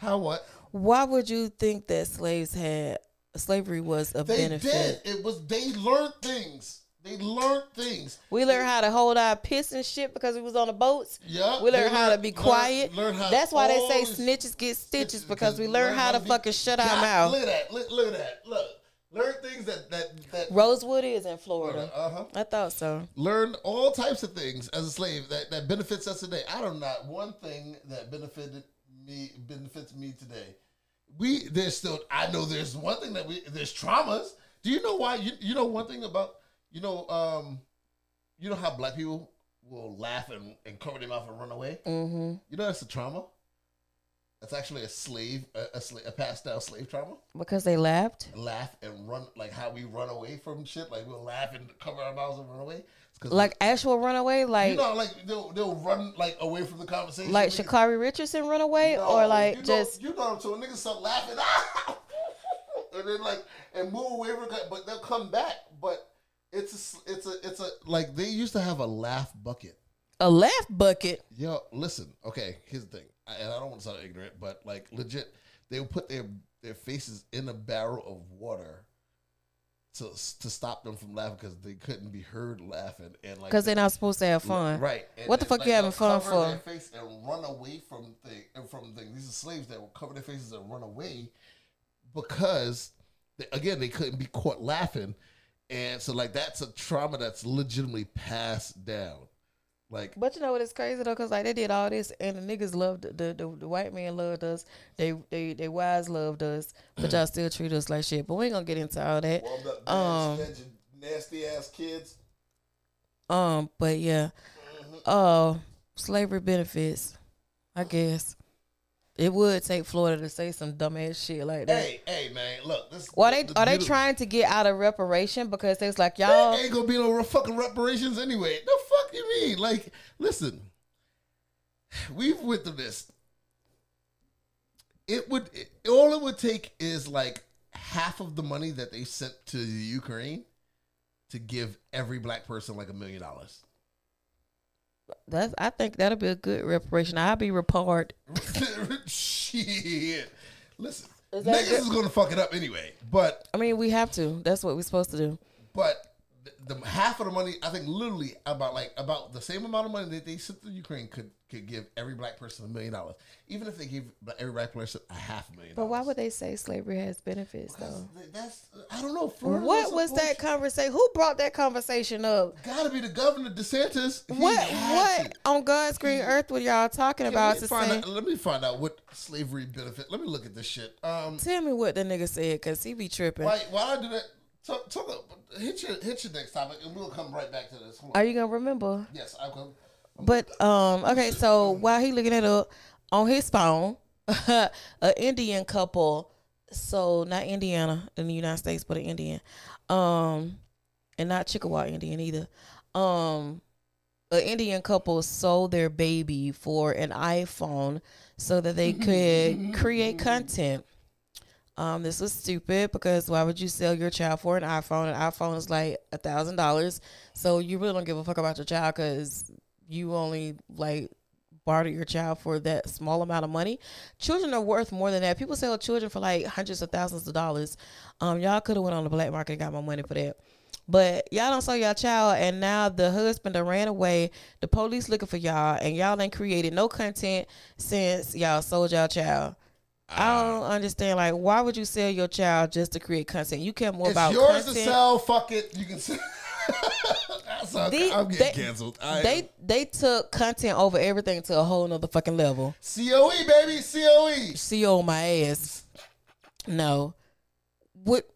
Speaker 1: How what?
Speaker 2: why would you think that slaves had slavery was a
Speaker 1: They
Speaker 2: benefit?
Speaker 1: did. It was. They learned things. They learned things.
Speaker 2: We learned how to hold our piss and shit because we was on the boats.
Speaker 1: Yeah.
Speaker 2: We
Speaker 1: they
Speaker 2: learned how to be
Speaker 1: learned-
Speaker 2: quiet.
Speaker 1: learned how
Speaker 2: That's why they say
Speaker 1: always-
Speaker 2: snitches get stitches
Speaker 1: Snitches,
Speaker 2: because
Speaker 1: because
Speaker 2: we learned
Speaker 1: learn
Speaker 2: how
Speaker 1: how
Speaker 2: to
Speaker 1: to be-
Speaker 2: fucking shut our
Speaker 1: God,
Speaker 2: mouth.
Speaker 1: Look at that. Look, look at that. Look. Learn things that that that.
Speaker 2: Rosewood is in Florida.
Speaker 1: Uh huh.
Speaker 2: I thought so.
Speaker 1: learn all types of things as a slave that, that benefits us today. I don't know one thing that benefited me benefits me today. We there's still I know there's one thing that we there's traumas. Do you know why you you know one thing about you know um you know how black people will laugh and, and cover their mouth and run away?
Speaker 2: hmm
Speaker 1: You know that's a trauma. That's actually a slave a, a, sla- a passed down slave trauma
Speaker 2: Because they laughed.
Speaker 1: laugh and run like how we run away from shit. Like we'll laugh and cover our mouths and run away. It's 'cause
Speaker 2: Like actual runaway, like
Speaker 1: you know, like they'll they'll run like away from the conversation.
Speaker 2: like
Speaker 1: because-
Speaker 2: Shakari Richardson runaway,
Speaker 1: No,
Speaker 2: or
Speaker 1: you
Speaker 2: like
Speaker 1: know,
Speaker 2: just
Speaker 1: you know, so a nigga start laughing, and then like and move away from, the- but they'll come back. But it's a, s- it's a it's a like they used to have a laugh bucket.
Speaker 2: a laugh bucket.
Speaker 1: Yo, listen, okay, here's the thing, I, and I don't want to sound ignorant, but like legit, they would put their their faces in a barrel of water. To, to stop them from laughing because they couldn't be heard laughing and like
Speaker 2: Because
Speaker 1: they-
Speaker 2: they're not supposed to have fun.
Speaker 1: Right. And
Speaker 2: What the
Speaker 1: then,
Speaker 2: fuck you having
Speaker 1: they'll
Speaker 2: fun
Speaker 1: cover
Speaker 2: for?
Speaker 1: Their face and run away from thing and from things. These are slaves that will cover their faces and run away because they, again they couldn't be caught laughing, and so like that's a trauma that's legitimately passed down. Like
Speaker 2: But you know what is crazy though, cause like they did all this, and the niggas loved the the, the, white man loved us, they they they wives loved us, but y'all still treat us like shit. But we ain't gonna get into all that.
Speaker 1: warmed up
Speaker 2: Um,
Speaker 1: nasty ass kids.
Speaker 2: Um, but yeah,
Speaker 1: Mm-hmm.
Speaker 2: uh, slavery benefits, I guess. It would take Florida to say some dumbass shit like that.
Speaker 1: Hey, hey, man, look. This
Speaker 2: Well, they
Speaker 1: the
Speaker 2: are they
Speaker 1: beautiful-
Speaker 2: trying to get out of reparation because it's like
Speaker 1: There
Speaker 2: y'all.
Speaker 1: ain't gonna be no re- fucking reparations anyway. The fuck you mean? Like, listen, we've went through this. It would it- all it would take is like half of the money that they sent to the Ukraine to give every black person like a million dollars.
Speaker 2: That's I think that'll be a good reparation. I'll be repaired.
Speaker 1: Shit, listen,
Speaker 2: Is that
Speaker 1: niggas
Speaker 2: good?
Speaker 1: is gonna fuck it up anyway. But
Speaker 2: I mean, we have to. That's what we're supposed to do.
Speaker 1: but the, the half of the money, I think, literally about like about the same amount of money that they sent to Ukraine could could give every black person a million dollars, even if they give every black person a half million.
Speaker 2: But why would they say slavery has benefits though?
Speaker 1: That's, that's I don't know. Florida
Speaker 2: What was that conversation? Who brought that conversation up?
Speaker 1: Got to be the governor DeSantis. He
Speaker 2: What
Speaker 1: had
Speaker 2: what
Speaker 1: to.
Speaker 2: on God's green earth were y'all talking
Speaker 1: Let
Speaker 2: about
Speaker 1: me
Speaker 2: to
Speaker 1: find
Speaker 2: say?
Speaker 1: out- let me find out what slavery benefit. Let me look at this shit. Um,
Speaker 2: Tell me what the nigga said, cause he be tripping.
Speaker 1: why why I do that? Talk, talk, hit your hit your next topic, and we'll come right back to this. Hold on.
Speaker 2: Are you gonna remember?
Speaker 1: yes, I will.
Speaker 2: But um, okay, so while he looking it up on his phone, a Indian couple, so not Indiana in the United States, but an Indian, um, and not Chickawa Indian either, um, an Indian couple sold their baby for an iPhone so that they could create content. Um, this was stupid because why would you sell your child for an iPhone? An iPhone is like a thousand dollars, so you really don't give a fuck about your child because you only like barter your child for that small amount of money. Children are worth more than that. People sell children for like hundreds of thousands of dollars. Um, y'all could have went on the black market and got my money for that. But y'all don't sell y'all child, and now the husband done ran away. The police looking for y'all, and y'all ain't created no content since y'all sold y'all child. I don't understand. Like, why would you sell your child just to create content? You care more
Speaker 1: It's
Speaker 2: about
Speaker 1: yours
Speaker 2: content.
Speaker 1: to sell. Fuck it. You can sell. That's okay.
Speaker 2: They-
Speaker 1: I'm getting
Speaker 2: they-
Speaker 1: canceled. I am-
Speaker 2: They they took content over everything to a whole nother fucking level.
Speaker 1: COE E, baby, E. COE.
Speaker 2: CO my ass. No. What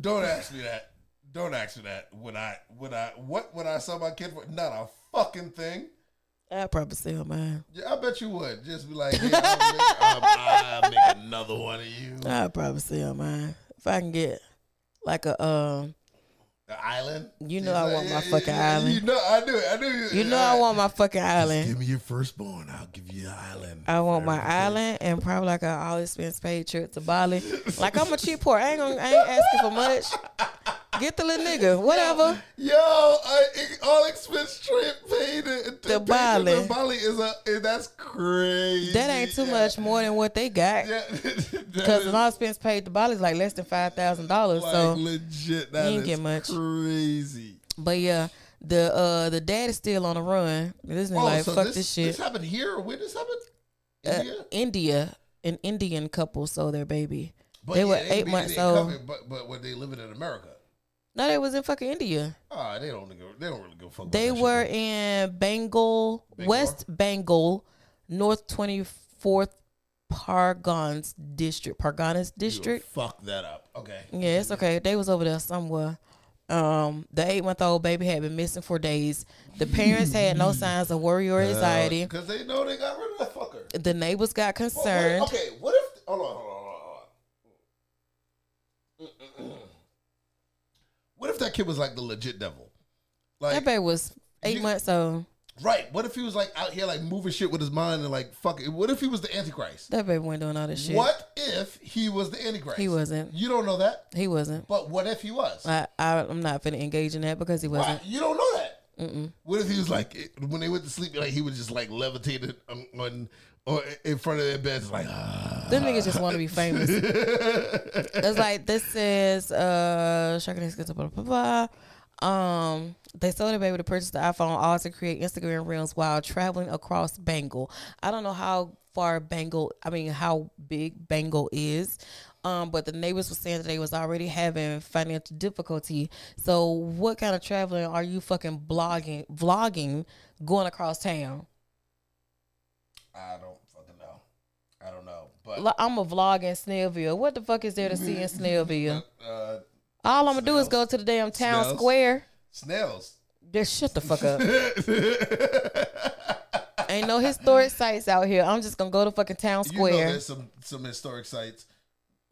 Speaker 1: Don't ask me that. Don't ask me that. Would I? Would I? What would I sell my kid for? Not a fucking thing.
Speaker 2: I probably sell mine.
Speaker 1: Yeah, I bet you would. Just be like, yeah, I'll, make, I'll- I'll make another one of you.
Speaker 2: I probably sell mine. If I can get like a um
Speaker 1: The island.
Speaker 2: You know
Speaker 1: He's
Speaker 2: I want my fucking
Speaker 1: You
Speaker 2: island.
Speaker 1: know, I knew it. I knew you.
Speaker 2: you know I want my fucking island.
Speaker 1: Give me your firstborn. I'll give you the island.
Speaker 2: I want my
Speaker 1: Everything.
Speaker 2: island and probably like an all expense paid trip to Bali. Like I'm a cheap whore. I ain't gonna I ain't asking for much. Get the little nigga. Whatever.
Speaker 1: Yo, I, all expense trip paid to, to
Speaker 2: Bali.
Speaker 1: The Bali is a eh, that's crazy.
Speaker 2: That ain't too
Speaker 1: Yeah.
Speaker 2: much more than what they got.
Speaker 1: Yeah, that
Speaker 2: Because
Speaker 1: is,
Speaker 2: an all expense paid to Bali is like less than five thousand dollars.
Speaker 1: like,
Speaker 2: So
Speaker 1: legit, that
Speaker 2: you ain't
Speaker 1: is
Speaker 2: get much.
Speaker 1: crazy.
Speaker 2: But yeah, the uh the dad is still on the run. This nigga like fuck this, shit.
Speaker 1: Oh, This happened here, or where this happened?
Speaker 2: Uh,
Speaker 1: India?
Speaker 2: India, an Indian couple sold their baby.
Speaker 1: But
Speaker 2: they
Speaker 1: yeah,
Speaker 2: were
Speaker 1: can
Speaker 2: eight
Speaker 1: be-
Speaker 2: months
Speaker 1: they
Speaker 2: old.
Speaker 1: covered, but but when they living in America,
Speaker 2: No, they was in fucking India.
Speaker 1: ah, they don't give- they don't really go fuck. about
Speaker 2: They
Speaker 1: that shit.
Speaker 2: were in Bengal,
Speaker 1: Bengal?
Speaker 2: West Bengal, North Twenty Fourth Pargans district. Parganas
Speaker 1: You
Speaker 2: district.
Speaker 1: Fuck that up. Okay.
Speaker 2: Yeah, it's okay. They was over there somewhere. Um, the eight month old baby had been missing for days. The parents had no signs of worry or anxiety.
Speaker 1: Because Uh, they know they got rid of that fucker.
Speaker 2: the neighbors got
Speaker 1: Well,
Speaker 2: concerned.
Speaker 1: What, okay, what if? Hold on, hold on, hold on, hold on. what if that kid was like the legit devil? Like,
Speaker 2: that baby was eight
Speaker 1: you-
Speaker 2: months old.
Speaker 1: right? What if he was like out here like moving shit with his mind and like fuck it? What if he was the Antichrist?
Speaker 2: That baby wasn't doing all this shit.
Speaker 1: What if he was the Antichrist?
Speaker 2: He wasn't.
Speaker 1: You don't know that,
Speaker 2: He wasn't.
Speaker 1: but what if he was?
Speaker 2: I, I I'm not finna engage in that because he
Speaker 1: Why?
Speaker 2: wasn't.
Speaker 1: You don't know that. What if he was like it- when they went to sleep, like he was just like levitated on, on or in front of their beds, like ah.
Speaker 2: Them niggas just want to be famous. it's like this is uh sharking this blah, blah, blah, blah. Um, they sold their baby to purchase the iPhone, all to create Instagram reels while traveling across Bengal. I don't know how far Bengal, I mean how big Bengal is. Um, but the neighbors were saying that they was already having financial difficulty. So what kind of traveling are you fucking blogging, vlogging, going across town?
Speaker 1: I don't fucking know. I don't know, but
Speaker 2: Like, I'm a vlog in Snellville. What the fuck is there to see in Snellville?
Speaker 1: uh,
Speaker 2: All I'm gonna do is go to the damn town
Speaker 1: Snails.
Speaker 2: square.
Speaker 1: snails.
Speaker 2: Just shut the fuck up.
Speaker 1: you
Speaker 2: Ain't no historic sites out here. I'm just gonna go to fucking town
Speaker 1: know,
Speaker 2: square.
Speaker 1: there's some some historic sites.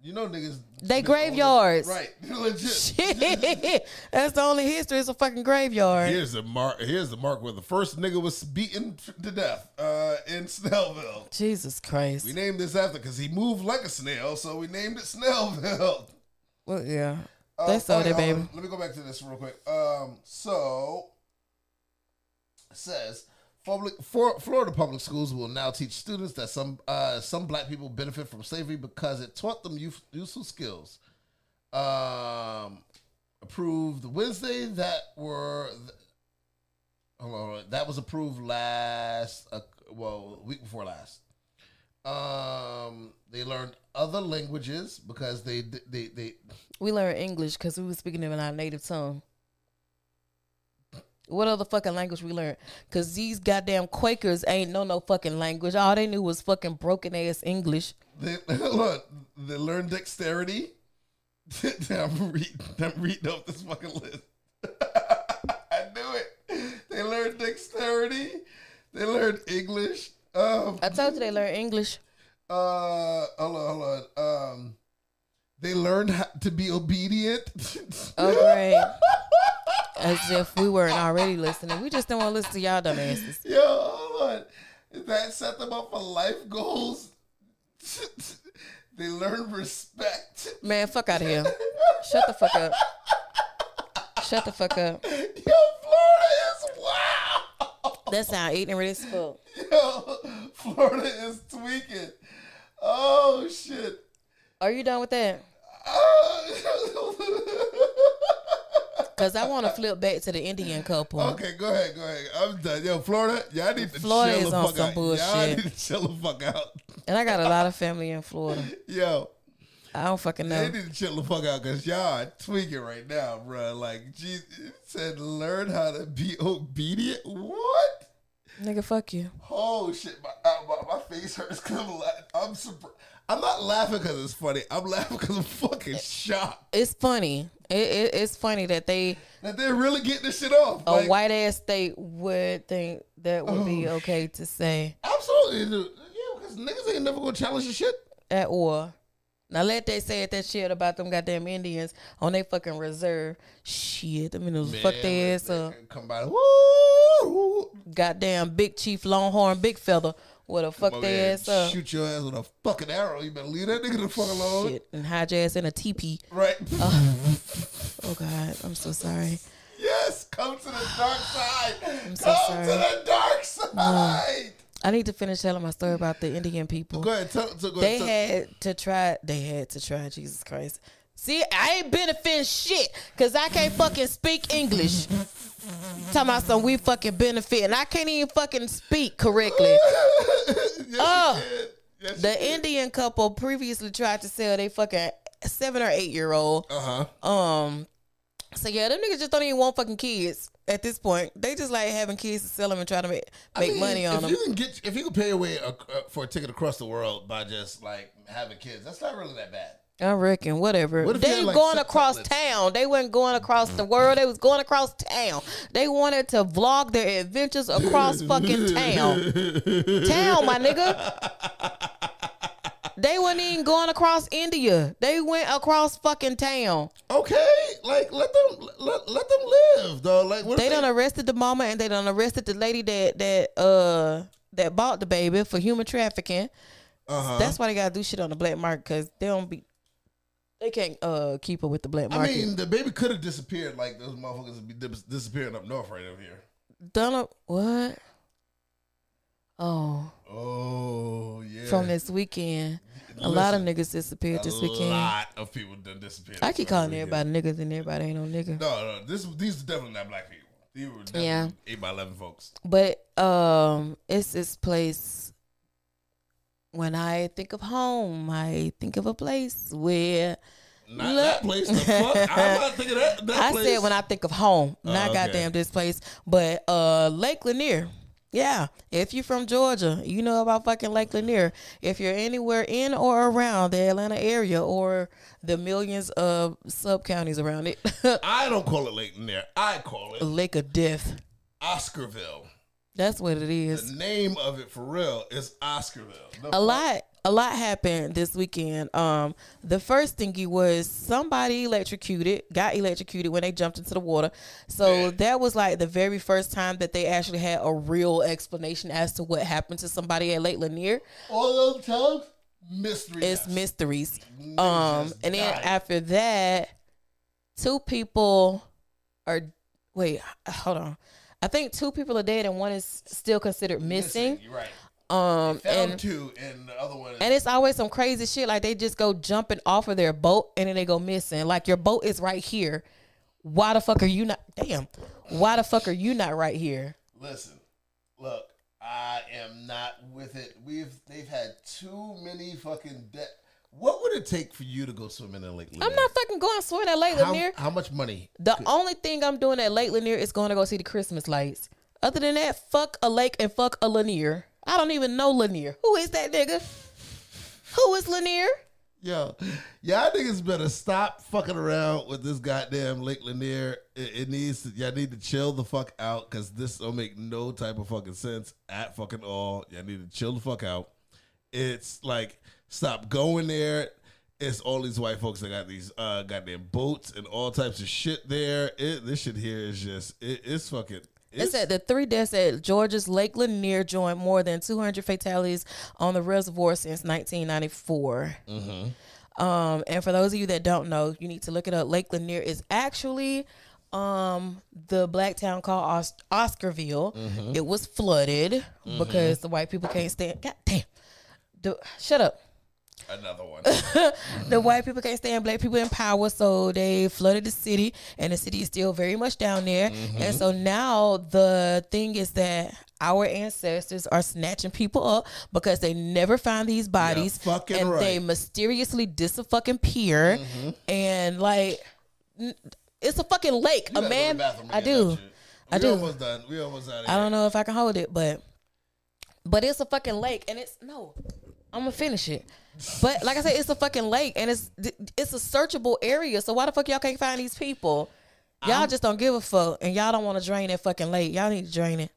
Speaker 1: You know, niggas.
Speaker 2: They
Speaker 1: niggas
Speaker 2: graveyards.
Speaker 1: own them. right? Legit.
Speaker 2: Shit, that's the only history. It's a fucking graveyard.
Speaker 1: Here's the mark. Here's the mark where the first nigga was beaten to death uh, in Snellville.
Speaker 2: Jesus Christ.
Speaker 1: We named this after because he moved like a snail, so we named it Snellville.
Speaker 2: well, yeah,
Speaker 1: Uh,
Speaker 2: That's all
Speaker 1: okay,
Speaker 2: there,
Speaker 1: hold on.
Speaker 2: baby.
Speaker 1: Let me go back to this real quick. Um, so it says public for, Florida public schools will now teach students that some uh, some black people benefit from slavery because it taught them use, useful skills. Um, approved Wednesday that were hold on, hold on. that was approved last uh, well week before last. Um, they learned other languages because they d- they they
Speaker 2: We learned English because we were speaking it in our native tongue. What other fucking language we learned? Because these goddamn Quakers ain't know no fucking language. All they knew was fucking broken ass English.
Speaker 1: they look they learned dexterity. I'm reading I'm reading up this fucking list. I knew it. They learned dexterity. They learned English. Um,
Speaker 2: I told you they learned English.
Speaker 1: Uh, hold on, hold on. Um, they learned how to be obedient.
Speaker 2: Oh, great. As if we weren't already listening. We just don't want to listen to y'all dumbasses.
Speaker 1: Yo, hold on. That set them up for life goals. they learned respect.
Speaker 2: Man, fuck out of here. Shut the fuck up. Shut the fuck up.
Speaker 1: Yo, Florida is wow.
Speaker 2: That's how ignorant as fuck.
Speaker 1: Yo, Florida is tweaking. Oh shit.
Speaker 2: Are you done with that?
Speaker 1: Oh.
Speaker 2: Because I want to flip back to the Indian couple.
Speaker 1: Okay, go ahead, go ahead. I'm done. Yo, Florida, y'all need to
Speaker 2: Florida
Speaker 1: chill
Speaker 2: is
Speaker 1: the
Speaker 2: on
Speaker 1: fuck
Speaker 2: some
Speaker 1: out. Y'all
Speaker 2: bullshit.
Speaker 1: need to chill the fuck out.
Speaker 2: And I got a lot of family in Florida.
Speaker 1: Yo,
Speaker 2: I don't fucking know.
Speaker 1: they need to chill the fuck out because y'all are tweaking right now, bruh. Like, Jesus said, learn how to be obedient. What?
Speaker 2: Nigga, fuck you.
Speaker 1: Oh shit, my uh, my, my face hurts because I'm la- I'm surprised. I'm not laughing because it's funny. I'm laughing because I'm fucking shocked
Speaker 2: It's funny. It, it, it's funny that they,
Speaker 1: that they're really getting this shit off.
Speaker 2: a
Speaker 1: Like, Oh.
Speaker 2: white ass state, would think that would be okay to say
Speaker 1: absolutely, dude. yeah, because niggas ain't never gonna challenge the shit.
Speaker 2: at war. Now let they say that shit about them goddamn Indians on they fucking reserve. Shit, I mean, those fuck their ass up.
Speaker 1: Come by. Woo!
Speaker 2: Goddamn Big Chief Longhorn Big Feather would have fucked
Speaker 1: Come over
Speaker 2: their
Speaker 1: here
Speaker 2: ass uh, up.
Speaker 1: and Shoot your ass with a fucking arrow. You better leave that nigga the fuck alone.
Speaker 2: Shit, Uh. and hide your ass in a teepee.
Speaker 1: Right.
Speaker 2: Oh God, I'm so sorry.
Speaker 1: yes, come to the dark side. come
Speaker 2: so sorry. Mm.
Speaker 1: to the dark side.
Speaker 2: I need to finish telling my story about the Indian people.
Speaker 1: Go ahead. Tell, tell, go
Speaker 2: They
Speaker 1: ahead, tell-
Speaker 2: had to try. They had to try. Jesus Christ. See, I ain't benefiting shit because I can't fucking speak English. Talking about some we fucking benefit, and I can't even fucking speak correctly.
Speaker 1: yes,
Speaker 2: Oh.
Speaker 1: you did. Yes,
Speaker 2: The Indian couple previously tried to sell they fucking seven or eight year old.
Speaker 1: uh huh.
Speaker 2: Um, so yeah, them niggas just don't even want fucking kids at this point. They just like having kids to sell them and try to make, make money on
Speaker 1: if
Speaker 2: them.
Speaker 1: you can get, if you can pay away a, uh, for a ticket across the world by just like having kids, that's not really that bad.
Speaker 2: I reckon, whatever.
Speaker 1: What if you
Speaker 2: they
Speaker 1: had, like,
Speaker 2: going
Speaker 1: six
Speaker 2: across
Speaker 1: outlets?
Speaker 2: town. They weren't going across the world. They was going across town. They wanted to vlog their adventures across fucking town. town, my nigga. They weren't even going across India. They went across fucking town.
Speaker 1: Okay, like let them let, let them live though. Like what if
Speaker 2: They done arrested the mama and they done arrested the lady that that uh that bought the baby for human trafficking.
Speaker 1: Uh-huh.
Speaker 2: That's why they gotta do shit on the black market because they don't be they can't uh keep her with the black
Speaker 1: I
Speaker 2: market.
Speaker 1: mean, the baby could have disappeared. Like those motherfuckers would be dis- disappearing up north right over here.
Speaker 2: Donald what? Oh,
Speaker 1: Oh yeah,
Speaker 2: from this weekend, a lot of niggas disappeared this
Speaker 1: a
Speaker 2: weekend.
Speaker 1: lot of people done disappeared.
Speaker 2: I keep
Speaker 1: this last
Speaker 2: calling
Speaker 1: weekend.
Speaker 2: everybody niggas and everybody ain't no nigga.
Speaker 1: No, no, this these are definitely not black people. These were definitely
Speaker 2: Yeah.
Speaker 1: eight by eleven folks.
Speaker 2: But um, it's this place. When I think of home, I think of a place where
Speaker 1: Not
Speaker 2: Look.
Speaker 1: that place. The fuck? I'm not thinking that. that
Speaker 2: I
Speaker 1: place.
Speaker 2: said when I think of home, not
Speaker 1: okay.
Speaker 2: goddamn this place, but uh Lake Lanier. Yeah, if you're from Georgia, you know about fucking Lake Lanier. If you're anywhere in or around the Atlanta area or the millions of sub counties around it,
Speaker 1: I don't call it Lake Nair. I call it
Speaker 2: Lake of Death.
Speaker 1: Oscarville.
Speaker 2: That's what it
Speaker 1: The
Speaker 2: is.
Speaker 1: name of it for real is Oscarville. The
Speaker 2: A lot, a lot happened this weekend. Um, the first thingy was somebody electrocuted, got electrocuted when they jumped into the water. So that was like the very first time that they actually had a real explanation as to what happened to somebody at Lake Lanier.
Speaker 1: fuck- All those times, mystery.
Speaker 2: It's
Speaker 1: house.
Speaker 2: mysteries.
Speaker 1: Niggas
Speaker 2: Um, and then
Speaker 1: died.
Speaker 2: after that, two people are wait, hold on. I think two people are dead and one is still considered missing.
Speaker 1: You're right.
Speaker 2: Um,
Speaker 1: Found
Speaker 2: and
Speaker 1: two, and the other one. Is,
Speaker 2: And it's always some crazy shit. Like they just go jumping off of their boat and then they go missing. Like your boat is right here. Why the fuck are you not? Damn. Why the fuck are you not right here?
Speaker 1: Listen, look, I am not with it. We've they've had too many fucking debt. What would it take for you to go swimming in Lake Lanier?
Speaker 2: I'm not fucking going swimming at Lake
Speaker 1: How,
Speaker 2: Lanier.
Speaker 1: how much money?
Speaker 2: The only thing I'm doing at Lake Lanier is going to go see the Christmas lights. Other than that, fuck a lake and fuck a Lanier. I don't even know Lanier. Who is that nigga? Who is Lanier?
Speaker 1: Yo, y'all niggas better stop fucking around with this goddamn Lake Lanier. It, it needs to, y'all need to chill the fuck out because this don't make no type of fucking sense at fucking all. Y'all need to chill the fuck out. It's like stop going there. It's all these white folks that got these uh, goddamn boats and all types of shit there. It, this shit here is just it, it's fucking.
Speaker 2: It said the three deaths at Georgia's Lake Lanier joined more than 200 fatalities on the reservoir since 1994. Um, and for those of you that don't know, you need to look it up. Lake Lanier is actually um, the black town called Os- Oscarville. It was flooded because the white people can't stand. God damn. The, shut up.
Speaker 1: another one.
Speaker 2: The white people can't stand black people in power, so they flooded the city, and the city is still very much down there.
Speaker 1: Mm-hmm.
Speaker 2: And so now the thing is that our ancestors are snatching people up because they never find these bodies,
Speaker 1: fucking
Speaker 2: and
Speaker 1: right. Mm-hmm.
Speaker 2: they mysteriously disappear. And like, n- it's a fucking lake. a man, I do.
Speaker 1: I
Speaker 2: I
Speaker 1: do.
Speaker 2: do.
Speaker 1: almost done. We almost out of
Speaker 2: I
Speaker 1: here.
Speaker 2: don't know if I can hold it, but but it's a fucking lake, and it's no. I'm gonna finish it, but like I said, it's a fucking lake, and it's it's a searchable area. So why the fuck y'all can't find these people? Y'all just don't give a fuck, and y'all don't want to drain that fucking lake. Y'all need to drain it.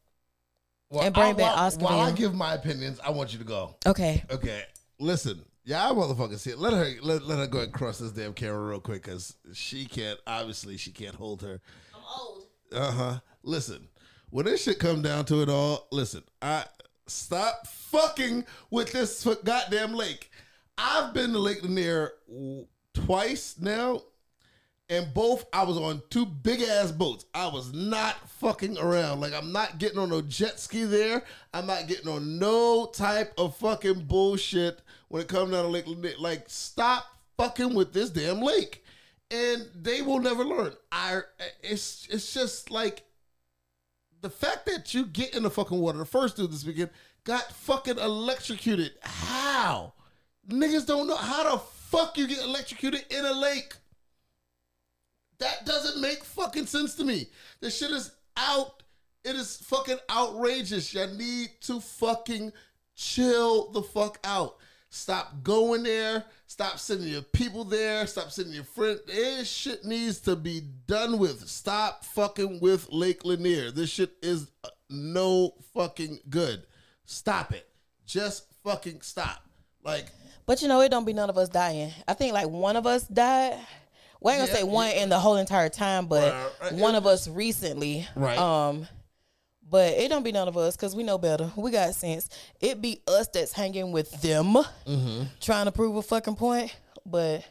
Speaker 1: Well,
Speaker 2: And bring
Speaker 1: I
Speaker 2: back
Speaker 1: wa-
Speaker 2: Oscar
Speaker 1: While I
Speaker 2: Mayer.
Speaker 1: give my opinions, I want you to go.
Speaker 2: Okay,
Speaker 1: Okay, listen, y'all motherfuckers here. Let her let, let her go and cross this damn camera real quick because she can't. Obviously, she can't hold her.
Speaker 2: I'm old.
Speaker 1: Uh huh. Listen, when this shit come down to it all, listen. I stop fucking with this fu- goddamn lake. I've been to Lake Lanier w- twice now, and both I was on two big ass boats. I was not fucking around. Like I'm not getting on no jet ski there. I'm not getting on no type of fucking bullshit when it comes down to Lake Lanier. Like stop fucking with this damn lake, and they will never learn. I it's it's just like the fact that you get in the fucking water, the first dude this weekend got fucking electrocuted. How? Niggas don't know how the fuck you get electrocuted in a lake. That doesn't make fucking sense to me. This shit is out. It is fucking outrageous. You need to fucking chill the fuck out. Stop going there. Stop sending your people there. Stop sending your friend. This shit needs to be done with. Stop fucking with Lake Lanier. This shit is uh, no fucking good. Stop it. Just fucking stop. Like,
Speaker 2: But you know, it don't be none of us dying. I think like one of us died. Well, I ain't gonna
Speaker 1: Yeah,
Speaker 2: say one in the whole entire time, but
Speaker 1: Right, right, right.
Speaker 2: one of us recently.
Speaker 1: Right.
Speaker 2: Um, but it don't be none of us because we know better. We got sense. It be us that's hanging with them,
Speaker 1: Mm-hmm.
Speaker 2: trying to prove a fucking point. But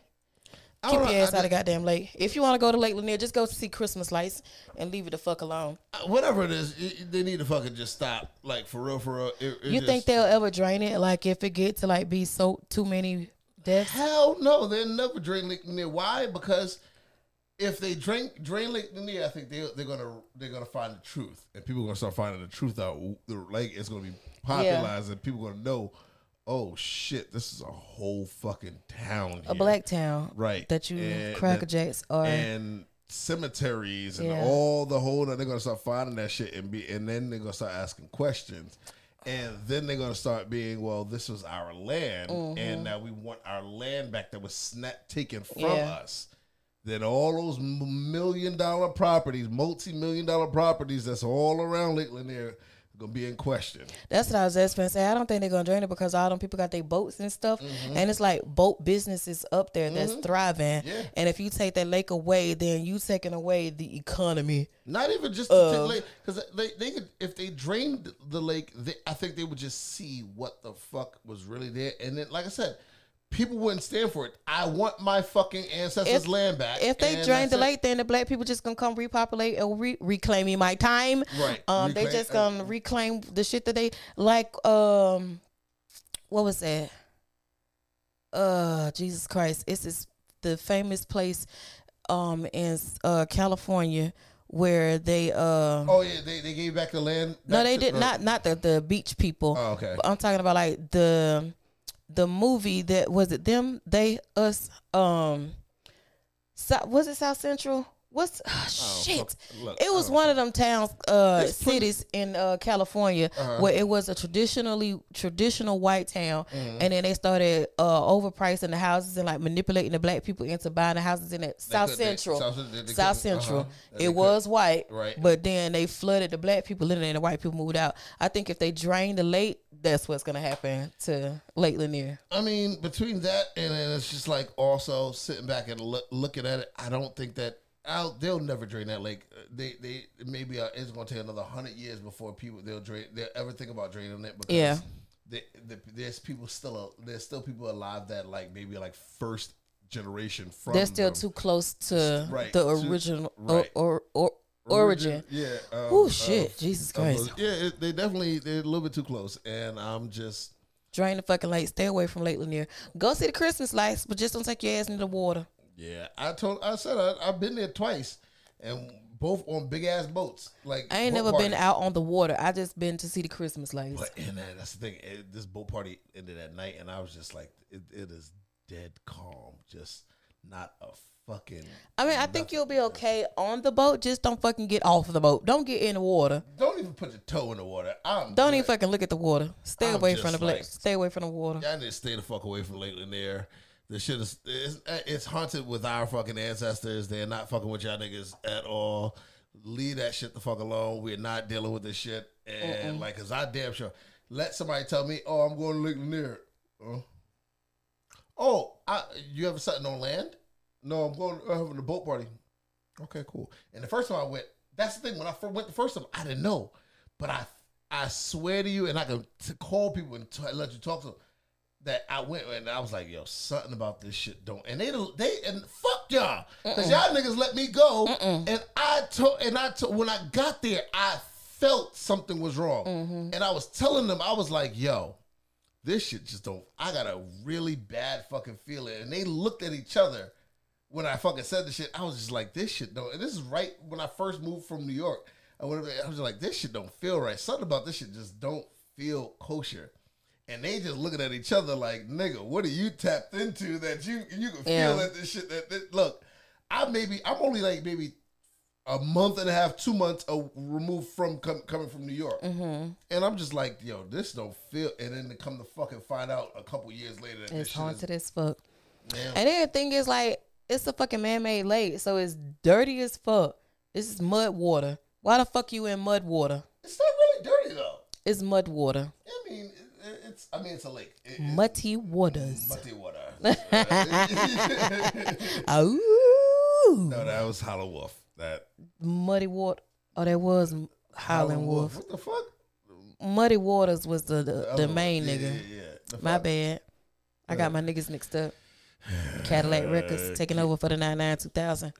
Speaker 1: I don't
Speaker 2: keep your
Speaker 1: know, I
Speaker 2: ass out
Speaker 1: just-
Speaker 2: of goddamn lake. If you want to go to Lake Lanier, just go see Christmas lights and leave it the fuck alone.
Speaker 1: whatever it is, y- y- they need to fucking just stop. Like, for real, for real. It- it
Speaker 2: You
Speaker 1: just-
Speaker 2: think they'll ever drain it? Like if it get to like be so too many deaths?
Speaker 1: Hell no, they never drain Lake Lanier. Why? Because if they drink drain Lake Lanier, I think they they're gonna they're gonna find the truth, and people are gonna start finding the truth out. The lake is gonna be popularized, and people gonna know, oh shit, this is a whole fucking town. Here.
Speaker 2: A black town,
Speaker 1: Right. Eh,
Speaker 2: That you
Speaker 1: And
Speaker 2: crackerjacks are.
Speaker 1: and cemeteries and
Speaker 2: Yeah.
Speaker 1: all the whole. They're gonna start finding that shit, and be and then they're gonna start asking questions. And then they're gonna start being, well, this was our land,
Speaker 2: Mm-hmm.
Speaker 1: and now we want our land back that was snap taken from
Speaker 2: Yeah.
Speaker 1: us. Then all those m- million dollar properties, multi million dollar properties that's all around Lake Lanier, gonna be in question.
Speaker 2: That's what I was just gonna say. I don't think they're gonna drain it because all them people got their boats and stuff,
Speaker 1: Mm-hmm.
Speaker 2: and it's like boat businesses up there that's thriving.
Speaker 1: Yeah.
Speaker 2: And if you take that lake away, then you taking away the economy.
Speaker 1: Not even just the lake, because they, they could if they drained the lake, they, I think they would just see what the fuck was really there, and then like I said, people wouldn't stand for it. I want my fucking ancestors'
Speaker 2: If-
Speaker 1: land back.
Speaker 2: If they
Speaker 1: and
Speaker 2: drain the
Speaker 1: that's it.
Speaker 2: lake, then the black people just gonna come repopulate and re- reclaiming my time.
Speaker 1: Right.
Speaker 2: Um, they
Speaker 1: Reclaim- uh,
Speaker 2: just gonna reclaim the shit that they like. Um, what was that? Uh, Jesus Christ! It's this the famous place. um in uh California where they uh
Speaker 1: Oh yeah, they, they gave back the land.
Speaker 2: no
Speaker 1: back
Speaker 2: they
Speaker 1: to-
Speaker 2: did
Speaker 1: or-
Speaker 2: not not the the beach people.
Speaker 1: Oh okay.
Speaker 2: But I'm talking about like the the movie that was it them they us um South, was it South Central? What's
Speaker 1: Oh,
Speaker 2: shit?
Speaker 1: look, oh.
Speaker 2: it was
Speaker 1: I don't
Speaker 2: one of them towns, uh,
Speaker 1: Uh-huh. It's pretty- Uh-huh.
Speaker 2: cities in uh, California where it was a traditionally traditional white town,
Speaker 1: Mm-hmm.
Speaker 2: and then they started uh, overpricing the houses and like manipulating the black people into buying the houses in that South
Speaker 1: could- they-
Speaker 2: Central.
Speaker 1: South Central, they- they
Speaker 2: South
Speaker 1: couldn't-
Speaker 2: Central.
Speaker 1: uh-huh. They
Speaker 2: It
Speaker 1: couldn't-
Speaker 2: was white,
Speaker 1: Right.
Speaker 2: But then they flooded the black people in it, and the white people moved out. I think if they drain the lake, that's what's gonna happen to Lake Lanier.
Speaker 1: I mean, between that and then it's just like also sitting back and loo- looking at it, I don't think that I'll, they'll never drain that lake. Uh, They they maybe uh, it's going to take another hundred years before people they'll drain they'll ever think about draining it because
Speaker 2: Yeah.
Speaker 1: they, the, there's people still al- there's still people alive that like maybe like first generation from
Speaker 2: They're still
Speaker 1: them.
Speaker 2: too close to
Speaker 1: Right,
Speaker 2: the
Speaker 1: to-
Speaker 2: original
Speaker 1: right.
Speaker 2: or, or, or origin.
Speaker 1: yeah. Um,
Speaker 2: Oh
Speaker 1: of-
Speaker 2: shit! Jesus
Speaker 1: of
Speaker 2: Christ!
Speaker 1: those- yeah, it, they definitely they're a little bit too close, and I'm just
Speaker 2: Drain the fucking lake. Stay away from Lake Lanier. Go see the Christmas lights, but just don't take your ass into the water.
Speaker 1: Yeah, I told. I said I, I've been there twice, and both on big ass boats. Like
Speaker 2: I ain't
Speaker 1: boat
Speaker 2: never been
Speaker 1: parties.
Speaker 2: out on the water. I just been to see the Christmas lights.
Speaker 1: But and that, that's the thing. It, this boat party ended at night, and I was just like, it, it is dead calm, just not a fucking.
Speaker 2: I mean, I think you'll be okay on the boat. Just don't fucking get off the boat. Don't get in the water.
Speaker 1: Don't even put your toe in the water. I'm
Speaker 2: Don't
Speaker 1: good.
Speaker 2: even fucking look at the water. Stay
Speaker 1: I'm
Speaker 2: away from
Speaker 1: just
Speaker 2: the black.
Speaker 1: like-
Speaker 2: stay away from the water.
Speaker 1: Y'all need to stay the fuck away from Lakeland there. This shit is it's, it's haunted with our fucking ancestors. They're not fucking with y'all niggas at all. Leave that shit the fuck alone. We're not dealing with this shit. And like, cause I damn sure let somebody tell me, oh, I'm going to Lakeland there. Huh? Oh, I, you ever something on land? No, I'm going. I'm having a boat party. Okay, cool. And the first time I went, that's the thing. When I fir- went the first time, I didn't know, but I I swear to you, and I can t- call people and t- let you talk to them that I went and I was like, yo, something about this shit don't. And they don't- they and fuck y'all, because y'all niggas let me go, and I told and I told when I got there, I felt something was wrong, and I was telling them, I was like, yo. This shit just don't. I got a really bad fucking feeling, and they looked at each other when I fucking said this shit, I was just like, this shit don't. And this is right when I first moved from New York. I went, I was just like, this shit don't feel right. Something about this shit just don't feel kosher. And they just looking at each other like, nigga, what are you tapped into that you you can feel
Speaker 2: Yeah.
Speaker 1: that this shit that, that look, I maybe I'm only like maybe a month and a half, two months uh, removed from com- coming from New York,
Speaker 2: Mm-hmm.
Speaker 1: and I'm just like, yo, this don't feel. And then to come to fucking find out a couple years later that this
Speaker 2: It's
Speaker 1: shit is
Speaker 2: haunted as fuck.
Speaker 1: damn
Speaker 2: And then the thing is, like, it's a fucking man-made lake, so it's dirty as fuck. This is mud water. Why the fuck you in mud water?
Speaker 1: It's not really dirty though.
Speaker 2: It's mud water.
Speaker 1: I mean, it- it, it's I mean it's a lake. It, it,
Speaker 2: Muddy waters.
Speaker 1: muddy water.
Speaker 2: Ooh.
Speaker 1: no, that was Hollow Wolf. That
Speaker 2: Muddy water. Oh, that was M- Howlin' Wolf.
Speaker 1: What the fuck?
Speaker 2: Muddy Waters was the the, the
Speaker 1: Other one.
Speaker 2: main
Speaker 1: Oh, Yeah,
Speaker 2: nigga.
Speaker 1: Yeah, yeah. The
Speaker 2: My
Speaker 1: fuck?
Speaker 2: bad. I got my niggas mixed up. Cadillac Records taking over for the 99 2000.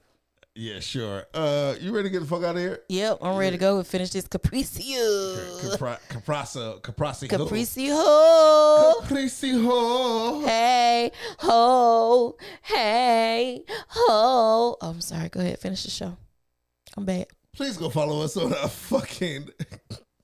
Speaker 1: Yeah, sure. Uh, you ready to get the fuck out of here?
Speaker 2: Yep, I'm ready to go and finish this Capriccio.
Speaker 1: Capra- Caprasa, Caprasi, Ho.
Speaker 2: Capriccio.
Speaker 1: Caprisi Ho.
Speaker 2: Hey, ho. Hey, ho. I'm sorry. Go ahead. Finish the show. I'm back.
Speaker 1: Please go follow us on our fucking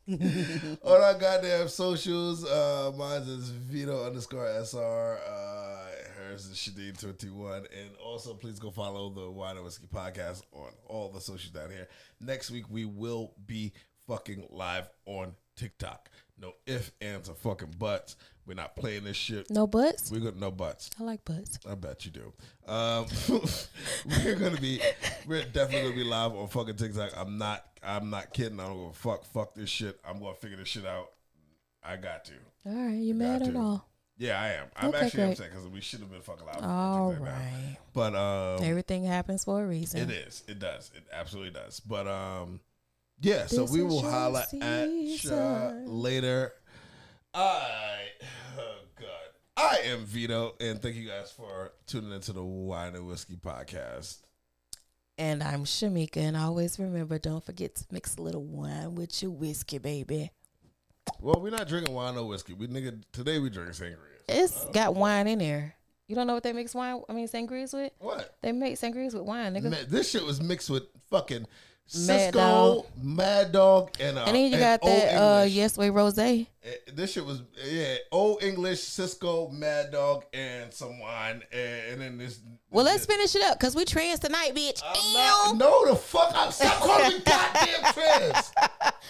Speaker 1: on our goddamn socials. Uh, mine is Vito underscore SR. Uh, hers is Shadid twenty one. And also, please go follow the Wine and Whiskey podcast on all the socials down here. Next week we will be fucking live on TikTok. No ifs, ands, or fucking buts. We're not playing this shit.
Speaker 2: No butts?
Speaker 1: We're gonna no buts.
Speaker 2: I like butts.
Speaker 1: I bet you do. Um, we're gonna be, we're definitely gonna be live on fucking TikTok. I'm not, I'm not kidding. I don't give a fuck. Fuck this shit. I'm gonna figure this shit out. I got to.
Speaker 2: All right. You
Speaker 1: Got
Speaker 2: mad
Speaker 1: to.
Speaker 2: at all?
Speaker 1: Yeah, I am. I'm
Speaker 2: Okay,
Speaker 1: actually
Speaker 2: great.
Speaker 1: upset because we should have been fucking live. on
Speaker 2: All
Speaker 1: TikTok now.
Speaker 2: right.
Speaker 1: But um,
Speaker 2: Everything happens for a reason.
Speaker 1: it is. It does. It absolutely does. But um, yeah. so
Speaker 2: This
Speaker 1: we
Speaker 2: is
Speaker 1: will
Speaker 2: your
Speaker 1: holla at ya
Speaker 2: season.
Speaker 1: later. I oh god. I am Vito, and thank you guys for tuning into the Wine and Whiskey podcast.
Speaker 2: And I'm Shamika, and always remember, don't forget to mix a little wine with your whiskey, baby.
Speaker 1: Well, we're not drinking wine or whiskey. We nigga today we drinking sangria.
Speaker 2: It's got wine in there. You don't know what they mix wine? I mean, sangrias with?
Speaker 1: What?
Speaker 2: They make sangrias with wine, nigga.
Speaker 1: Man, this shit was mixed with fucking
Speaker 2: Mad
Speaker 1: Cisco, Mad Dog, and uh,
Speaker 2: and then you got
Speaker 1: Old
Speaker 2: that uh,
Speaker 1: English.
Speaker 2: Yes Way Rose. That
Speaker 1: Eh, This shit was yeah, Old English, Cisco, Mad Dog, and some wine, eh, and, and then this.
Speaker 2: Well, let's finish it up because we trans tonight, bitch.
Speaker 1: I'm not- no, the fuck! I'm, stop calling me goddamn trans.